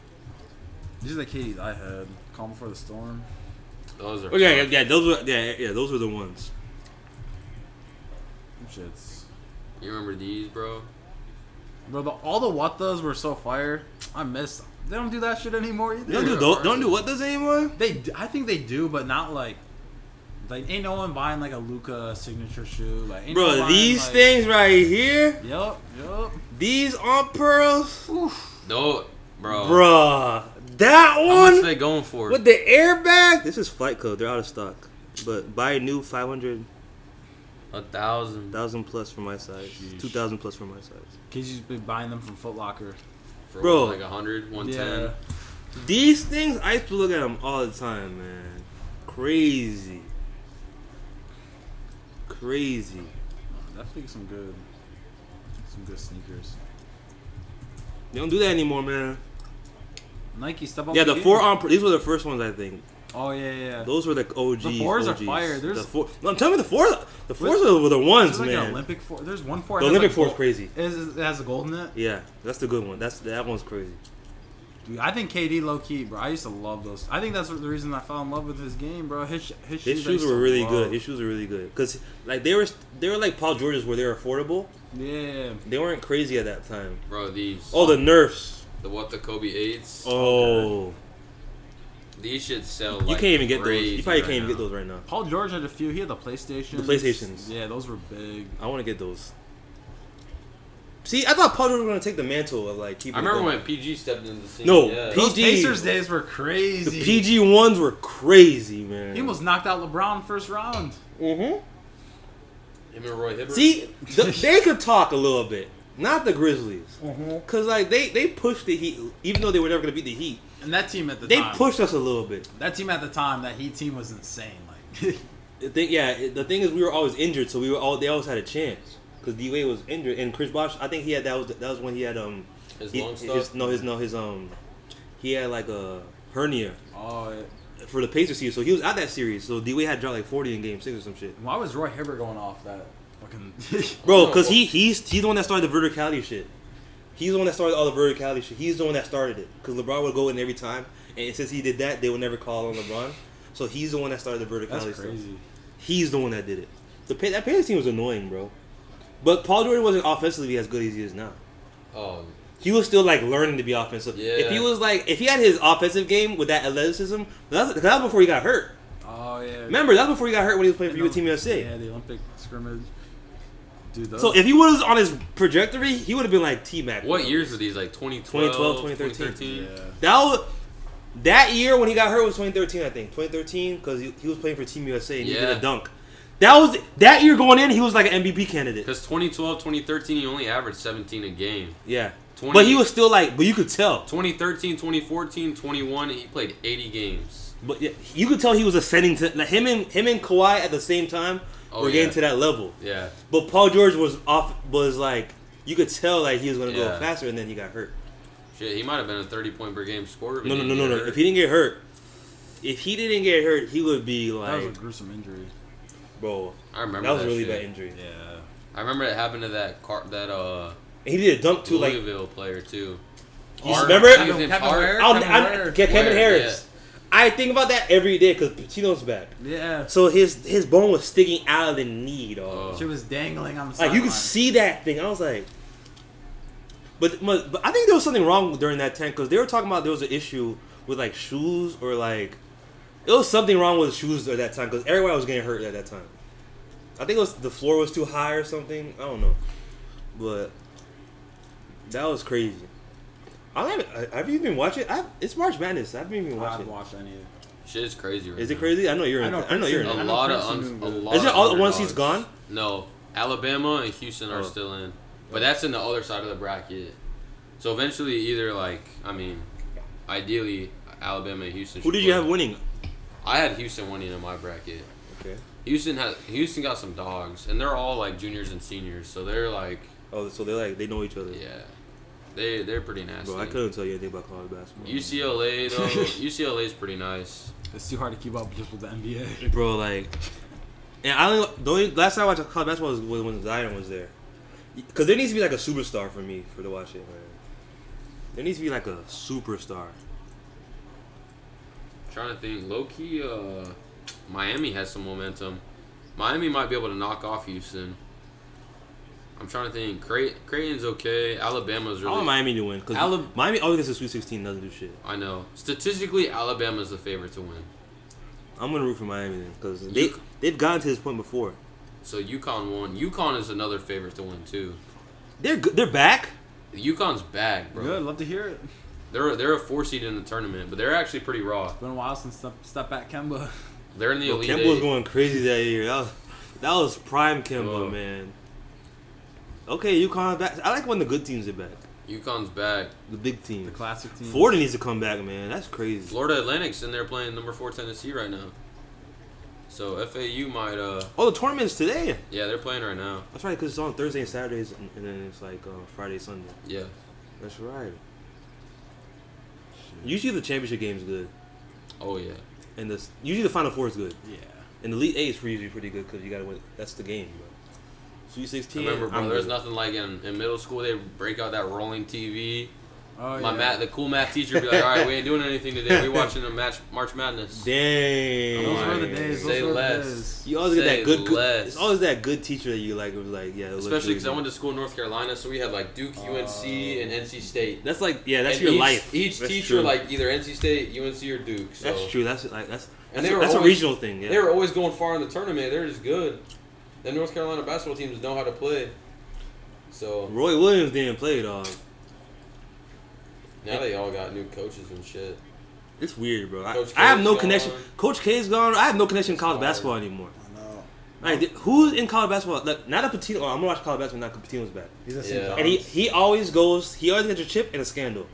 Speaker 3: These are the KDs I had. Calm before the storm.
Speaker 2: Those are.
Speaker 1: Oh yeah, yeah,
Speaker 2: fire.
Speaker 1: yeah. Those were yeah, yeah. Those were the ones.
Speaker 3: Them Shits.
Speaker 2: You remember these, bro?
Speaker 3: Bro, the, all the Watas were so fire. I miss. Them. They don't do that shit anymore either.
Speaker 1: They don't do
Speaker 2: Yeah,
Speaker 1: those,
Speaker 2: right.
Speaker 1: don't do what does anymore.
Speaker 3: They, d- I think they do, but not like, like ain't no one buying like a Luca signature shoe. Like, ain't no one
Speaker 1: Bro,
Speaker 3: buying,
Speaker 1: these
Speaker 3: like-
Speaker 1: things right here,
Speaker 3: Yup, yup.
Speaker 1: these Aunt Pearls,
Speaker 2: No, bro.
Speaker 3: Oh.
Speaker 1: bruh. That
Speaker 2: How much
Speaker 1: one
Speaker 2: they going for?
Speaker 1: with the airbag. This is Flight Club. They're out of stock. But buy a new 500,000
Speaker 2: A thousand
Speaker 1: plus for my size.
Speaker 3: Sheesh.
Speaker 1: 2,000 plus for my size.
Speaker 3: Kids used to be buying them from Foot Locker.
Speaker 2: for
Speaker 1: Bro.
Speaker 2: like a hundred, one ten.
Speaker 3: Yeah.
Speaker 1: These things, I used to look at them all the time, man. Crazy. Crazy.
Speaker 3: Definitely some good, some good sneakers.
Speaker 1: They don't do that anymore, man.
Speaker 3: Nike, step up.
Speaker 1: Yeah, the
Speaker 3: your
Speaker 1: four
Speaker 3: game.
Speaker 1: on. These were the first ones, I think.
Speaker 3: Oh yeah, yeah. yeah.
Speaker 1: Those were the OGs.
Speaker 3: The fours are
Speaker 1: OGs.
Speaker 3: fire. There's-
Speaker 1: the four. No, I'm telling you, the fours. The fours were the ones,
Speaker 3: There's like an
Speaker 1: man.
Speaker 3: Olympic four. There's one four.
Speaker 1: the
Speaker 3: that has,
Speaker 1: Olympic
Speaker 3: like,
Speaker 1: four is
Speaker 3: gold-
Speaker 1: crazy.
Speaker 3: It has, it has a gold in it.
Speaker 1: Yeah, that's the good one. That's that one's crazy.
Speaker 3: Dude, I think KD low key, bro. I used to love those. I think that's the reason I fell in love with his game, bro. His sh- his,
Speaker 1: His
Speaker 3: shoes, I
Speaker 1: shoes
Speaker 3: used
Speaker 1: were
Speaker 3: to
Speaker 1: really
Speaker 3: love.
Speaker 1: good. His shoes were really good because like they were they were like Paul George's where they were affordable.
Speaker 3: yeah.
Speaker 1: They weren't crazy at that time.
Speaker 2: Bro, these.
Speaker 1: Oh, the Nerfs.
Speaker 2: The what the Kobe eights.
Speaker 1: Oh.
Speaker 2: These should sell.
Speaker 1: You
Speaker 2: like,
Speaker 1: can't even get those.
Speaker 2: crazy
Speaker 1: You probably
Speaker 2: right
Speaker 1: can't even
Speaker 2: now.
Speaker 1: get those right now.
Speaker 3: Paul George had a few. He had the PlayStation.
Speaker 1: The PlayStations.
Speaker 3: Yeah, those were big.
Speaker 1: I want to get those. See, I thought Paul George was gonna take the mantle of like keeping.
Speaker 2: I remember
Speaker 1: it
Speaker 2: when PG stepped into the scene.
Speaker 1: No,
Speaker 2: yeah.
Speaker 1: P-
Speaker 3: Those
Speaker 1: PG.
Speaker 3: Pacers days were
Speaker 1: going.
Speaker 3: crazy.
Speaker 1: the PG ones were crazy, man.
Speaker 3: He almost knocked out LeBron first round.
Speaker 1: Mm-hmm.
Speaker 2: him and Roy Hibbert.
Speaker 1: See, th- they could talk a little bit, not the Grizzlies, cause like they they pushed the Heat, even though they were never gonna beat the Heat.
Speaker 3: And that team at the
Speaker 1: They
Speaker 3: time,
Speaker 1: pushed us a little bit.
Speaker 3: that team at the time, that Heat team was insane. Like,
Speaker 1: The thing, yeah, it- the thing is, we were always injured, so we were all they always had a chance. Cause D Wade was injured, and Chris Bosh, I think he had that was that was when he had um
Speaker 2: his
Speaker 1: he-
Speaker 2: long
Speaker 1: his-
Speaker 2: stuff.
Speaker 1: no his no his um he had like a hernia.
Speaker 3: oh, it-
Speaker 1: for the Pacers series. So he was out that series. So D Wade had dropped like forty in Game Six or some shit.
Speaker 3: why was Roy Hibbert going off that fucking?
Speaker 1: Bro, because he he's he's the one that started the verticality shit. He's the one that started all the verticality shit. He's the one that started it. Because LeBron would go in every time, and since he did that, they would never call on LeBron. So he's the one that started the
Speaker 3: That's
Speaker 1: verticality stuff.
Speaker 3: crazy.
Speaker 1: He's the one that did it. The Pa- that Pacers team was annoying, bro. But Paul George wasn't offensively as good as he is now.
Speaker 2: Oh,
Speaker 1: He was still like learning to be offensive.
Speaker 2: Yeah.
Speaker 1: If he was like, if he had his offensive game with that athleticism, that was, that was before he got hurt.
Speaker 3: Oh yeah.
Speaker 1: Remember, that was before he got hurt when he was playing
Speaker 3: And
Speaker 1: for U
Speaker 3: the-
Speaker 1: Team USA.
Speaker 3: Yeah, the Olympic scrimmage. Dude, those,
Speaker 1: So if he was on his trajectory, he would have been like T Mac.
Speaker 2: what years are these? Like 2012,
Speaker 1: 2012,
Speaker 2: 2013?
Speaker 3: yeah.
Speaker 1: That was, that year when he got hurt was 2013, I think. 2013 because he, he was playing for Team USA and he did
Speaker 2: Yeah.
Speaker 1: a dunk. That was that year going in. He was like an MVP candidate.
Speaker 2: Because 2012, 2013, he only averaged 17 a game.
Speaker 1: Yeah,
Speaker 2: 20
Speaker 1: but he was still like, but you could tell.
Speaker 2: 2013, 2014, 21, he played 80 games.
Speaker 1: But yeah, you could tell he was ascending to like, him and him and Kawhi at the same time
Speaker 2: Oh,
Speaker 1: were
Speaker 2: yeah.
Speaker 1: getting to that level.
Speaker 2: Yeah.
Speaker 1: But Paul George was off was like you could tell like he was gonna
Speaker 2: Yeah.
Speaker 1: go faster and then he got hurt.
Speaker 2: Shit, he might have been a 30 point per game scorer. if he
Speaker 1: No no no
Speaker 2: didn't
Speaker 1: no
Speaker 2: get
Speaker 1: no.
Speaker 2: hurt.
Speaker 1: If he didn't get hurt if he didn't get hurt, he would be
Speaker 3: That
Speaker 1: like
Speaker 3: was a gruesome injury.
Speaker 1: bro.
Speaker 2: I remember
Speaker 1: That was a really
Speaker 2: shit.
Speaker 1: bad injury.
Speaker 3: Yeah.
Speaker 2: I remember it happened to that car, that uh
Speaker 1: And he did a dunk too like
Speaker 2: Louisville player too.
Speaker 1: You
Speaker 2: Hart-
Speaker 1: remember?
Speaker 2: I think
Speaker 1: Kevin-
Speaker 2: his name's
Speaker 4: Kevin
Speaker 2: Hart.
Speaker 4: Ware?
Speaker 1: I'll,
Speaker 4: Kevin
Speaker 1: I'm,
Speaker 4: Ware.
Speaker 1: yeah, Kevin
Speaker 2: Ware,
Speaker 1: Harris. I think about that every day because Patino's back.
Speaker 3: Yeah.
Speaker 1: So his his bone was sticking out of the knee, dog.
Speaker 2: Oh.
Speaker 3: She was dangling
Speaker 1: Like
Speaker 3: on the
Speaker 1: you
Speaker 3: sideline.
Speaker 1: could see that thing. I was like, but but but I think there was something wrong during that tent because they were talking about there was an issue with like shoes or like it was something wrong with shoes at that time because everybody was getting hurt at that time. I think it was the floor was too high or something. I don't know, but that was crazy. I haven't. Have you even watched it? I, it's March Madness. I haven't even watched
Speaker 3: I'd
Speaker 1: it.
Speaker 3: watch any of it.
Speaker 2: Shit is crazy. Right
Speaker 1: Is it
Speaker 2: now.
Speaker 1: crazy? I know you're.
Speaker 3: I
Speaker 1: in,
Speaker 3: know
Speaker 1: I know you're.
Speaker 3: Princeton
Speaker 1: in
Speaker 2: A
Speaker 1: it.
Speaker 3: I know
Speaker 2: lot of
Speaker 3: Princeton
Speaker 2: un- a
Speaker 3: doing good.
Speaker 2: lot.
Speaker 1: Is it
Speaker 2: of
Speaker 1: all- once
Speaker 2: underdogs.
Speaker 1: he's gone?
Speaker 2: No, Alabama and Houston are
Speaker 1: Oh.
Speaker 2: still in, but that's in the other side of the bracket. So eventually, either like I mean, ideally Alabama and Houston.
Speaker 1: Who
Speaker 2: should
Speaker 1: did you
Speaker 2: play.
Speaker 1: have winning?
Speaker 2: I had Houston winning in my bracket.
Speaker 1: Okay.
Speaker 2: Houston has Houston got some dogs, and they're all like juniors and seniors, so they're like
Speaker 1: Oh, so they like they know each other.
Speaker 2: yeah, they they're pretty nasty.
Speaker 1: Bro, I couldn't tell you anything about college basketball.
Speaker 2: UCLA though, UCLA is pretty nice.
Speaker 3: It's too hard to keep up just with the NBA.
Speaker 1: bro, like, and I only the only last time I watched college basketball was when, when Zion was there, because there needs to be like a superstar for me for to watch it, man. There needs to be like a superstar.
Speaker 2: Trying to think, low key, uh, Miami has some momentum. Miami might be able to knock off Houston. I'm trying to think. Cray- Creighton's okay. Alabama's
Speaker 1: I
Speaker 2: really.
Speaker 1: want Miami to win because
Speaker 2: Alab-
Speaker 1: Miami always gets a Sweet 16 doesn't do shit.
Speaker 2: I know. Statistically, Alabama's the favorite to win.
Speaker 1: I'm gonna root for Miami then because they
Speaker 2: You-
Speaker 1: they've gotten to this point before.
Speaker 2: So UConn won. UConn is another favorite to win too.
Speaker 1: They're good. They're back.
Speaker 2: UConn's back, bro.
Speaker 3: Good, love to hear it.
Speaker 2: They're they're a four seed in the tournament, but they're actually pretty raw.
Speaker 3: Been a while since step, step back Kemba.
Speaker 2: They're in the
Speaker 1: Bro,
Speaker 2: elite.
Speaker 1: Kemba was
Speaker 2: Eight.
Speaker 1: going crazy that year. That was, that was prime Kemba,
Speaker 2: Whoa.
Speaker 1: man. Okay, UConn back. I like when the good teams are back.
Speaker 2: UConn's back.
Speaker 1: The big
Speaker 3: The
Speaker 1: team.
Speaker 3: classic team.
Speaker 1: Florida needs to come back, man. That's crazy.
Speaker 2: Florida Atlantic's in there playing number four Tennessee right now. So FAU might uh
Speaker 1: Oh, the tournament's today.
Speaker 2: yeah they're playing right now.
Speaker 1: That's right, because it's on Thursday and Saturdays, and, and then it's like uh, Friday, Sunday.
Speaker 2: Yeah.
Speaker 1: That's right. Usually the championship game's good,
Speaker 2: Oh yeah.
Speaker 1: and the usually the Final Four is good,
Speaker 3: Yeah.
Speaker 1: and the Elite Eight is usually pretty good because you gotta win. That's the game, bro. Sweet sixteen.
Speaker 2: Remember, bro,
Speaker 1: I'm
Speaker 2: there's
Speaker 1: good.
Speaker 2: nothing like in, in middle school. They break out that rolling TV.
Speaker 3: Oh,
Speaker 2: My
Speaker 3: yeah.
Speaker 2: math, the cool math teacher be like, "All right, we ain't doing anything today. We watching a match, March Madness."
Speaker 1: Dang.
Speaker 3: Those were the
Speaker 2: Alright.
Speaker 3: days.
Speaker 2: Say
Speaker 3: Those were
Speaker 2: less.
Speaker 3: the days.
Speaker 1: You always get
Speaker 2: Say
Speaker 1: that good, good-
Speaker 2: less.
Speaker 1: It's always that good teacher that you like. Was like, yeah. look,
Speaker 2: Especially because I
Speaker 1: dude,
Speaker 2: went to school in North Carolina, so we had like Duke, UNC, and NC State.
Speaker 1: That's like, yeah. That's
Speaker 2: And
Speaker 1: your
Speaker 2: each,
Speaker 1: life.
Speaker 2: Each
Speaker 1: That's
Speaker 2: teacher
Speaker 1: true.
Speaker 2: like either NC State, UNC, or Duke. So.
Speaker 1: That's true. That's like that's
Speaker 2: And
Speaker 1: that's,
Speaker 2: they
Speaker 1: a,
Speaker 2: were
Speaker 1: that's a
Speaker 2: always-
Speaker 1: regional thing. Yeah.
Speaker 2: They were always going far in the tournament. They're just good. The North Carolina basketball teams know how to play. So
Speaker 1: Roy Williams didn't play, dog.
Speaker 2: now they all got new coaches and shit.
Speaker 1: It's weird, bro. I,
Speaker 2: Coach
Speaker 1: I have no
Speaker 2: K's
Speaker 1: connection.
Speaker 2: gone.
Speaker 1: Coach K's gone. I have no connection to college
Speaker 2: Sorry.
Speaker 1: basketball anymore.
Speaker 3: I know.
Speaker 1: Like, th- who's in college basketball? Like, not a Patino. Oh, I'm gonna watch college basketball. Not 'cause Patino's back.
Speaker 3: He's a
Speaker 2: Yeah.
Speaker 1: And he he always goes. He always gets a chip and a scandal.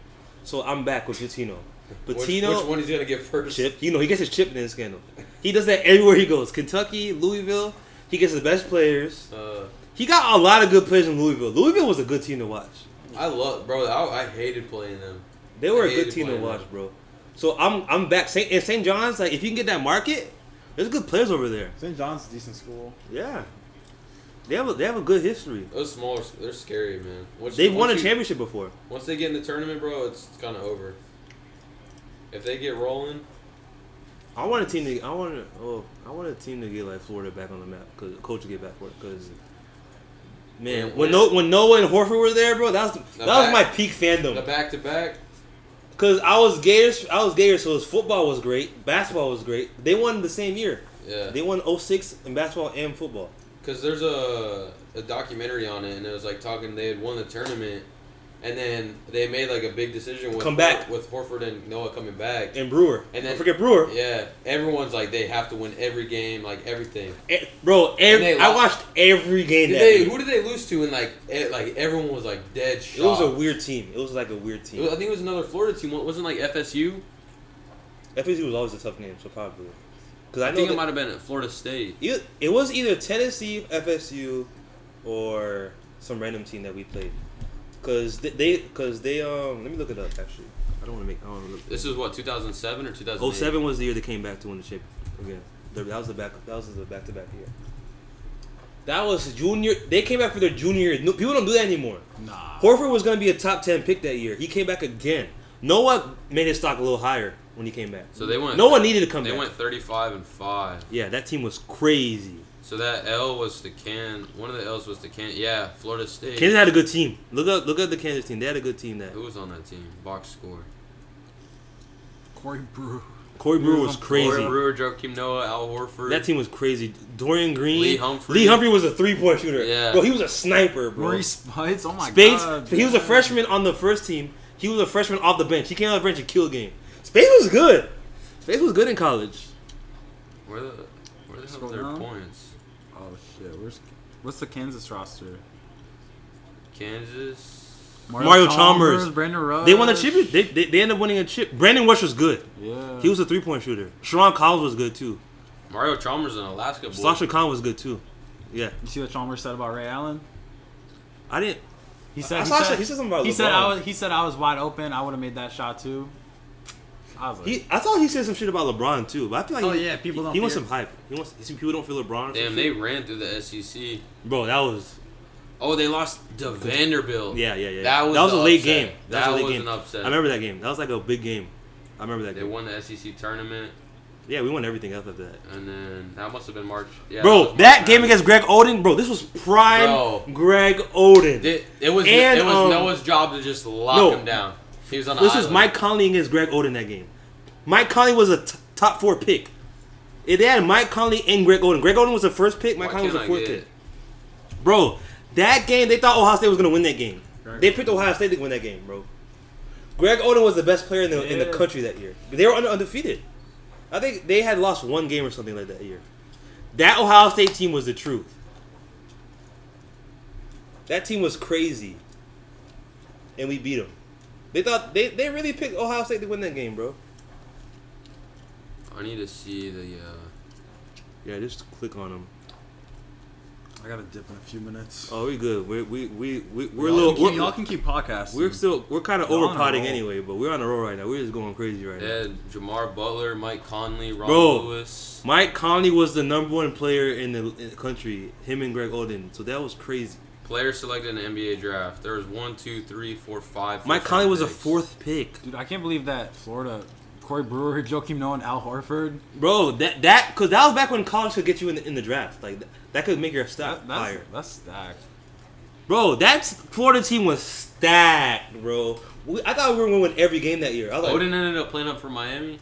Speaker 1: So I'm back with Patino.
Speaker 2: Which-
Speaker 1: Patino
Speaker 2: which, one is gonna get first?
Speaker 1: chip. You know he gets his chip and then a scandal. He does that everywhere he goes. Kentucky, Louisville. He gets the best players.
Speaker 2: Uh,
Speaker 1: He got a lot of good players in Louisville. Louisville was a good team to watch.
Speaker 2: I love, bro. I, I hated playing them.
Speaker 1: They were
Speaker 2: I
Speaker 1: a good
Speaker 2: hated
Speaker 1: team to
Speaker 2: playing
Speaker 1: watch,
Speaker 2: them.
Speaker 1: bro. So I'm I'm back. Saint, and St. John's, like if you can get that market, there's good players over there.
Speaker 3: St. John's a decent school.
Speaker 1: Yeah, they have a, they have a good history.
Speaker 2: Those smaller, they're scary, man. Once-
Speaker 1: They've won
Speaker 2: once
Speaker 1: a
Speaker 2: you-
Speaker 1: championship before.
Speaker 2: Once they get in the tournament, bro, it's, it's kind of over. If they get rolling,
Speaker 1: I want a team to. I want. to- Oh, I want a team to get like Florida back on the map because coach to get back for it because. Man,
Speaker 2: Yeah,
Speaker 1: when
Speaker 2: yeah.
Speaker 1: no when Noah and Horford were there, bro, that was that was
Speaker 2: back-
Speaker 1: my peak
Speaker 2: The
Speaker 1: fandom.
Speaker 2: back to back.
Speaker 1: Cause I was Gators, I was Gators, so his football was great, basketball was great. They won the same year.
Speaker 2: Yeah.
Speaker 1: They won 06 in basketball and football.
Speaker 2: Because there's a, a documentary on it, and it was like talking they had won the tournament, and then they made like a big decision with
Speaker 1: Come back.
Speaker 2: with Horford and Noah coming back.
Speaker 1: And Brewer,
Speaker 2: And
Speaker 1: and
Speaker 2: then-
Speaker 1: then forget Brewer,
Speaker 2: Yeah, everyone's like they have to win every game, like everything.
Speaker 1: Eh, bro.
Speaker 2: And they
Speaker 1: Every, I
Speaker 2: lost.
Speaker 1: watched every game.
Speaker 2: Did
Speaker 1: That
Speaker 2: they,
Speaker 1: year.
Speaker 2: who did they lose to? And like it, like everyone was like dead
Speaker 1: It was
Speaker 2: shocked.
Speaker 1: a weird team. It was like a weird
Speaker 2: It was-
Speaker 1: team.
Speaker 2: I think it was another Florida team. Wasn't like FSU.
Speaker 1: FSU was always a tough game, so probably. Because I,
Speaker 2: I
Speaker 1: know
Speaker 2: think
Speaker 1: that-
Speaker 2: it might have been at Florida State.
Speaker 1: Either, it was either Tennessee, FSU, or some random team that we played. Cause th- they, cause they, um, let me look it up. Actually, I don't want to make. I don't want to
Speaker 2: This is what 2007 or 2008.
Speaker 1: look. 07 was the year they came back to win the chip again. The- That was the back. That was the back to back year. That was junior. They came back for their junior year. No, people don't do that anymore.
Speaker 3: Nah.
Speaker 1: Horford was gonna be a top ten pick that year. He came back again. Noah made his stock a little higher when he came back.
Speaker 2: So they went.
Speaker 1: No one needed to come
Speaker 2: They
Speaker 1: back.
Speaker 2: went 35 and five.
Speaker 1: yeah, that team was crazy.
Speaker 2: So that L was the can. One of the L's was the can. Yeah, Florida State.
Speaker 1: Kansas had a good team. Look up, look at the Kansas team. They had a good team that.
Speaker 2: Who was on that team? Box score.
Speaker 3: Corey Brewer.
Speaker 1: Corey Brewer was
Speaker 2: Corey
Speaker 1: crazy.
Speaker 2: Brewer, Joakim Noah, Al Horford.
Speaker 1: That team was crazy. Dorian Green,
Speaker 2: Lee Humphrey.
Speaker 1: Lee Humphrey was a three point shooter.
Speaker 2: Yeah.
Speaker 1: bro, he was a sniper, bro.
Speaker 3: Maurice Spites. Oh my
Speaker 1: Spades,
Speaker 3: god.
Speaker 1: he was a
Speaker 3: dude.
Speaker 1: freshman on the first team. He was a freshman off the bench. He came off the bench and killed game. Spades was good. Spades was good in college.
Speaker 2: Where the where the hell
Speaker 3: Scroll
Speaker 2: are their
Speaker 3: down.
Speaker 2: points?
Speaker 3: Oh shit. Where's what's the Kansas roster?
Speaker 2: Kansas.
Speaker 1: Mario Chalmers.
Speaker 3: Brandon Rush.
Speaker 1: They won the championship. They, they, they ended up winning a chip. Brandon Rush was good.
Speaker 3: Yeah.
Speaker 1: He was a three point shooter. Sharon Collins was good too.
Speaker 2: Mario Chalmers in Alaska. Boy.
Speaker 1: Sasha Khan was good too. Yeah,
Speaker 3: You see what Chalmers said about Ray Allen?
Speaker 1: I didn't.
Speaker 3: He
Speaker 1: I
Speaker 3: said. He
Speaker 1: saw-
Speaker 3: said,
Speaker 1: he said something about
Speaker 3: He said
Speaker 1: LeBron.
Speaker 3: I was. He said I was wide open. I would have made that shot too. I was like,
Speaker 1: He, I thought he said some shit about LeBron too, but I feel like
Speaker 3: Oh,
Speaker 1: he,
Speaker 3: yeah, people
Speaker 1: he-
Speaker 3: don't
Speaker 1: He wants
Speaker 3: fear-
Speaker 1: some hype. He wants you see, people don't feel LeBron. or some
Speaker 2: Damn,
Speaker 1: shit.
Speaker 2: they ran through the SEC.
Speaker 1: bro, that was
Speaker 2: Oh, they lost to Vanderbilt.
Speaker 1: yeah, yeah, yeah.
Speaker 2: That was,
Speaker 1: a
Speaker 2: the
Speaker 1: late
Speaker 2: upset.
Speaker 1: game. That,
Speaker 2: That,
Speaker 1: was, a late
Speaker 2: was
Speaker 1: game.
Speaker 2: an upset.
Speaker 1: I remember that game. That was like a big game. I remember that
Speaker 2: they
Speaker 1: game.
Speaker 2: won the SEC tournament,
Speaker 1: Yeah, we won everything after that.
Speaker 2: and then that must have been March. Yeah,
Speaker 1: bro,
Speaker 2: was
Speaker 1: that
Speaker 2: March
Speaker 1: game
Speaker 2: Madness.
Speaker 1: against Greg Oden, bro, this was prime
Speaker 2: Bro.
Speaker 1: Greg Oden.
Speaker 2: It, it was
Speaker 1: And,
Speaker 2: it was
Speaker 1: um,
Speaker 2: Noah's job to just lock
Speaker 1: no.
Speaker 2: him down. He was on.
Speaker 1: this
Speaker 2: an
Speaker 1: was
Speaker 2: island.
Speaker 1: Mike Conley against Greg Oden that game. Mike Conley was a t- top four pick. It had Mike Conley and Greg Oden. Greg Oden was the first pick. Mike
Speaker 2: Why
Speaker 1: Conley was
Speaker 2: can't
Speaker 1: the
Speaker 2: I
Speaker 1: fourth
Speaker 2: get
Speaker 1: pick.
Speaker 2: it?
Speaker 1: Bro, that game they thought Ohio State was gonna win that game.
Speaker 3: Greg
Speaker 1: They picked Ohio State to win that game, bro. Greg Oden was the best player in the in the
Speaker 3: Yeah.
Speaker 1: country that year. They were under, undefeated. I think they had lost one game or something like that year. That Ohio State team was the truth. That team was crazy, and we beat them. They thought they, they really picked Ohio State to win that game, bro.
Speaker 2: I need to see the. Uh,
Speaker 1: Yeah, just click on them.
Speaker 3: I gotta dip in a few minutes.
Speaker 1: Oh, we good. We're we we we we're
Speaker 3: Y'all
Speaker 1: a little.
Speaker 3: can keep-
Speaker 1: we're-
Speaker 3: y'all can keep podcasting.
Speaker 1: We're still we're kind of
Speaker 3: We're
Speaker 1: over
Speaker 3: on a
Speaker 1: potting
Speaker 3: roll.
Speaker 1: anyway, but we're on a roll right now. We're just going crazy right now.
Speaker 2: Ed, Jamar Butler, Mike Conley, Ron
Speaker 1: Bro.
Speaker 2: Lewis.
Speaker 1: Mike Conley was the number one player in the, in the country. Him and Greg Oden, so that was crazy.
Speaker 2: Players selected in the NBA draft. There was one, two, three, four, five.
Speaker 1: Mike
Speaker 2: first
Speaker 1: Conley
Speaker 2: round
Speaker 1: was a
Speaker 2: picks.
Speaker 1: fourth pick,
Speaker 3: Dude, I can't believe that Florida, Corey Brewer, Joakim Noah, and Al Horford.
Speaker 1: bro. That that because that was back when college could get you in the, in the draft. Like that, that could make your stock
Speaker 3: That, that's,
Speaker 1: higher,
Speaker 3: that's stacked.
Speaker 1: bro. That Florida team was stacked, bro. We, I thought we were gonna win every game that year. I was like,
Speaker 2: Odin ended up playing up for Miami.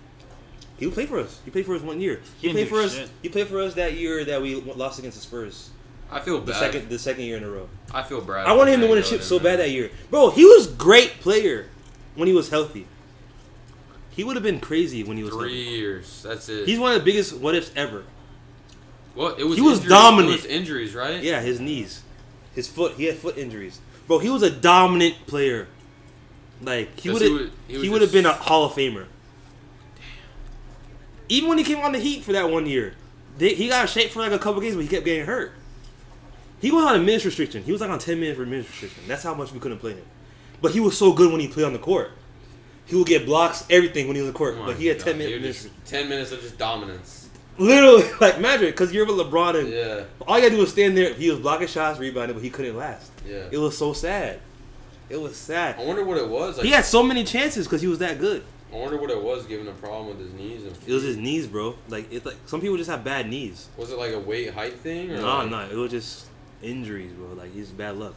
Speaker 1: he played for us. He played for us one year.
Speaker 3: He
Speaker 1: He,
Speaker 3: didn't
Speaker 1: played for
Speaker 3: do
Speaker 1: us.
Speaker 3: shit.
Speaker 1: He played for us that year that we lost against the Spurs.
Speaker 2: I feel
Speaker 1: The
Speaker 2: bad.
Speaker 1: second the second year in a row.
Speaker 2: I feel bad.
Speaker 1: I
Speaker 2: for
Speaker 1: wanted him to win a
Speaker 2: Greg
Speaker 1: chip
Speaker 2: Oden,
Speaker 1: so
Speaker 2: man.
Speaker 1: bad that year, bro. He was great player when he was healthy. He would have been crazy when he was
Speaker 2: Three
Speaker 1: healthy.
Speaker 2: years. That's it.
Speaker 1: He's one of the biggest what ifs ever.
Speaker 2: well, it was
Speaker 1: he was
Speaker 2: injuries-
Speaker 1: dominant.
Speaker 2: It was injuries, right?
Speaker 1: Yeah, his knees, his foot. He had foot injuries, bro. He was a dominant player. Like he
Speaker 2: 'Cause
Speaker 1: would
Speaker 2: he would-
Speaker 1: have,
Speaker 2: he was
Speaker 1: he would have been a
Speaker 2: just-
Speaker 1: Hall of Famer. Even when he came on the Heat for that one year, they, he got shaped for like a couple games, but he kept getting hurt. He was on a minutes restriction. He was like on ten minutes for minutes restriction. That's how much we couldn't play him. But he was so good when he played on the court. He would get blocks, everything when he was on the court.
Speaker 2: Oh my
Speaker 1: but he had
Speaker 2: God,
Speaker 1: ten
Speaker 2: dude,
Speaker 1: minutes,
Speaker 2: just Ten minutes of just dominance.
Speaker 1: literally like magic. Because you're with LeBron and
Speaker 2: Yeah.
Speaker 1: all you gotta do is stand there. He was blocking shots, rebounding, but he couldn't last.
Speaker 2: Yeah. Oh,
Speaker 1: It was so sad. It was sad.
Speaker 2: I wonder what it was. Like,
Speaker 1: He had so many chances because he was that good.
Speaker 2: I I wonder what it was giving a problem with his knees and
Speaker 1: It was his knees, bro. Like it's like some people just have bad knees.
Speaker 2: Was it like a weight height thing or
Speaker 1: No,
Speaker 2: like,
Speaker 1: no, it was just injuries, bro. Like he's bad luck.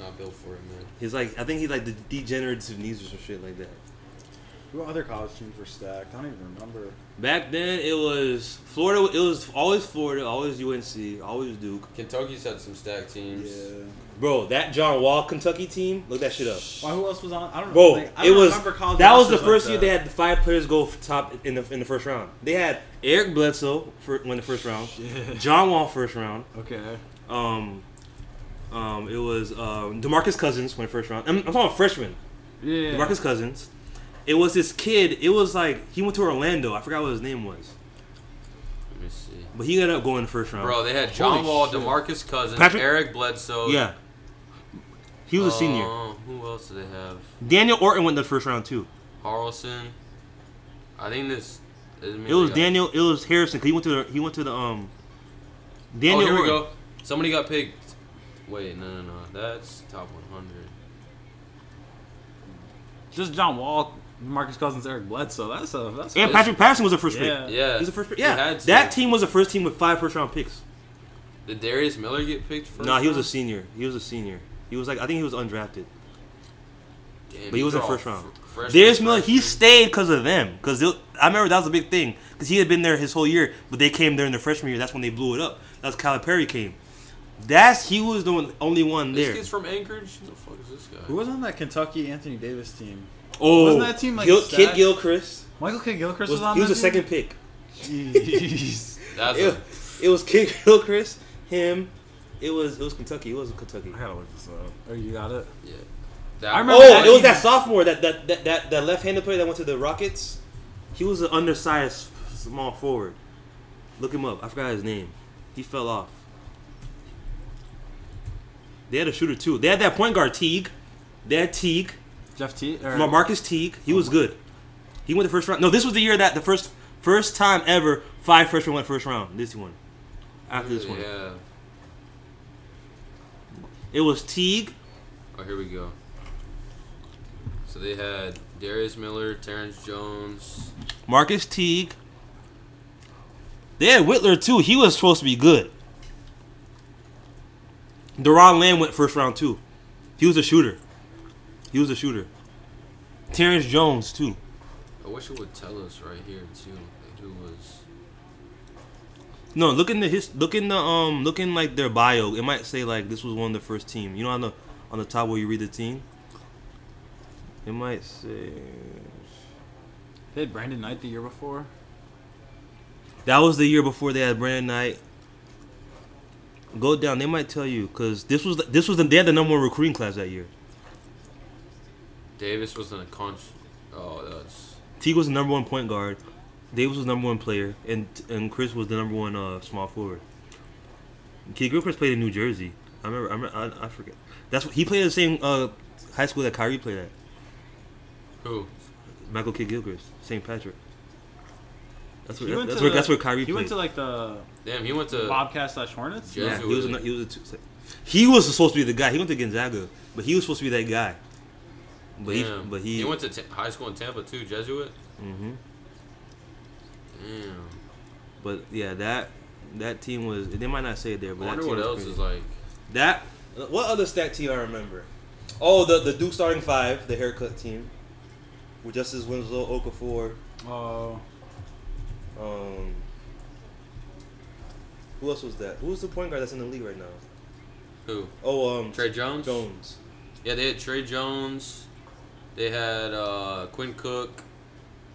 Speaker 2: not built for it, man?
Speaker 1: He's like I think he like the degenerative knees or some shit like that.
Speaker 3: Who other college teams were stacked? I don't even remember.
Speaker 1: Back then it was Florida. It was always Florida, always UNC, always Duke.
Speaker 2: Kentucky's had some stacked teams.
Speaker 3: Yeah.
Speaker 1: Bro, that John Wall Kentucky team, look that shit up.
Speaker 3: Why? Who else was on? I don't know.
Speaker 1: Bro,
Speaker 3: like, I
Speaker 1: it
Speaker 3: don't
Speaker 1: was
Speaker 3: remember college
Speaker 1: that was the
Speaker 3: rosters like
Speaker 1: first year
Speaker 3: that.
Speaker 1: they had the five players go f- top in the in the first round. They had Eric Bledsoe for win the first round,
Speaker 3: Shit.
Speaker 1: John Wall first round.
Speaker 3: Okay.
Speaker 1: Um, um, it was um, Demarcus Cousins won the first round. I'm, I'm talking about freshman
Speaker 3: Yeah.
Speaker 1: Demarcus Cousins. It was this kid. It was like he went to Orlando. I forgot what his name was,
Speaker 2: Let me see.
Speaker 1: but he ended up going the first round.
Speaker 2: Bro, they had John
Speaker 3: Holy
Speaker 2: Wall,
Speaker 3: shit.
Speaker 2: DeMarcus Cousins,
Speaker 1: Patrick-
Speaker 2: Eric Bledsoe.
Speaker 1: yeah, he was a senior.
Speaker 2: Uh, Who else do they have?
Speaker 1: Daniel Orton went the first round too.
Speaker 2: Harrelson. I think this. this means
Speaker 1: It was
Speaker 2: they got-
Speaker 1: Daniel. It was Harrison. 'cause he went to the, he went to the um.
Speaker 2: Oh,
Speaker 1: Daniel
Speaker 2: here we
Speaker 1: Orton.
Speaker 2: go. Somebody got picked. Wait, no, no, no. That's top 100.
Speaker 3: Just John Wall, Marcus Cousins, Eric Bledsoe. That's a that's.
Speaker 1: And
Speaker 3: a-
Speaker 1: Patrick Patterson was the first
Speaker 3: Yeah.
Speaker 1: pick.
Speaker 2: Yeah.
Speaker 1: He's the first pick.
Speaker 2: He
Speaker 1: Yeah,
Speaker 2: had to.
Speaker 1: that team was the first team with five first round picks.
Speaker 2: Did Darius Miller get picked first?
Speaker 1: nah, he was a
Speaker 2: round?
Speaker 1: senior. He was a senior. He was like I think he was undrafted.
Speaker 2: Damn,
Speaker 1: But he
Speaker 2: these
Speaker 1: was in
Speaker 2: are all
Speaker 1: first round.
Speaker 2: fr- freshmen,
Speaker 1: Darius Miller, he
Speaker 2: freshmen.
Speaker 1: stayed because of them. Because I remember that was a big thing. Because he had been there his whole year, but they came during the freshman year. That's when they blew it up. That's Calipari came. That's he was the one, only one
Speaker 2: This
Speaker 1: there.
Speaker 2: kid's from Anchorage. Who the fuck is this guy?
Speaker 3: Who was on that Kentucky Anthony Davis team?
Speaker 1: oh,
Speaker 3: wasn't that team, like,
Speaker 1: Gil, Kid
Speaker 3: stacked?
Speaker 1: Gilchrist?
Speaker 3: Michael K. Gilchrist was,
Speaker 1: Was,
Speaker 3: on.
Speaker 1: he was the
Speaker 3: that
Speaker 1: second
Speaker 3: team?
Speaker 1: pick.
Speaker 3: Jeez.
Speaker 2: That's
Speaker 1: It,
Speaker 2: a,
Speaker 1: it was Kid Gilchrist, him. It was it was Kentucky. It was Kentucky.
Speaker 3: I gotta look this up. Oh, you got it.
Speaker 2: yeah. That-
Speaker 3: I remember
Speaker 1: Oh,
Speaker 3: that
Speaker 1: it was
Speaker 3: team.
Speaker 1: that sophomore that that that, that, that left handed player that went to the Rockets. He was an undersized small forward. Look him up. I forgot his name. He fell off. They had a shooter too. They had that point guard Teague. They had Teague.
Speaker 3: Jeff T. Or,
Speaker 1: Mar- Marcus Teague. He was good. He went the first round. No, this was the year that the first first time ever five freshmen went first round. This one. After this one.
Speaker 2: Yeah.
Speaker 1: It was Teague.
Speaker 2: Oh, here we go. So they had Darius Miller, Terrence Jones.
Speaker 1: Marcus Teague. They had Whitler too. He was supposed to be good. Deron Lamb went first round too. He was a shooter. He was a shooter. Terrence Jones too.
Speaker 2: I wish it would tell us right here too like, who was.
Speaker 1: No, look in the his look in the um look in like their bio. It might say like this was one of the first team. You know on the on the top where you read the team. It might say
Speaker 3: They had Brandon Knight the year before.
Speaker 1: That was the year before they had Brandon Knight. Go down. They might tell you because this was this was the, they had the number one recruiting class that year.
Speaker 2: Davis was in a con. Oh, that's.
Speaker 1: Teague was the number one point guard. Davis was the number one player, and and Chris was the number one uh, small forward. Kid Gilchrist played in New Jersey. I remember. I remember, I, I forget. That's what, he played at the same uh, high school that Kyrie played at.
Speaker 2: Who?
Speaker 1: Michael Kidd Gilchrist, St. Patrick. That's
Speaker 3: He
Speaker 1: where
Speaker 3: went
Speaker 1: that's
Speaker 3: to
Speaker 1: where,
Speaker 3: the-
Speaker 1: that's where Kyrie
Speaker 3: He
Speaker 1: played.
Speaker 3: went to like the
Speaker 2: Damn, he went to.
Speaker 3: Bobcats slash Hornets.
Speaker 2: Yeah.
Speaker 1: Yeah, he was. A, he was a two, He was supposed to be the guy. He went to Gonzaga, but he was supposed to be that guy. But
Speaker 2: Damn.
Speaker 1: he, but he,
Speaker 2: went to t- high school in Tampa too, Jesuit.
Speaker 1: Mhm.
Speaker 2: Damn.
Speaker 1: But yeah, that that team was. They might not say it there,
Speaker 2: I
Speaker 1: but that
Speaker 2: wonder
Speaker 1: team
Speaker 2: what
Speaker 1: was
Speaker 2: else
Speaker 1: crazy.
Speaker 2: is like.
Speaker 1: that. What other stat team I remember? Oh, the the Duke starting five, the haircut team, with Justice Winslow, Okafor.
Speaker 3: Oh,
Speaker 1: Um, who else was that? Who was the point guard that's in the league right now?
Speaker 2: Who?
Speaker 1: Oh, um,
Speaker 2: Trey Jones?
Speaker 1: Jones.
Speaker 2: Yeah, they had Trey Jones. They had uh, Quinn Cook,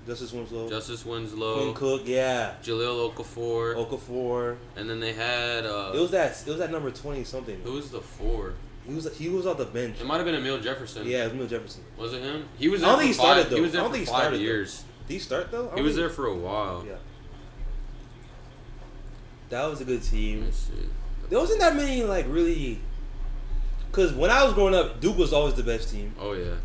Speaker 1: Justice Winslow.
Speaker 2: Justice
Speaker 1: Quinn
Speaker 2: Winslow,
Speaker 1: Cook. Yeah.
Speaker 2: Jaleel Okafor,
Speaker 1: Okafor.
Speaker 2: and then they had. Uh,
Speaker 1: It was that. It was that number twenty something.
Speaker 2: who was the four?
Speaker 1: He was. He was on the bench.
Speaker 2: It might have been Emil Jefferson.
Speaker 1: Yeah, it was Emil Jefferson.
Speaker 2: Was it him? He was.
Speaker 1: I
Speaker 2: There
Speaker 1: don't
Speaker 2: for
Speaker 1: think he
Speaker 2: five-
Speaker 1: started, though.
Speaker 2: He was there
Speaker 1: I don't
Speaker 2: for
Speaker 1: think he
Speaker 2: five
Speaker 1: started, though.
Speaker 2: years.
Speaker 1: Did he start though? I
Speaker 2: He
Speaker 1: don't
Speaker 2: was there
Speaker 1: think-
Speaker 2: for a while.
Speaker 1: Yeah. That was a good
Speaker 2: Let
Speaker 1: team.
Speaker 2: me see.
Speaker 1: There wasn't that many like really. Cause when I was growing up, Duke was always the best team.
Speaker 2: Oh yeah.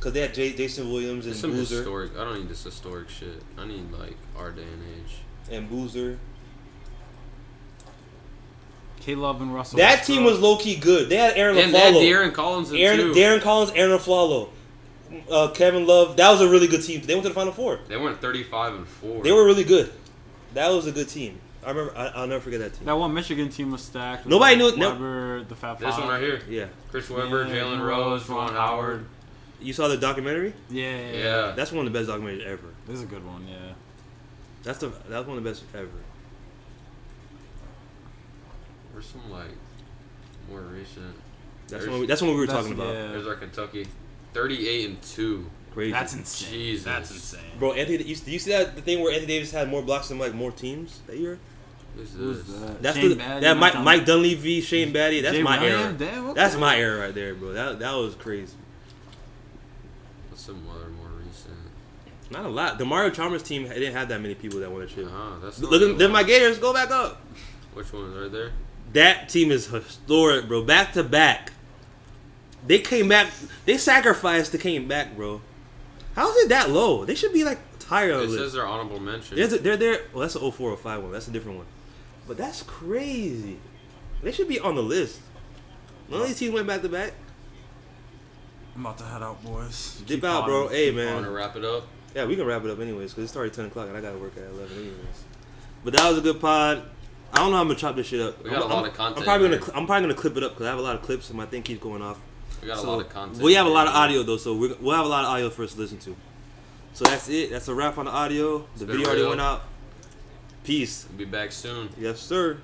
Speaker 1: Cause they had J- Jason Williams
Speaker 2: It's
Speaker 1: and
Speaker 2: some
Speaker 1: Boozer
Speaker 2: historic. I don't need this historic shit. I need like our day and age.
Speaker 1: and Boozer.
Speaker 3: K Love and Russell.
Speaker 1: that team was
Speaker 3: Westbrook.
Speaker 1: low key good. They had Aaron
Speaker 2: And that
Speaker 1: LaFallo,
Speaker 2: De'Aaron Collins in
Speaker 1: Aaron,
Speaker 2: too.
Speaker 1: Darren Collins, Aaron LaFallo. uh, Kevin Love. That was a really good team. They went to the Final Four.
Speaker 2: They weren't 35 and 4.
Speaker 1: They were really good. That was a good team. I remember. I, I'll never forget that team.
Speaker 3: That one Michigan team was stacked. with
Speaker 1: Nobody knew- no.
Speaker 3: Weber, the Fab Five.
Speaker 2: This one right here.
Speaker 1: Yeah,
Speaker 2: Chris Webber,
Speaker 3: Yeah,
Speaker 2: Jalen Rose, Ron Howard.
Speaker 1: you saw the documentary.
Speaker 3: Yeah, yeah, yeah.
Speaker 2: Yeah.
Speaker 1: That's one of the best documentaries ever.
Speaker 3: This is a good one. Yeah.
Speaker 1: That's the that's one of the best ever.
Speaker 2: There's some like more recent.
Speaker 1: That's
Speaker 2: There's-
Speaker 1: when we, that's when we were
Speaker 3: That's-
Speaker 1: talking about.
Speaker 3: yeah.
Speaker 2: There's our Kentucky. 38 and 2.
Speaker 1: Crazy.
Speaker 3: That's insane.
Speaker 2: Jesus.
Speaker 3: That's insane.
Speaker 1: Bro, Anthony, you, do you see that the thing where Anthony Davis had more blocks than like more teams that year?
Speaker 2: Who's
Speaker 3: Who's
Speaker 2: this?
Speaker 3: that?
Speaker 1: That's
Speaker 3: Shane
Speaker 1: the,
Speaker 3: Battier,
Speaker 1: that Mike,
Speaker 3: Tom-
Speaker 1: Mike Dunleavy, Shane Batty. That's
Speaker 3: Jay
Speaker 1: my
Speaker 3: Ryan?
Speaker 1: era.
Speaker 3: Damn, okay.
Speaker 1: That's my era right there, bro. That that was crazy.
Speaker 2: What's some other more recent?
Speaker 1: Not a lot. The Mario Chalmers team didn't have that many people that won a chip.
Speaker 2: Uh-huh, that's not
Speaker 1: Look,
Speaker 2: the
Speaker 1: at then my
Speaker 2: one.
Speaker 1: Gators go back up.
Speaker 2: Which one's right there?
Speaker 1: That team is historic, bro. Back to back. They came back. They sacrificed. They came back, bro. How is it that low? They should be like higher on the
Speaker 2: It
Speaker 1: list.
Speaker 2: says their honorable mention.
Speaker 1: There's a, oh they're there. Well, that's an 0405 one. That's a different one. But that's crazy. They should be on the list. None of these teams went back to back.
Speaker 3: I'm about to head out, boys.
Speaker 1: Dip out, bro. Hey,
Speaker 2: Want to
Speaker 1: man.
Speaker 2: wrap it up?
Speaker 1: Yeah, we can wrap it up anyways because it's already 10 o'clock and I got to work at 11 anyways. But that was a good pod. I don't know how I'm gonna chop this shit up.
Speaker 2: We got
Speaker 1: I'm,
Speaker 2: a lot
Speaker 1: I'm-
Speaker 2: of content
Speaker 1: I'm probably gonna
Speaker 2: here.
Speaker 1: cl- I'm probably gonna clip it up because I have a lot of clips and my thing keeps going off.
Speaker 2: We got a
Speaker 1: So,
Speaker 2: lot of content.
Speaker 1: We have a lot of
Speaker 2: here.
Speaker 1: audio though, so we're, we'll have a lot of audio for us to listen to. So that's it. That's a wrap on the audio. The
Speaker 2: been
Speaker 1: video already
Speaker 2: real.
Speaker 1: went out. Peace.
Speaker 2: We'll be back soon.
Speaker 1: Yes, sir.